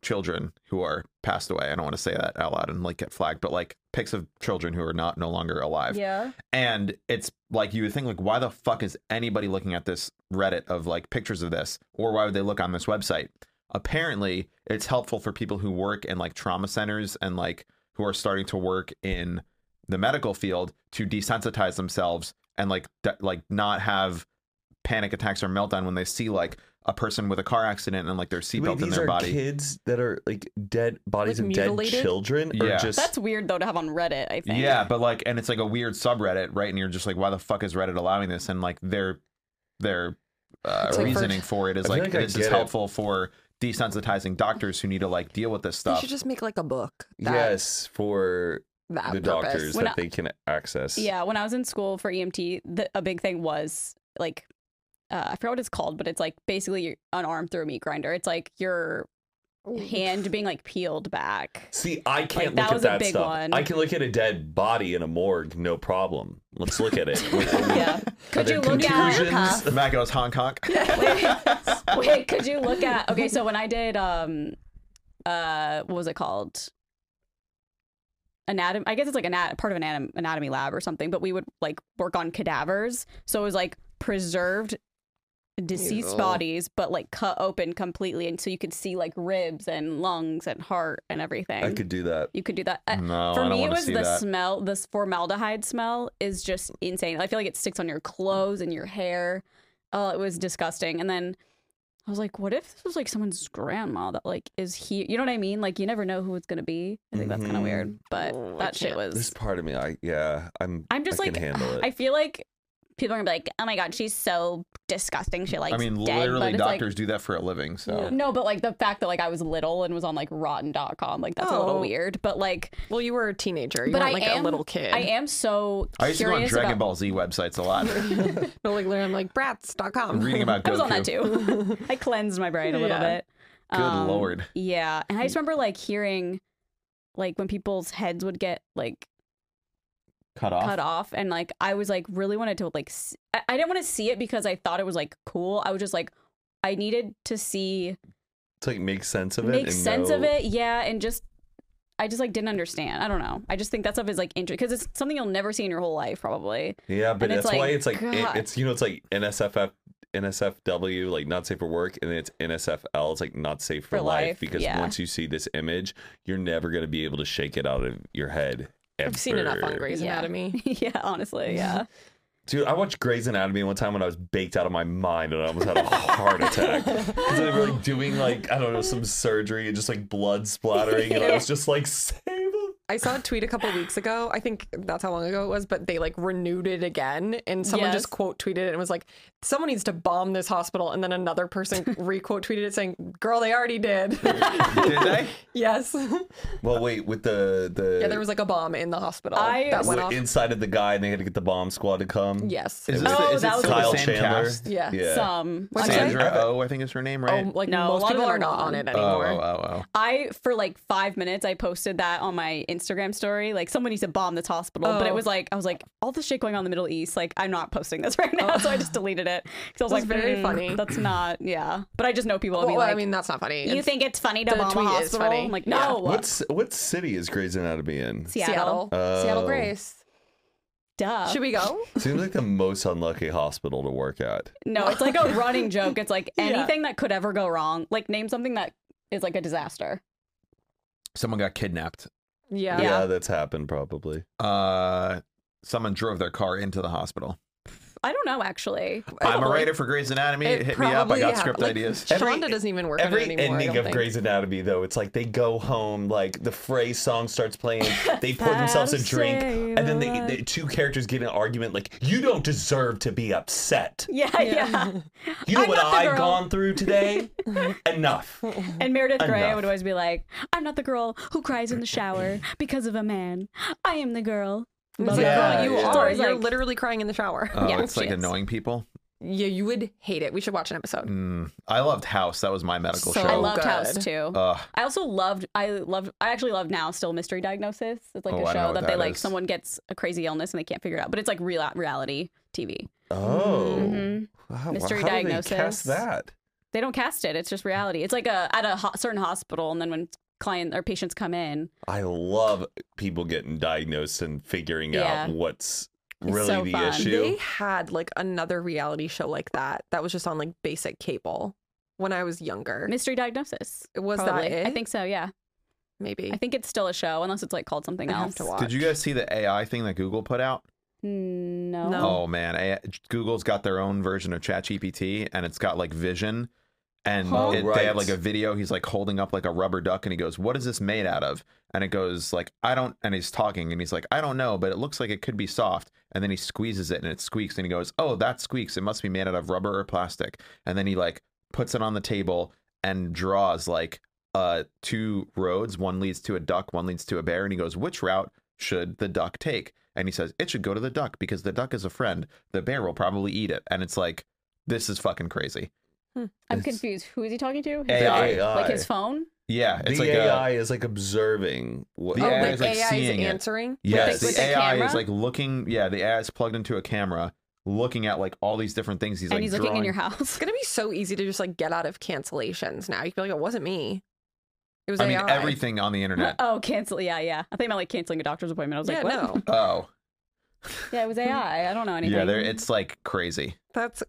[SPEAKER 2] children who are passed away. I don't want to say that out loud and like get flagged, but like pics of children who are not no longer alive.
[SPEAKER 4] Yeah.
[SPEAKER 2] And it's like you would think like why the fuck is anybody looking at this Reddit of like pictures of this or why would they look on this website? Apparently, it's helpful for people who work in like trauma centers and like who are starting to work in the medical field to desensitize themselves and like d- like not have panic attacks or meltdown when they see like a person with a car accident and like their
[SPEAKER 3] Wait,
[SPEAKER 2] seatbelt in
[SPEAKER 3] these
[SPEAKER 2] their
[SPEAKER 3] are
[SPEAKER 2] body.
[SPEAKER 3] kids that are like dead bodies
[SPEAKER 1] Like,
[SPEAKER 3] of
[SPEAKER 1] mutilated?
[SPEAKER 3] dead children,
[SPEAKER 2] Yeah.
[SPEAKER 3] or just
[SPEAKER 4] That's weird though to have on Reddit. I think.
[SPEAKER 2] Yeah, but like, and it's like a weird subreddit, right? And you're just like, why the fuck is Reddit allowing this? And like, their their uh,
[SPEAKER 1] It's like for-
[SPEAKER 2] reasoning for it is
[SPEAKER 3] I feel
[SPEAKER 2] like,
[SPEAKER 3] like I
[SPEAKER 2] this is
[SPEAKER 3] get it.
[SPEAKER 2] helpful for desensitizing doctors who need to like deal with this
[SPEAKER 1] They
[SPEAKER 2] stuff.
[SPEAKER 1] should just make like a book. That,
[SPEAKER 3] yes for
[SPEAKER 1] That
[SPEAKER 3] the
[SPEAKER 1] purpose.
[SPEAKER 3] doctors
[SPEAKER 4] When
[SPEAKER 3] that
[SPEAKER 4] I-
[SPEAKER 3] they can access.
[SPEAKER 4] Yeah. When I was in school for EMT, the, a big thing was like, uh, I forgot what it's called, but it's like basically an arm through a meat grinder. It's like your hand being like peeled back.
[SPEAKER 3] See, I can't look
[SPEAKER 4] that
[SPEAKER 3] at
[SPEAKER 4] was a
[SPEAKER 3] that
[SPEAKER 4] big
[SPEAKER 3] stuff.
[SPEAKER 4] one.
[SPEAKER 3] I can look at a dead body in a morgue, no problem. Let's look at it.
[SPEAKER 4] Yeah. Could
[SPEAKER 3] there
[SPEAKER 4] you look at?
[SPEAKER 3] contusions?
[SPEAKER 2] Matt goes Hong Kong.
[SPEAKER 4] Wait, could you look at? Okay, so when I did um, uh, what was it called? anatomy. I guess it's like anat- part of an atom- anatomy lab or something. But we would like work on cadavers, so it was like preserved deceased
[SPEAKER 1] Ew.
[SPEAKER 4] bodies, but like cut open completely, and so you could see like ribs and lungs and heart and everything.
[SPEAKER 3] I could do that.
[SPEAKER 4] you could do that. I-
[SPEAKER 2] No, Oh, I
[SPEAKER 4] For
[SPEAKER 2] don't
[SPEAKER 4] me, it
[SPEAKER 2] wanna
[SPEAKER 4] was
[SPEAKER 2] see
[SPEAKER 4] the
[SPEAKER 2] that.
[SPEAKER 4] smell. This formaldehyde smell is just insane. I feel like it sticks on your clothes and your hair. Oh, it was disgusting. And then I was like, what if this was like someone's grandma that like is here? You know what I mean? Like you never know who it's gonna be. I think that's kind of
[SPEAKER 2] Mm-hmm.
[SPEAKER 3] Mhm.
[SPEAKER 4] weird. But
[SPEAKER 1] Oh, I
[SPEAKER 4] that shit
[SPEAKER 1] can't.
[SPEAKER 4] was.
[SPEAKER 3] This part of me, I yeah, I'm.
[SPEAKER 4] I'm just
[SPEAKER 3] I
[SPEAKER 4] like,
[SPEAKER 3] can handle it.
[SPEAKER 4] I feel like people are gonna be like, oh my god, she's so disgusting. She like.
[SPEAKER 2] I mean,
[SPEAKER 4] dead.
[SPEAKER 2] literally,
[SPEAKER 4] but it's,
[SPEAKER 2] doctors
[SPEAKER 4] Like,
[SPEAKER 2] do that for a living. So
[SPEAKER 4] no, but like the fact that like I was little and was on like rotten.com, like that's a
[SPEAKER 1] Oh.
[SPEAKER 4] little weird. But like
[SPEAKER 1] Well, you were a teenager. You
[SPEAKER 4] But
[SPEAKER 1] weren't
[SPEAKER 4] I
[SPEAKER 1] like
[SPEAKER 4] am-
[SPEAKER 1] a little kid.
[SPEAKER 4] I am so
[SPEAKER 2] I used to go on
[SPEAKER 4] curious
[SPEAKER 2] Dragon
[SPEAKER 4] about-
[SPEAKER 2] Ball Z websites a lot,
[SPEAKER 1] but like literally, I'm like brats.com.
[SPEAKER 2] reading about Goku.
[SPEAKER 4] I was on that too. I cleansed my brain a little
[SPEAKER 1] Yeah.
[SPEAKER 4] bit. Um,
[SPEAKER 2] Good lord. Hmm.
[SPEAKER 4] Yeah, and I just remember like hearing, like when people's heads would get like
[SPEAKER 2] Cut off.
[SPEAKER 4] cut off, and like I was like really wanted to like s I, I didn't want to see it because I thought it was like cool. I was just like I needed to see
[SPEAKER 3] to like make sense of it.
[SPEAKER 4] make
[SPEAKER 3] and
[SPEAKER 4] sense of
[SPEAKER 3] know-
[SPEAKER 4] it. Yeah, and just. I just like didn't understand. I don't know. I just think that stuff is like interesting because it's something you'll never see in your whole life, probably.
[SPEAKER 3] Yeah, but
[SPEAKER 4] And it's
[SPEAKER 3] that's why
[SPEAKER 4] like,
[SPEAKER 3] it's like it,
[SPEAKER 4] God.
[SPEAKER 3] it's you know it's like NSFF NSFW like not safe for work, and then it's NSFL it's like not safe for,
[SPEAKER 4] For
[SPEAKER 3] life,
[SPEAKER 4] life,
[SPEAKER 3] because
[SPEAKER 4] yeah.
[SPEAKER 3] once you see this image, you're never gonna be able to shake it out of your head.
[SPEAKER 1] I've seen enough on
[SPEAKER 3] ever.
[SPEAKER 1] Grey's
[SPEAKER 4] Yeah.
[SPEAKER 1] Anatomy.
[SPEAKER 4] yeah, honestly, yeah.
[SPEAKER 3] Dude, I watched Grey's Anatomy one time when I was baked out of my mind and I almost had a heart attack. 'Cause they were like doing like, I don't know, some surgery and just like blood splattering. And I was just like, save him.
[SPEAKER 1] I saw a tweet a couple weeks ago. I think that's how long ago it was, but they like renewed it again. And someone
[SPEAKER 4] Yes.
[SPEAKER 1] just quote tweeted it and was like, someone needs to bomb this hospital. And then another person re quote tweeted it saying, girl, they already did.
[SPEAKER 2] Did they?
[SPEAKER 1] yes. yeah,
[SPEAKER 3] Well, wait, with the. the
[SPEAKER 1] there was like a bomb in the hospital
[SPEAKER 4] I-
[SPEAKER 1] that
[SPEAKER 3] wait,
[SPEAKER 1] went off.
[SPEAKER 3] inside of the guy and they had to get the bomb squad to come.
[SPEAKER 1] yes.
[SPEAKER 2] Is this
[SPEAKER 4] Oh,
[SPEAKER 2] the, is
[SPEAKER 4] that
[SPEAKER 2] it
[SPEAKER 4] was
[SPEAKER 2] still
[SPEAKER 3] Kyle
[SPEAKER 2] the same
[SPEAKER 3] Chandler.
[SPEAKER 2] cast?
[SPEAKER 1] yeah.
[SPEAKER 3] Yeah.
[SPEAKER 4] Some
[SPEAKER 1] What's
[SPEAKER 4] I-
[SPEAKER 1] that?
[SPEAKER 2] Sandra Oh, I think is her name, right?
[SPEAKER 1] Oh, like
[SPEAKER 4] No, a
[SPEAKER 1] most
[SPEAKER 4] lot of
[SPEAKER 1] people
[SPEAKER 4] them
[SPEAKER 1] are
[SPEAKER 4] are
[SPEAKER 1] not
[SPEAKER 4] gone.
[SPEAKER 1] on it
[SPEAKER 2] oh,
[SPEAKER 1] anymore.
[SPEAKER 2] oh, oh, oh.
[SPEAKER 4] I for like five minutes I posted that on my Instagram story. Like someone needs to bomb this hospital. But it
[SPEAKER 1] Oh.
[SPEAKER 4] was like I was like, all this shit going on in the Middle East, like I'm not posting this right now. So I just deleted it. Because I was
[SPEAKER 1] Oh. That's
[SPEAKER 4] like,
[SPEAKER 1] very
[SPEAKER 4] "Mm,
[SPEAKER 1] funny."
[SPEAKER 4] That's not yeah. But I just know people will
[SPEAKER 1] Well,
[SPEAKER 4] be
[SPEAKER 1] I
[SPEAKER 4] like
[SPEAKER 1] mean, that's not funny.
[SPEAKER 4] You
[SPEAKER 1] It's
[SPEAKER 4] think it's funny to
[SPEAKER 1] the
[SPEAKER 4] bomb a
[SPEAKER 1] tweet is
[SPEAKER 4] hospital?
[SPEAKER 1] funny.
[SPEAKER 4] I'm like,
[SPEAKER 1] Yeah.
[SPEAKER 4] no.
[SPEAKER 3] What's, what city is Grey's Anatomy in?
[SPEAKER 4] Seattle?
[SPEAKER 1] Seattle
[SPEAKER 3] Oh.
[SPEAKER 1] Grace.
[SPEAKER 4] Duh.
[SPEAKER 1] Should we go?
[SPEAKER 3] Seems like the most unlucky hospital to work at.
[SPEAKER 4] No, it's like a running joke. It's like anything that could ever go wrong. Like name something that is like a disaster.
[SPEAKER 2] Someone got kidnapped.
[SPEAKER 1] Yeah.
[SPEAKER 3] Yeah,
[SPEAKER 4] Yeah.
[SPEAKER 3] that's happened probably.
[SPEAKER 2] Uh, someone drove their car into the hospital.
[SPEAKER 4] I don't know actually.
[SPEAKER 2] I'm a
[SPEAKER 1] Probably.
[SPEAKER 2] writer for Grey's Anatomy.
[SPEAKER 1] Oh, It
[SPEAKER 2] Hit me up. I
[SPEAKER 1] probably
[SPEAKER 2] got
[SPEAKER 1] happened.
[SPEAKER 2] script
[SPEAKER 1] Like,
[SPEAKER 2] ideas.
[SPEAKER 1] Shonda
[SPEAKER 3] Every-
[SPEAKER 1] doesn't even work
[SPEAKER 3] Every
[SPEAKER 1] in it anymore. I
[SPEAKER 3] ending
[SPEAKER 1] don't
[SPEAKER 3] of
[SPEAKER 1] think.
[SPEAKER 3] Grey's Anatomy, though, it's like they go home, like the Frey song starts playing, they pour themselves a drink, and then they, the two characters get in an argument like, "You don't deserve to be upset.
[SPEAKER 4] Yeah, yeah.
[SPEAKER 3] You know
[SPEAKER 4] I'm
[SPEAKER 3] what
[SPEAKER 4] not the
[SPEAKER 3] I've
[SPEAKER 4] girl."
[SPEAKER 3] gone through today? Enough."
[SPEAKER 4] And Meredith Grey
[SPEAKER 3] Enough.
[SPEAKER 4] would always be like, I'm not the girl who cries in the shower because of a man. I am the girl.
[SPEAKER 1] It's like,
[SPEAKER 3] Yeah,
[SPEAKER 1] girl, you
[SPEAKER 3] yeah.
[SPEAKER 1] are.
[SPEAKER 4] It's
[SPEAKER 1] You're
[SPEAKER 4] like-
[SPEAKER 1] literally crying in the shower.
[SPEAKER 2] Oh,
[SPEAKER 4] Yeah,
[SPEAKER 2] it's like
[SPEAKER 4] she is.
[SPEAKER 2] annoying people.
[SPEAKER 1] Yeah, you would hate it. We should watch an episode.
[SPEAKER 2] Mm, I loved House. That was my medical
[SPEAKER 1] So-
[SPEAKER 2] show.
[SPEAKER 4] I loved
[SPEAKER 1] good.
[SPEAKER 4] House too.
[SPEAKER 2] Ugh.
[SPEAKER 4] I also loved, I loved, I actually love now still Mystery Diagnosis. It's like
[SPEAKER 2] Oh,
[SPEAKER 4] a
[SPEAKER 2] I know
[SPEAKER 4] show
[SPEAKER 2] what
[SPEAKER 4] that, they
[SPEAKER 2] that
[SPEAKER 4] like,
[SPEAKER 2] is.
[SPEAKER 4] someone gets a crazy illness and they can't figure it out. But it's like real reality TV.
[SPEAKER 3] Oh,
[SPEAKER 4] Mhm.
[SPEAKER 3] Wow,
[SPEAKER 4] Mystery
[SPEAKER 3] how
[SPEAKER 4] diagnosis.
[SPEAKER 3] Did they cast that.
[SPEAKER 4] They don't cast it, it's just reality. It's like a, at a ho- certain hospital. And then when client or patients come in,
[SPEAKER 3] I love people getting diagnosed and figuring
[SPEAKER 4] Yeah.
[SPEAKER 3] out what's
[SPEAKER 4] It's
[SPEAKER 3] really
[SPEAKER 4] so
[SPEAKER 3] the
[SPEAKER 4] fun.
[SPEAKER 3] issue.
[SPEAKER 1] They had like another reality show like that that was just on like basic cable when I was younger.
[SPEAKER 4] Mystery Diagnosis.
[SPEAKER 1] Was
[SPEAKER 4] probably.
[SPEAKER 1] that it?
[SPEAKER 4] I think so, yeah.
[SPEAKER 1] maybe.
[SPEAKER 4] I think it's still a show unless it's like called something
[SPEAKER 1] I
[SPEAKER 4] else.
[SPEAKER 1] have to watch.
[SPEAKER 2] Did you guys see the AI thing that Google put out?
[SPEAKER 4] No.
[SPEAKER 1] No.
[SPEAKER 2] Oh, man, AI, Google's got their own version of ChatGPT, and it's got like vision, and
[SPEAKER 4] Huh?
[SPEAKER 2] it,
[SPEAKER 3] Right.
[SPEAKER 2] they have like a video. He's like holding up like a rubber duck, and he goes, "What is this made out of?" And it goes like, "I don't," and he's talking, and he's like, "I don't know, but it looks like it could be soft." And then he squeezes it, and it squeaks, and he goes, "Oh, that squeaks! It must be made out of rubber or plastic." And then he like puts it on the table and draws like uh two roads one leads to a duck one leads to a bear and he goes which route should the duck take and he says it should go to the duck because the duck is a friend the bear will probably eat it and it's like this is fucking crazy
[SPEAKER 4] I'm
[SPEAKER 3] It's-
[SPEAKER 4] confused. Who is he talking to? His,
[SPEAKER 2] AI.
[SPEAKER 4] Like his phone?
[SPEAKER 2] yeah it's
[SPEAKER 3] the
[SPEAKER 2] like a-
[SPEAKER 3] AI is like observing. What,
[SPEAKER 2] The
[SPEAKER 1] oh,
[SPEAKER 2] AI
[SPEAKER 1] like
[SPEAKER 2] is, like,
[SPEAKER 1] AI is
[SPEAKER 2] seeing it.
[SPEAKER 1] answering.
[SPEAKER 2] yes
[SPEAKER 4] with
[SPEAKER 2] the
[SPEAKER 4] the
[SPEAKER 2] ai
[SPEAKER 4] camera?
[SPEAKER 2] is like looking yeah the ai is plugged into a camera looking at like all these different things he's
[SPEAKER 4] and
[SPEAKER 2] like
[SPEAKER 4] he's looking in
[SPEAKER 2] drawing-
[SPEAKER 4] your house.
[SPEAKER 1] It's gonna be so easy to just like get out of cancellations now. You can be like, it wasn't me. It was
[SPEAKER 2] I mean,
[SPEAKER 1] ARI.
[SPEAKER 2] everything on the internet.
[SPEAKER 4] Oh, cancel. Yeah, yeah. I think about like canceling a doctor's appointment. I was
[SPEAKER 1] Yeah,
[SPEAKER 4] like,
[SPEAKER 1] no,
[SPEAKER 4] what?
[SPEAKER 2] Oh,
[SPEAKER 4] Yeah, it was AI. I don't know anything.
[SPEAKER 2] yeah. There, it's like crazy.
[SPEAKER 1] that's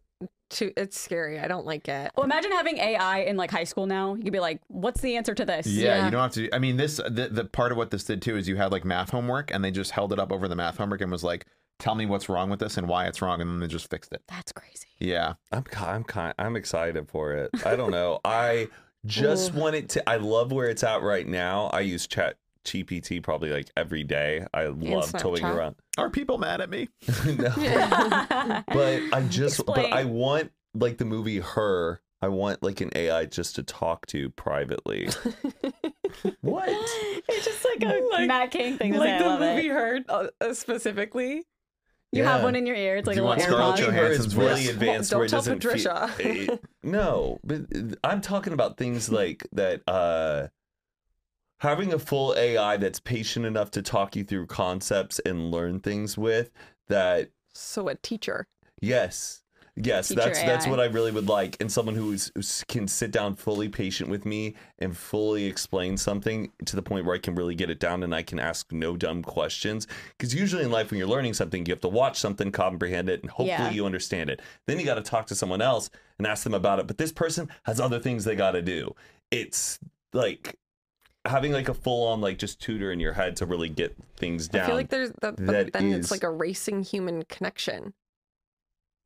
[SPEAKER 1] too. It's scary. I don't like it.
[SPEAKER 4] Well, imagine having AI in like high school now. You could be like, what's the answer to this?
[SPEAKER 2] Yeah,
[SPEAKER 1] Yeah.
[SPEAKER 2] you don't have to. I mean, this the, the part of what this did too is you had like math homework, and they just held it up over the math homework and was like, "Tell me what's wrong with this and why it's wrong," and then they just fixed it.
[SPEAKER 4] That's crazy.
[SPEAKER 2] Yeah,
[SPEAKER 3] I'm ki- I'm kind I'm excited for it. I don't know. I just want it to. I love where it's at right now. I use Chat GPT probably like every day. I love toying
[SPEAKER 1] Snapchat.
[SPEAKER 3] around.
[SPEAKER 2] are people mad at me?
[SPEAKER 3] no, but I just but I
[SPEAKER 4] Explain.
[SPEAKER 3] want like the movie Her. I want like an AI just to talk to privately. what?
[SPEAKER 4] it's just like a
[SPEAKER 1] Like-
[SPEAKER 4] Matt King thing to say.
[SPEAKER 1] like
[SPEAKER 4] I
[SPEAKER 1] the
[SPEAKER 4] love
[SPEAKER 1] movie
[SPEAKER 4] it.
[SPEAKER 1] heard uh, specifically.
[SPEAKER 4] You
[SPEAKER 3] Yeah.
[SPEAKER 4] have one in your ear. It's like
[SPEAKER 2] Do
[SPEAKER 4] a
[SPEAKER 2] you want
[SPEAKER 4] little
[SPEAKER 2] Scarlett
[SPEAKER 4] AirPod.
[SPEAKER 2] Johansson?
[SPEAKER 3] Her is
[SPEAKER 2] Johansson's
[SPEAKER 3] really
[SPEAKER 2] voice.
[SPEAKER 3] advanced
[SPEAKER 1] Well,
[SPEAKER 3] where it
[SPEAKER 1] don't
[SPEAKER 3] doesn't
[SPEAKER 1] tell
[SPEAKER 3] feel-
[SPEAKER 1] Patricia.
[SPEAKER 3] Eh, no, but uh, I'm talking about things like that. Uh, having a full AI that's patient enough to talk you through concepts and learn things with. That
[SPEAKER 1] So a teacher.
[SPEAKER 3] yes, yes,
[SPEAKER 4] Teacher
[SPEAKER 3] that's that's
[SPEAKER 4] AI.
[SPEAKER 3] what I really would like, and someone who is who s- can sit down fully patient with me and fully explain something to the point where I can really get it down and I can ask no dumb questions. Because usually in life, when you're learning something, you have to watch something, comprehend it, and hopefully
[SPEAKER 4] Yeah.
[SPEAKER 3] you understand it. Then you got to talk to someone else and ask them about it. But this person has other things they got to do. It's like having like a full on like just tutor in your head to really get things down.
[SPEAKER 1] I feel like there's that, but
[SPEAKER 3] That
[SPEAKER 1] then
[SPEAKER 3] is-
[SPEAKER 1] it's like a racing human connection.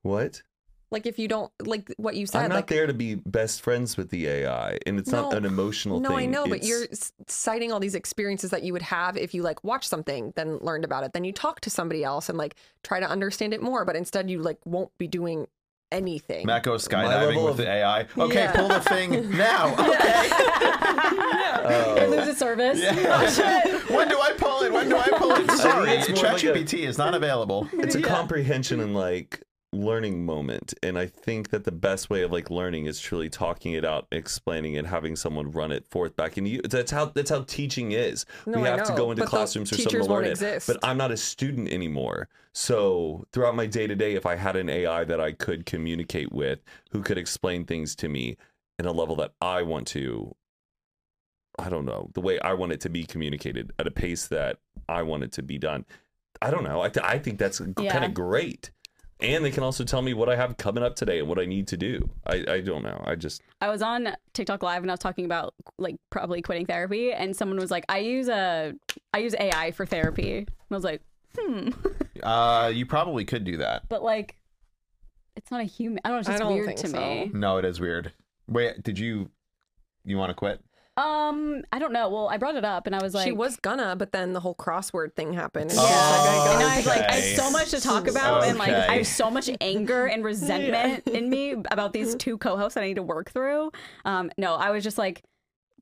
[SPEAKER 3] what?
[SPEAKER 1] Like if you don't like what you said,
[SPEAKER 3] I'm not
[SPEAKER 1] like
[SPEAKER 3] there to be best friends with the AI, and it's not
[SPEAKER 1] No.
[SPEAKER 3] an emotional
[SPEAKER 1] no,
[SPEAKER 3] thing.
[SPEAKER 1] I know, but
[SPEAKER 3] It's-
[SPEAKER 1] you're s- citing all these experiences that you would have if you like watch something, then learned about it, then you talk to somebody else and like try to understand it more, but instead you like won't be doing anything.
[SPEAKER 2] Matt goes
[SPEAKER 3] My
[SPEAKER 2] skydiving
[SPEAKER 3] level
[SPEAKER 2] with
[SPEAKER 3] of-
[SPEAKER 2] the AI. Okay,
[SPEAKER 1] Yeah.
[SPEAKER 2] pull the thing now. Okay,
[SPEAKER 4] It loses service. Oh,
[SPEAKER 2] when do I pull it? When do I pull it? Sorry,
[SPEAKER 3] it's more like a-
[SPEAKER 2] ChatGPT is not available.
[SPEAKER 3] it's a comprehension
[SPEAKER 1] Mm.
[SPEAKER 3] and like learning moment and i think that the best way of like learning is truly talking it out explaining it having someone run it forth back and you that's how that's how teaching is
[SPEAKER 1] No,
[SPEAKER 3] we
[SPEAKER 1] I
[SPEAKER 3] have to
[SPEAKER 1] know,
[SPEAKER 3] go into
[SPEAKER 1] but the
[SPEAKER 3] classrooms for someone
[SPEAKER 1] teachers
[SPEAKER 3] to learn
[SPEAKER 1] won't
[SPEAKER 3] it
[SPEAKER 1] exist.
[SPEAKER 3] but i'm not a student anymore so throughout my day-to-day if i had an ai that i could communicate with who could explain things to me in a level that i want to i don't know the way i want it to be communicated at a pace that i want it to be done I don't know. I, th- I think that's kind
[SPEAKER 4] Yeah.
[SPEAKER 3] of great. And they can also tell me what I have coming up today and what I need to do. I, I don't know. I just
[SPEAKER 4] I was on TikTok live and I was talking about like probably quitting therapy and someone was like, I use a I use AI for therapy. And I was like, hmm.
[SPEAKER 2] Uh, you probably could do that.
[SPEAKER 4] But like it's not a human I don't know, it's
[SPEAKER 1] I
[SPEAKER 4] just
[SPEAKER 1] don't
[SPEAKER 4] weird
[SPEAKER 1] think
[SPEAKER 4] to
[SPEAKER 1] so.
[SPEAKER 4] me.
[SPEAKER 2] No, it is weird. Wait, did you? You want to quit?
[SPEAKER 4] Um, I don't know. Well, I brought it up and I was like
[SPEAKER 1] she was gonna, but then the whole crossword thing happened.
[SPEAKER 4] Yeah.
[SPEAKER 2] Oh,
[SPEAKER 4] and I was like, I
[SPEAKER 2] okay.
[SPEAKER 4] have so much to talk about, and like
[SPEAKER 2] Okay.
[SPEAKER 4] I have so much anger and resentment in me about these two co-hosts that I need to work through. Um, no, I was just like,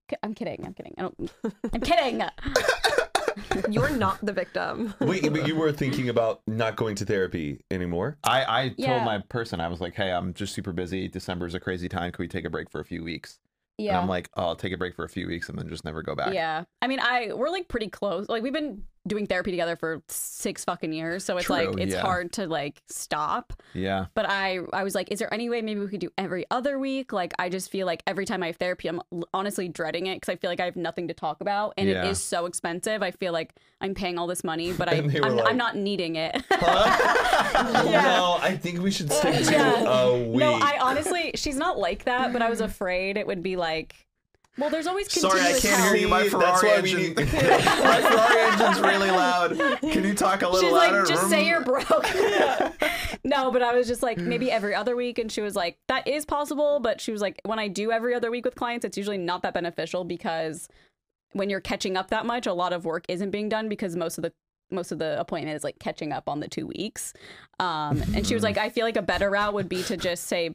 [SPEAKER 4] "K- I'm kidding, I'm kidding, I don't, I'm kidding.
[SPEAKER 1] You're not the victim.
[SPEAKER 3] wait, but you were thinking about not going to therapy anymore.
[SPEAKER 2] I, I told
[SPEAKER 4] Yeah.
[SPEAKER 2] my person, I was like, hey, I'm just super busy. December's a crazy time. Can we take a break for a few weeks? And
[SPEAKER 4] Yeah,
[SPEAKER 2] I'm like, oh, I'll take a break for a few weeks and then just never go back.
[SPEAKER 4] yeah. I mean, I we're like pretty close. Like we've been doing therapy together for six fucking years, so it's
[SPEAKER 2] True,
[SPEAKER 4] like it's
[SPEAKER 2] yeah.
[SPEAKER 4] hard to like stop.
[SPEAKER 2] Yeah.
[SPEAKER 4] but I I was like, is there any way maybe we could do every other week? Like I just feel like every time I have therapy, I'm l- honestly dreading it because I feel like I have nothing to talk about, and
[SPEAKER 2] Yeah.
[SPEAKER 4] it is so expensive. I feel like I'm paying all this money, but I
[SPEAKER 3] And
[SPEAKER 4] I'm,
[SPEAKER 3] they were like-
[SPEAKER 4] I'm not needing it.
[SPEAKER 3] No, I think we should stick to
[SPEAKER 4] Yeah.
[SPEAKER 3] a week.
[SPEAKER 4] no, I honestly, she's not like that, but I was afraid it would be like, well, there's always
[SPEAKER 2] Sorry,
[SPEAKER 4] continuous
[SPEAKER 2] I can't
[SPEAKER 4] help.
[SPEAKER 2] hear you. My
[SPEAKER 3] See, that's
[SPEAKER 2] Ferrari
[SPEAKER 3] why we
[SPEAKER 2] engine.
[SPEAKER 3] need-
[SPEAKER 2] my Ferrari engine's really loud. Can you talk a little
[SPEAKER 4] She's
[SPEAKER 2] louder?
[SPEAKER 4] like, just say you're broke. no, but I was just like, maybe every other week. And she was like, that is possible. But she was like, when I do every other week with clients, it's usually not that beneficial because when you're catching up that much, a lot of work isn't being done because most of the most of the appointment is like catching up on the two weeks. Um, and she
[SPEAKER 2] Mm-hmm.
[SPEAKER 4] was like, I feel like a better route would be to just say,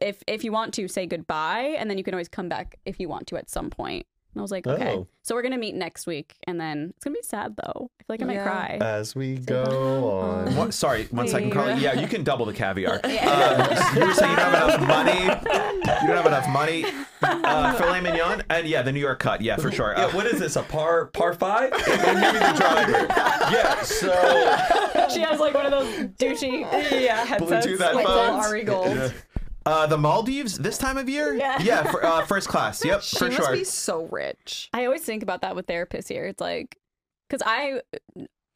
[SPEAKER 4] if if you want to say goodbye, and then you can always come back if you want to at some point. And I was like, okay,
[SPEAKER 3] Oh.
[SPEAKER 4] so we're gonna meet next week, and then it's gonna be sad though. I feel like I might
[SPEAKER 1] Yeah.
[SPEAKER 4] cry.
[SPEAKER 3] As we go on.
[SPEAKER 2] What? Sorry, one second, Carly. Yeah, you can double the caviar.
[SPEAKER 4] Yeah.
[SPEAKER 2] Um, you were saying you don't have enough money. You don't have enough money. Uh, filet mignon and yeah, the New York cut. Yeah, for sure. Uh,
[SPEAKER 3] Yeah, what is this? A par par five? And then maybe the driver. Yeah. So
[SPEAKER 4] She has like one of those douchey yeah headsets.
[SPEAKER 2] Bluetooth headphones.
[SPEAKER 1] Ari Gold.
[SPEAKER 2] Uh, the Maldives this time of year?
[SPEAKER 4] Yeah.
[SPEAKER 2] Yeah, for, uh, first class. Yep,
[SPEAKER 1] She
[SPEAKER 2] for
[SPEAKER 1] must
[SPEAKER 2] sure.
[SPEAKER 1] be so rich.
[SPEAKER 4] I always think about that with therapists here. It's like, because I,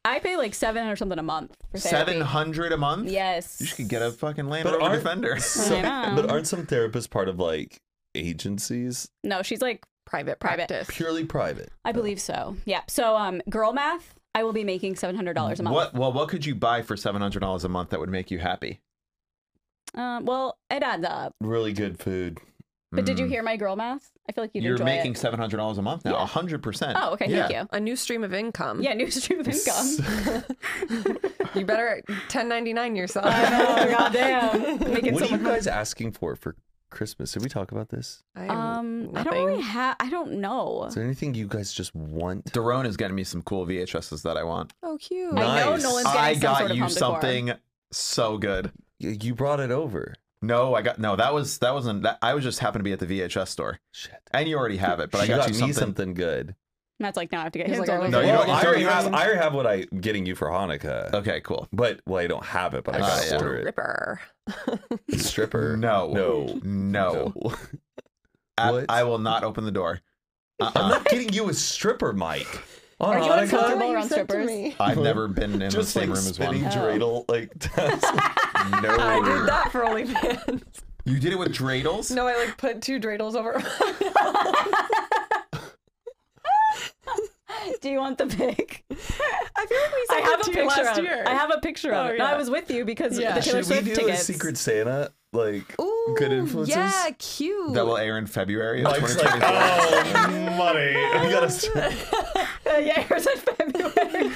[SPEAKER 4] I pay like seven hundred something a month for therapy.
[SPEAKER 2] Seven hundred a month.
[SPEAKER 4] Yes.
[SPEAKER 2] You should get a fucking Land
[SPEAKER 3] But
[SPEAKER 2] Rover
[SPEAKER 3] aren't-
[SPEAKER 2] Defender.
[SPEAKER 3] Some-
[SPEAKER 4] know.
[SPEAKER 3] but aren't some therapists part of like agencies?
[SPEAKER 4] No, she's like,
[SPEAKER 1] Private
[SPEAKER 4] Private.
[SPEAKER 1] practice.
[SPEAKER 3] Purely private.
[SPEAKER 4] I believe so. Yeah. So, um, girl math, I will be making seven hundred dollars a month.
[SPEAKER 2] What? Well, what could you buy for seven hundred dollars a month that would make you happy?
[SPEAKER 4] Um, well, it adds up.
[SPEAKER 3] Really good food.
[SPEAKER 4] But did you hear my girl math? I feel like you'd
[SPEAKER 2] Mm. You're
[SPEAKER 4] enjoy
[SPEAKER 2] making
[SPEAKER 4] it.
[SPEAKER 2] seven hundred dollars a month now. hundred percent.
[SPEAKER 4] Oh, okay.
[SPEAKER 2] Yeah.
[SPEAKER 4] Thank
[SPEAKER 1] A new stream of income.
[SPEAKER 4] you. Yeah, new stream of income.
[SPEAKER 1] You better 1099 yourself.
[SPEAKER 4] oh, God damn. Making
[SPEAKER 3] What are
[SPEAKER 4] so
[SPEAKER 3] you
[SPEAKER 4] much money.
[SPEAKER 3] guys asking for for Christmas? Did we talk about this?
[SPEAKER 1] I
[SPEAKER 4] Um, I don't
[SPEAKER 1] nothing.
[SPEAKER 4] really have. I don't know.
[SPEAKER 3] Is there anything you guys just want?
[SPEAKER 2] Daron is getting me some cool VHSs that I want.
[SPEAKER 1] Oh, cute.
[SPEAKER 3] No.
[SPEAKER 4] I know
[SPEAKER 3] Nice.
[SPEAKER 4] Nolan's getting
[SPEAKER 2] I
[SPEAKER 4] some
[SPEAKER 2] got
[SPEAKER 4] sort of
[SPEAKER 2] you
[SPEAKER 4] home decor.
[SPEAKER 2] something so good.
[SPEAKER 3] You you brought it over.
[SPEAKER 2] No, I got no. That was that wasn't. That, I was just happened to be at the VHS store,
[SPEAKER 3] Shit.
[SPEAKER 2] and you already have it. But
[SPEAKER 3] She
[SPEAKER 2] I got, you
[SPEAKER 3] me
[SPEAKER 2] something.
[SPEAKER 3] something good.
[SPEAKER 4] Matt's like, now I have to get
[SPEAKER 1] He's
[SPEAKER 4] him
[SPEAKER 1] like, I
[SPEAKER 4] something.
[SPEAKER 1] don't
[SPEAKER 2] No, you
[SPEAKER 3] well,
[SPEAKER 2] don't- you
[SPEAKER 3] I,
[SPEAKER 2] don't
[SPEAKER 3] already
[SPEAKER 2] even-
[SPEAKER 3] have, I already have what I'm getting you for Hanukkah.
[SPEAKER 2] Okay, cool.
[SPEAKER 3] But well, I don't have it, but I
[SPEAKER 2] Uh,
[SPEAKER 3] gotta
[SPEAKER 2] yeah.
[SPEAKER 3] order it.
[SPEAKER 1] Ripper.
[SPEAKER 3] Stripper.
[SPEAKER 2] No,
[SPEAKER 3] No.
[SPEAKER 2] no.
[SPEAKER 3] No.
[SPEAKER 2] I,
[SPEAKER 3] What?
[SPEAKER 2] I will not open the door.
[SPEAKER 3] I'm
[SPEAKER 2] Uh-uh.
[SPEAKER 3] not getting you a stripper, Mike. On
[SPEAKER 4] Are you
[SPEAKER 3] Hanukkah,
[SPEAKER 4] uncomfortable? Comfortable Oh. around strippers?
[SPEAKER 2] I've never been Oh, in the
[SPEAKER 3] just
[SPEAKER 2] same
[SPEAKER 3] like
[SPEAKER 2] room as
[SPEAKER 3] spinning
[SPEAKER 2] one.
[SPEAKER 3] dreidel, like
[SPEAKER 2] No,
[SPEAKER 1] I did that for OnlyFans.
[SPEAKER 2] you did it with dreidels.
[SPEAKER 1] No, I like put two dreidels over.
[SPEAKER 4] Do you want the pic?
[SPEAKER 1] I feel like we
[SPEAKER 4] I
[SPEAKER 1] said that
[SPEAKER 4] have a
[SPEAKER 1] to you
[SPEAKER 4] picture.
[SPEAKER 1] last
[SPEAKER 4] of,
[SPEAKER 1] year.
[SPEAKER 4] I have a picture of
[SPEAKER 1] Oh,
[SPEAKER 4] it. No,
[SPEAKER 1] yeah.
[SPEAKER 4] I was with you because
[SPEAKER 1] Yeah.
[SPEAKER 4] the Taylor
[SPEAKER 3] Should we
[SPEAKER 4] Swift
[SPEAKER 3] do
[SPEAKER 4] tickets.
[SPEAKER 3] a Secret Santa like
[SPEAKER 1] Ooh,
[SPEAKER 3] good influences?
[SPEAKER 1] Yeah, cute.
[SPEAKER 2] That will air in February of
[SPEAKER 3] Mike's like,
[SPEAKER 2] 2024.
[SPEAKER 3] oh, money. We gotta. st-
[SPEAKER 4] Uh, yeah, yours in February.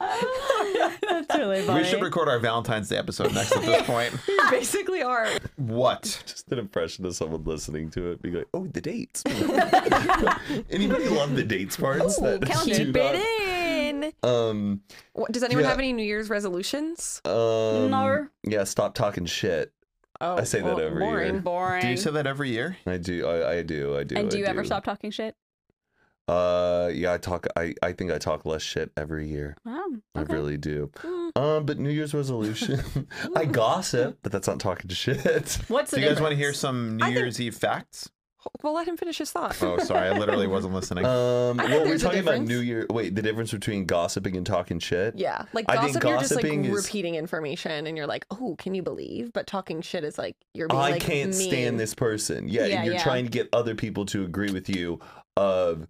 [SPEAKER 4] That's really funny.
[SPEAKER 2] we should record our Valentine's Day episode next at this point.
[SPEAKER 1] You basically are.
[SPEAKER 2] What?
[SPEAKER 3] Just an impression of someone listening to it, being like, "Oh, the dates." Anybody love the dates parts? that
[SPEAKER 4] calendar.
[SPEAKER 3] do
[SPEAKER 1] Keep
[SPEAKER 3] not-
[SPEAKER 1] it in.
[SPEAKER 3] Um.
[SPEAKER 1] What, does anyone
[SPEAKER 3] Yeah.
[SPEAKER 1] have any New Year's resolutions?
[SPEAKER 3] Um,
[SPEAKER 4] No.
[SPEAKER 3] Yeah, stop talking shit.
[SPEAKER 1] Oh,
[SPEAKER 3] I say that
[SPEAKER 1] well,
[SPEAKER 3] every
[SPEAKER 1] boring.
[SPEAKER 3] year.
[SPEAKER 4] Boring.
[SPEAKER 2] Do you say that every year?
[SPEAKER 3] I do. I, I do. I do.
[SPEAKER 4] and do
[SPEAKER 3] I
[SPEAKER 4] you ever stop talking shit?
[SPEAKER 3] Uh, yeah. I talk. I I think I talk less shit every year.
[SPEAKER 4] Wow.
[SPEAKER 3] I really do. Um, but New Year's resolution, I gossip, but that's not talking shit.
[SPEAKER 4] What's
[SPEAKER 2] Do
[SPEAKER 4] the
[SPEAKER 2] you guys want to
[SPEAKER 4] difference?
[SPEAKER 2] hear some New
[SPEAKER 1] I think-
[SPEAKER 2] Year's Eve facts?
[SPEAKER 1] Well, let him finish his thought.
[SPEAKER 2] Oh, sorry, I literally wasn't listening.
[SPEAKER 1] Uh,
[SPEAKER 3] Um,
[SPEAKER 1] I think
[SPEAKER 3] well, we're
[SPEAKER 1] there's a
[SPEAKER 3] talking about
[SPEAKER 1] difference.
[SPEAKER 3] New Year. Wait, the difference between gossiping and talking shit.
[SPEAKER 1] Yeah, like
[SPEAKER 3] I think
[SPEAKER 1] gossip, you're just like
[SPEAKER 3] gossiping is-
[SPEAKER 1] repeating information, and you're like, "Oh, can you believe?" But talking shit is like you're being
[SPEAKER 3] I
[SPEAKER 1] like,
[SPEAKER 3] can't
[SPEAKER 1] mean.
[SPEAKER 3] stand this person. Yeah,
[SPEAKER 4] Yeah,
[SPEAKER 3] you're
[SPEAKER 4] yeah.
[SPEAKER 3] trying to get other people to agree with you of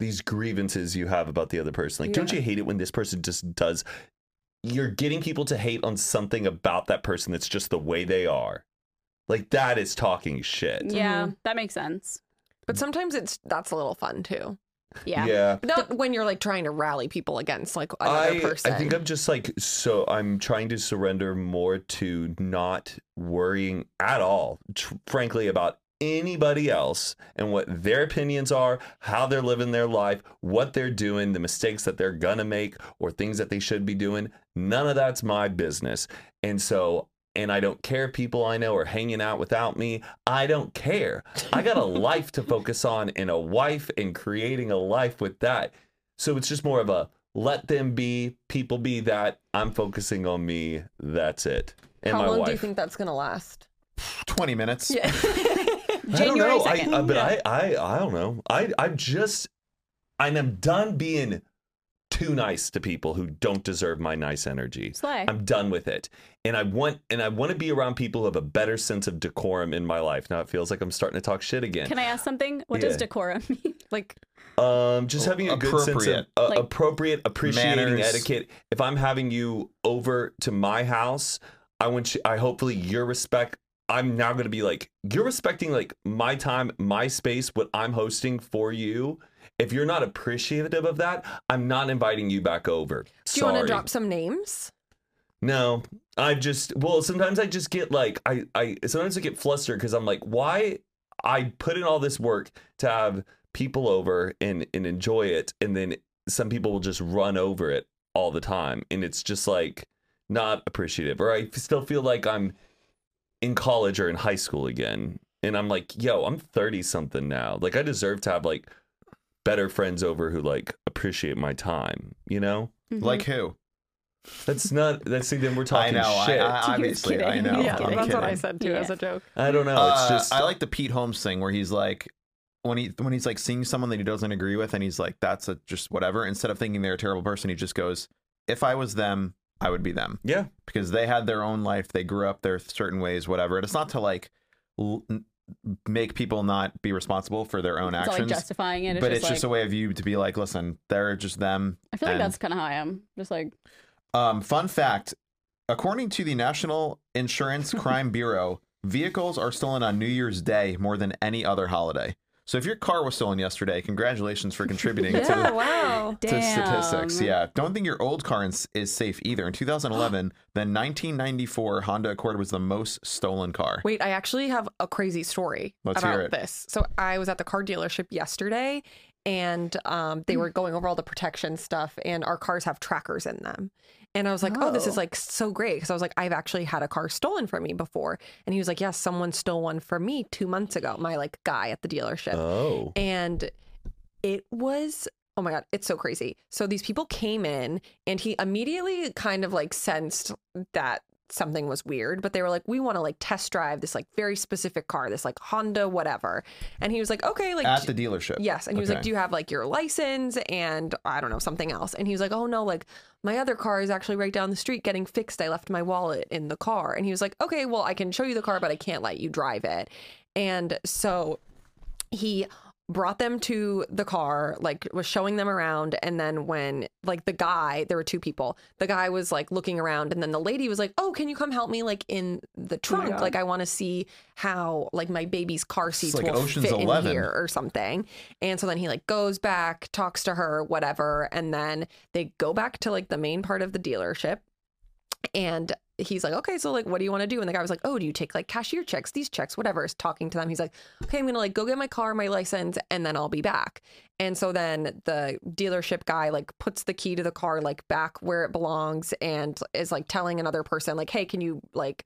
[SPEAKER 3] these grievances you have about the other person. Like, don't
[SPEAKER 1] Yeah.
[SPEAKER 3] you hate it when this person just does? You're getting people to hate on something about that person that's just the way they are. Like that is talking shit.
[SPEAKER 4] Yeah, that makes sense.
[SPEAKER 1] But sometimes it's that's a little fun too.
[SPEAKER 4] Yeah.
[SPEAKER 1] Not when you're like trying to rally people against like another
[SPEAKER 3] I,
[SPEAKER 1] person.
[SPEAKER 3] I think I'm just like so I'm trying to surrender more to not worrying at all tr- frankly about anybody else and what their opinions are, how they're living their life, what they're doing, the mistakes that they're going to make or things that they should be doing. None of that's my business. And so and I don't care if people I know are hanging out without me. I don't care. I got a life to focus on and a wife and creating a life with that. So it's just more of a let them be, people be that. I'm focusing on me. That's it. And
[SPEAKER 1] How
[SPEAKER 3] my
[SPEAKER 1] long
[SPEAKER 3] wife.
[SPEAKER 1] do you think that's gonna last?
[SPEAKER 2] Twenty minutes.
[SPEAKER 1] Yeah.
[SPEAKER 4] January
[SPEAKER 3] I don't
[SPEAKER 4] 2nd.
[SPEAKER 3] know. I, I, but I, I, I don't know. I, I'm just, and I'm done being too nice to people who don't deserve my nice energy.
[SPEAKER 4] Slay.
[SPEAKER 3] I'm done with it. And I want, and I want to be around people who have a better sense of decorum in my life. Now it feels like I'm starting to talk shit again.
[SPEAKER 4] Can I ask something? What does
[SPEAKER 3] Yeah.
[SPEAKER 4] decorum mean?
[SPEAKER 1] like
[SPEAKER 3] Um, just having a good sense
[SPEAKER 2] Oh,
[SPEAKER 3] of
[SPEAKER 2] Appropriate.
[SPEAKER 3] uh,
[SPEAKER 4] Like-
[SPEAKER 3] appropriate, appreciating
[SPEAKER 2] Manners.
[SPEAKER 3] etiquette. If I'm having you over to my house, I want you. I hopefully your respect. I'm now going to be like you're respecting like my time, my space, what I'm hosting for you. If you're not appreciative of that, I'm not inviting you back over.
[SPEAKER 1] Do you want to
[SPEAKER 3] Sorry.
[SPEAKER 1] drop some names?
[SPEAKER 3] No, I just well sometimes I just get like I I sometimes I get flustered because I'm like why I put in all this work to have people over and and enjoy it and then some people will just run over it all the time and it's just like not appreciative or I f- still feel like I'm in college or in high school again and I'm like yo I'm 30 something now like I deserve to have like
[SPEAKER 4] mm-hmm.
[SPEAKER 3] better friends over who like appreciate my time you know
[SPEAKER 2] Like who?
[SPEAKER 3] That's not. That's see. Then we're
[SPEAKER 2] I
[SPEAKER 3] talking
[SPEAKER 2] know. I,
[SPEAKER 3] shit.
[SPEAKER 2] I, obviously, I
[SPEAKER 4] kidding.
[SPEAKER 2] know.
[SPEAKER 1] yeah,
[SPEAKER 2] I'm
[SPEAKER 1] that's
[SPEAKER 2] kidding.
[SPEAKER 1] what I said too as a joke.
[SPEAKER 3] I don't know.
[SPEAKER 2] Uh,
[SPEAKER 3] it's just.
[SPEAKER 2] I like the Pete Holmes thing where he's like when he when he's like seeing someone that he doesn't agree with and he's like that's a just whatever instead of thinking they're a terrible person he just goes if I was them I would be them
[SPEAKER 3] yeah.
[SPEAKER 2] because they had their own life they grew up their certain ways whatever and it's not to like l- n- make people not be responsible for their own
[SPEAKER 4] It's all, like
[SPEAKER 2] actions
[SPEAKER 4] justifying it. It's
[SPEAKER 2] but
[SPEAKER 4] just
[SPEAKER 2] it's just a
[SPEAKER 4] like,
[SPEAKER 2] way of you to be like listen they're just them
[SPEAKER 4] I feel like
[SPEAKER 2] and-
[SPEAKER 4] that's kind of how I am. Just like
[SPEAKER 2] um, fun fact according to the National Insurance Crime Bureau, vehicles are stolen on New Year's Day more than any other holiday. So if your car was stolen yesterday, congratulations for contributing
[SPEAKER 1] Yeah,
[SPEAKER 2] to,
[SPEAKER 1] wow.
[SPEAKER 2] to statistics. Yeah. Don't think your old car is, is safe either. In 2011, the 1994 Honda Accord was the most stolen car.
[SPEAKER 1] Wait, I actually have a crazy story
[SPEAKER 2] Let's hear it.
[SPEAKER 1] about this. So I was at the car dealership yesterday and um, they were going over all the protection stuff and our cars have trackers in them. And I was like, oh, this
[SPEAKER 4] Oh.
[SPEAKER 1] is like so great. Because I was like, I've actually had a car stolen from me before. And he was like, yes, someone stole one from me two months ago, my like guy at the dealership.
[SPEAKER 3] Oh.
[SPEAKER 1] and it was oh my god it's so crazy so these people came in and he immediately kind of like sensed that something was weird but they were like we want to like test drive this like very specific car this like honda whatever and he was like okay like
[SPEAKER 2] At the dealership.
[SPEAKER 1] Yes. And he was like,
[SPEAKER 2] Okay.
[SPEAKER 1] Do you have like your license and I don't know, something else? And he was like, Oh no, like my other car is actually right down the street getting fixed. I left my wallet in the car. And he was like, Okay, well, I can show you the car, but I can't let you drive it. And so he brought them to the car like was showing them around and then when like the guy there were two people the guy was like looking around and then the lady was like oh can you come help me like in
[SPEAKER 2] Oh
[SPEAKER 1] the trunk
[SPEAKER 4] God.
[SPEAKER 1] like i want to see how like my baby's car seats
[SPEAKER 2] like
[SPEAKER 1] will
[SPEAKER 2] Ocean's
[SPEAKER 1] fit in
[SPEAKER 2] 11.
[SPEAKER 1] here or something. And so then he like goes back, talks to her, whatever, and then they go back to like the main part of the dealership and he's like, okay, so like, what do you want to do? And the guy was like, oh, do you take like cashier checks, these checks, whatever? Is talking to them. He's like, okay, I'm gonna like go get my car, my license, and then I'll be back. And so then the dealership guy like puts the key to the car like back where it belongs and is like telling another person like, hey, can you like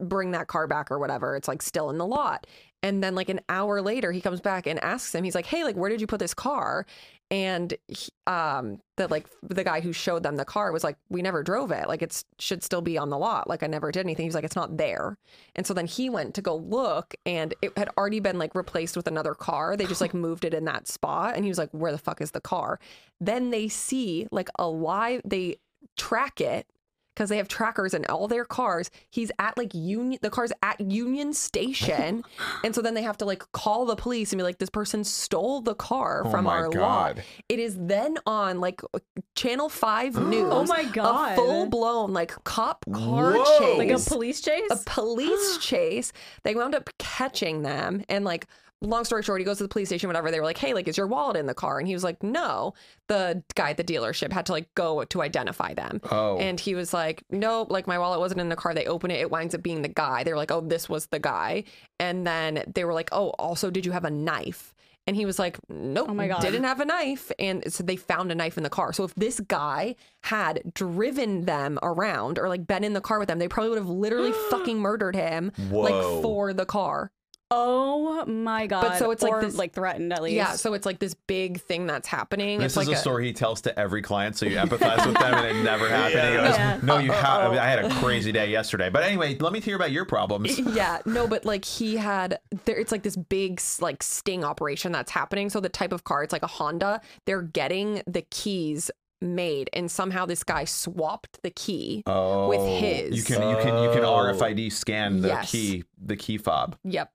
[SPEAKER 1] bring that car back or whatever? It's like still in the lot. And then like an hour later, he comes back and asks him. He's like, hey, like, where did you put this car? and he, um the like the guy who showed them the car was like we never drove it like it's should still be on the lot like i never did anything he was like it's not there and so then he went to go look and it had already been like replaced with another car they just like moved it in that spot and he was like where the fuck is the car then they see like a live they track it because they have trackers in all their cars. He's at like Union, the car's at Union Station. and so then they have to like call the police and be like, this person stole the car
[SPEAKER 2] Oh
[SPEAKER 1] from
[SPEAKER 2] my
[SPEAKER 1] our lot.
[SPEAKER 2] God.
[SPEAKER 1] It is then on like uh, Channel 5 News.
[SPEAKER 4] Oh my
[SPEAKER 1] A
[SPEAKER 4] God.
[SPEAKER 1] full blown like cop car
[SPEAKER 2] Whoa.
[SPEAKER 1] chase
[SPEAKER 4] like a police chase.
[SPEAKER 1] a police chase. They wound up catching them and like long story short, he goes to the police station, whatever. They were like, Hey, like, is your wallet in the car? And he was like, No. The guy at the dealership had to like go to identify them.
[SPEAKER 2] Oh.
[SPEAKER 1] And he was like, Nope, like my wallet wasn't in the car. They open it, it winds up being the guy. They were like, Oh, this was the guy. And then they were like, Oh, also, did you have a knife? And he was like, Nope,
[SPEAKER 4] Oh my God.
[SPEAKER 1] didn't have a knife. And so they found a knife in the car. So if this guy had driven them around or like been in the car with them, they probably would have literally fucking murdered him
[SPEAKER 3] Whoa.
[SPEAKER 1] like for the car.
[SPEAKER 4] oh my god!
[SPEAKER 1] so it's like
[SPEAKER 4] Or,
[SPEAKER 1] this-
[SPEAKER 4] like threatened at least.
[SPEAKER 1] Yeah. So it's like this big thing that's happening.
[SPEAKER 2] This
[SPEAKER 1] it's
[SPEAKER 2] is
[SPEAKER 1] like
[SPEAKER 2] a story he tells to every client, so you empathize with them, and it never happened. He
[SPEAKER 3] Yeah.
[SPEAKER 2] goes,
[SPEAKER 4] Yeah.
[SPEAKER 2] "No, you have. I, mean, I had a crazy day yesterday, but anyway, let me hear about your problems."
[SPEAKER 1] yeah no but like he had there it's like this big like sting operation that's happening so the type of car it's like a honda they're getting the keys made and somehow this guy swapped the key
[SPEAKER 2] Oh,
[SPEAKER 1] With his.
[SPEAKER 2] you can you can you can
[SPEAKER 3] Oh.
[SPEAKER 2] RFID scan the
[SPEAKER 1] Yes.
[SPEAKER 2] key the key fob.
[SPEAKER 1] yep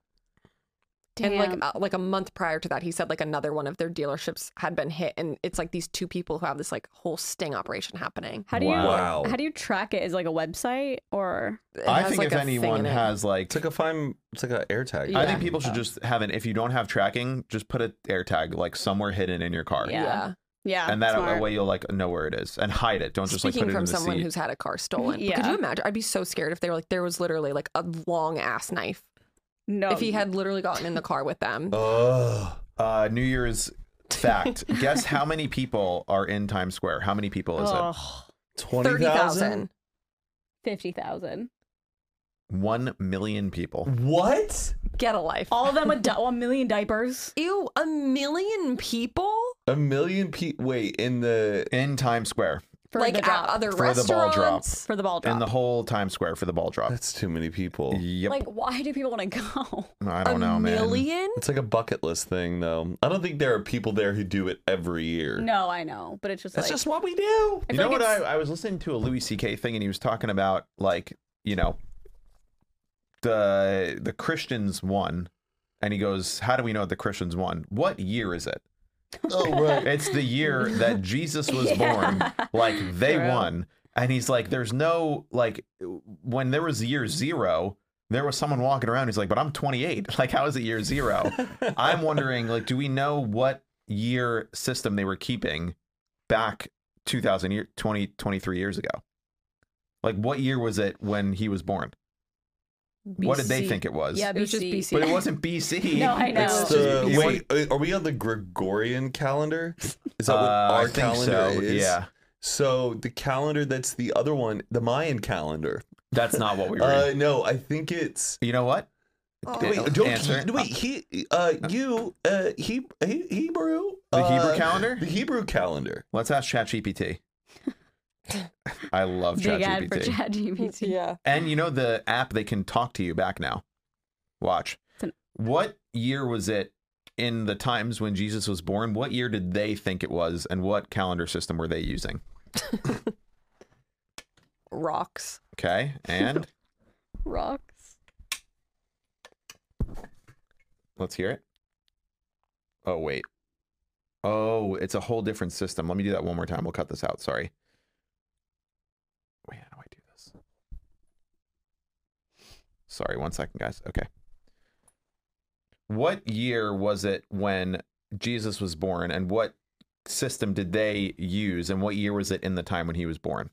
[SPEAKER 4] Damn.
[SPEAKER 1] and like uh, like a month prior to that he said like another one of their dealerships had been hit and it's like these two people who have this like whole sting operation happening
[SPEAKER 4] how do
[SPEAKER 3] Wow.
[SPEAKER 4] you how do you track it? Is it like a website or
[SPEAKER 1] It
[SPEAKER 2] I
[SPEAKER 1] has,
[SPEAKER 2] think
[SPEAKER 1] like,
[SPEAKER 2] if
[SPEAKER 1] a thing in
[SPEAKER 2] anyone
[SPEAKER 1] it.
[SPEAKER 2] has like,
[SPEAKER 3] It's like a fine. It's like an air tag.
[SPEAKER 1] Yeah.
[SPEAKER 2] I think people should just have an. If you don't have tracking, just put an air tag like somewhere hidden in your car,
[SPEAKER 4] Yeah. yeah?
[SPEAKER 2] and that
[SPEAKER 4] smart.
[SPEAKER 2] way you'll like know where it is and hide it. Don't just
[SPEAKER 1] Speaking
[SPEAKER 2] like put it
[SPEAKER 1] from
[SPEAKER 2] in the
[SPEAKER 1] someone
[SPEAKER 2] seat.
[SPEAKER 1] who's had a car stolen, But could
[SPEAKER 4] Yeah.
[SPEAKER 1] you imagine? I'd be so scared if they were like there was literally like a long ass knife.
[SPEAKER 4] No,
[SPEAKER 1] if he had literally gotten in the car with them.
[SPEAKER 3] Ugh.
[SPEAKER 2] uh, New Year's fact. Guess how many people are in Times Square? How many people is
[SPEAKER 1] Oh.
[SPEAKER 2] it?
[SPEAKER 3] Twenty
[SPEAKER 1] 30,000.
[SPEAKER 3] thousand.
[SPEAKER 4] fifty thousand.
[SPEAKER 2] One million people.
[SPEAKER 3] What?
[SPEAKER 1] Get a life.
[SPEAKER 4] All of them with di- well, a million diapers.
[SPEAKER 1] Ew, a million people?
[SPEAKER 3] A million people. Wait, in the
[SPEAKER 2] in Times Square.
[SPEAKER 4] For
[SPEAKER 1] like
[SPEAKER 4] the
[SPEAKER 1] at
[SPEAKER 4] drop.
[SPEAKER 1] other
[SPEAKER 2] For the
[SPEAKER 1] restaurants.
[SPEAKER 2] ball drop.
[SPEAKER 4] for the ball drop.
[SPEAKER 2] and the whole Times Square for the ball drop.
[SPEAKER 3] That's too many people.
[SPEAKER 2] Yep.
[SPEAKER 4] Like, why do people want to go?
[SPEAKER 2] I don't know, man.
[SPEAKER 1] Million?
[SPEAKER 3] It's like a bucket list thing, though. I don't think there are people there who do it every year.
[SPEAKER 4] No, I know, but it's just
[SPEAKER 3] That's
[SPEAKER 4] like
[SPEAKER 3] just what we do.
[SPEAKER 4] I
[SPEAKER 2] You
[SPEAKER 4] feel
[SPEAKER 2] know
[SPEAKER 4] like
[SPEAKER 2] what? I,
[SPEAKER 4] it's-
[SPEAKER 2] I was listening to a Louis C.K. thing, and he was talking about like you know the the Christians won, and he goes, "How do we know the Christians won? What year is it?
[SPEAKER 3] Oh, right.
[SPEAKER 2] It's the year that Jesus was
[SPEAKER 4] Yeah.
[SPEAKER 2] born. Like they
[SPEAKER 4] True.
[SPEAKER 2] won." And he's like, "There's no like when there was year zero, there was someone walking around. He's like, but I'm 28. Like, how is it year zero? I'm wondering, like, do we know what year system they were keeping back 2000 year, 20, 23 years ago? Like, what year was it when he was born? What did they
[SPEAKER 1] BC.
[SPEAKER 2] think it was?
[SPEAKER 4] yeah,
[SPEAKER 1] It was just
[SPEAKER 4] BC.
[SPEAKER 1] BC.
[SPEAKER 2] but it wasn't BC.
[SPEAKER 4] No, I know.
[SPEAKER 3] It's
[SPEAKER 2] just-
[SPEAKER 3] the,
[SPEAKER 2] it
[SPEAKER 3] wait, uh, are we on the Gregorian calendar? Is that
[SPEAKER 2] wa-
[SPEAKER 3] what
[SPEAKER 2] uh,
[SPEAKER 3] our
[SPEAKER 2] I think
[SPEAKER 3] calendar
[SPEAKER 2] so,
[SPEAKER 3] is?
[SPEAKER 2] Yeah,
[SPEAKER 3] So the calendar that's the other one, the Mayan calendar.
[SPEAKER 2] that's not what we were.
[SPEAKER 3] Uh, no, I think it's.
[SPEAKER 2] you know what?
[SPEAKER 4] Oh.
[SPEAKER 3] Wait, don't
[SPEAKER 2] Answer.
[SPEAKER 3] he, wait. He, uh, you, uh, he, he Hebrew.
[SPEAKER 2] The Hebrew
[SPEAKER 3] uh,
[SPEAKER 2] calendar?
[SPEAKER 3] The Hebrew calendar.
[SPEAKER 2] Let's ask ChatGPT. I love
[SPEAKER 4] Big ad for
[SPEAKER 2] ChatGPT.
[SPEAKER 4] ChatGPT.
[SPEAKER 1] Yeah.
[SPEAKER 2] And you know
[SPEAKER 4] Mm-hmm.
[SPEAKER 2] the app they can talk to you back now. Watch.
[SPEAKER 4] It's an-
[SPEAKER 2] What year was it in the times when Jesus was born? What year did they think it was and what calendar system were they using?
[SPEAKER 1] Rocks.
[SPEAKER 2] Okay? And
[SPEAKER 4] Rocks.
[SPEAKER 2] let's hear it. Oh wait. Oh, it's a whole different system. Let me do that one more time. We'll cut this out. Sorry. Wait, how do I do this? Sorry, one second, guys. Okay. What year was it when Jesus was born, and what system did they use, and what year was it in the time when he was born?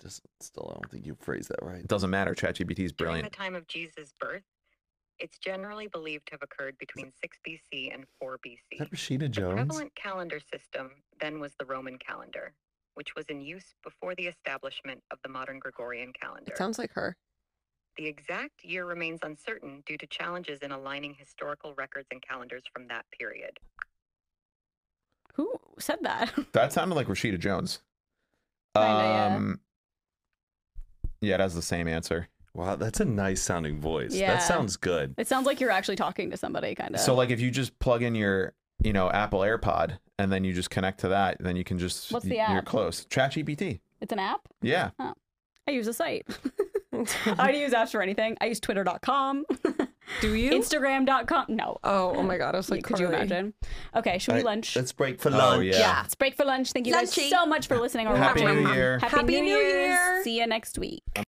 [SPEAKER 3] Just still, I don't think you phrased that right.
[SPEAKER 2] It doesn't matter. ChatGPT is
[SPEAKER 6] During the
[SPEAKER 2] brilliant.
[SPEAKER 6] time of Jesus' birth, it's generally believed to have occurred between 6 BC and 4
[SPEAKER 3] Is that
[SPEAKER 6] BC.
[SPEAKER 3] Rashida
[SPEAKER 6] The
[SPEAKER 3] Jones?
[SPEAKER 6] prevalent calendar system then was the Roman calendar, which was in use before the establishment of the modern Gregorian calendar.
[SPEAKER 1] It sounds like her.
[SPEAKER 6] The exact year remains uncertain due to challenges in aligning historical records and calendars from that period.
[SPEAKER 4] Who said that?
[SPEAKER 2] That sounded like Rashida Jones. Um,
[SPEAKER 4] Kinda, yeah.
[SPEAKER 2] yeah, it has the same answer.
[SPEAKER 3] Wow, that's a nice sounding voice.
[SPEAKER 4] Yeah.
[SPEAKER 3] That sounds good.
[SPEAKER 4] It sounds like you're actually talking to somebody, kind of.
[SPEAKER 2] So like if you just plug in your, you know, Apple AirPod and then you just connect to that, then you can just
[SPEAKER 4] What's the
[SPEAKER 2] you're
[SPEAKER 4] app?
[SPEAKER 2] close. ChatGPT.
[SPEAKER 4] it's an app.
[SPEAKER 2] Yeah.
[SPEAKER 4] I use a site. I don't use apps for anything. I use Twitter.com,
[SPEAKER 1] Do you?
[SPEAKER 4] Instagram.com. No.
[SPEAKER 1] oh, oh my god. I was like,
[SPEAKER 4] could
[SPEAKER 1] could
[SPEAKER 4] you imagine? Okay, should we
[SPEAKER 3] All right,
[SPEAKER 4] lunch?
[SPEAKER 3] Let's break for
[SPEAKER 2] Oh,
[SPEAKER 3] lunch.
[SPEAKER 2] yeah.
[SPEAKER 4] Yeah, it's break for lunch. Thank you guys
[SPEAKER 1] Lunchy.
[SPEAKER 4] so much for listening or
[SPEAKER 2] Happy
[SPEAKER 4] watching.
[SPEAKER 2] New Year.
[SPEAKER 1] Happy New Year.
[SPEAKER 4] See you next week.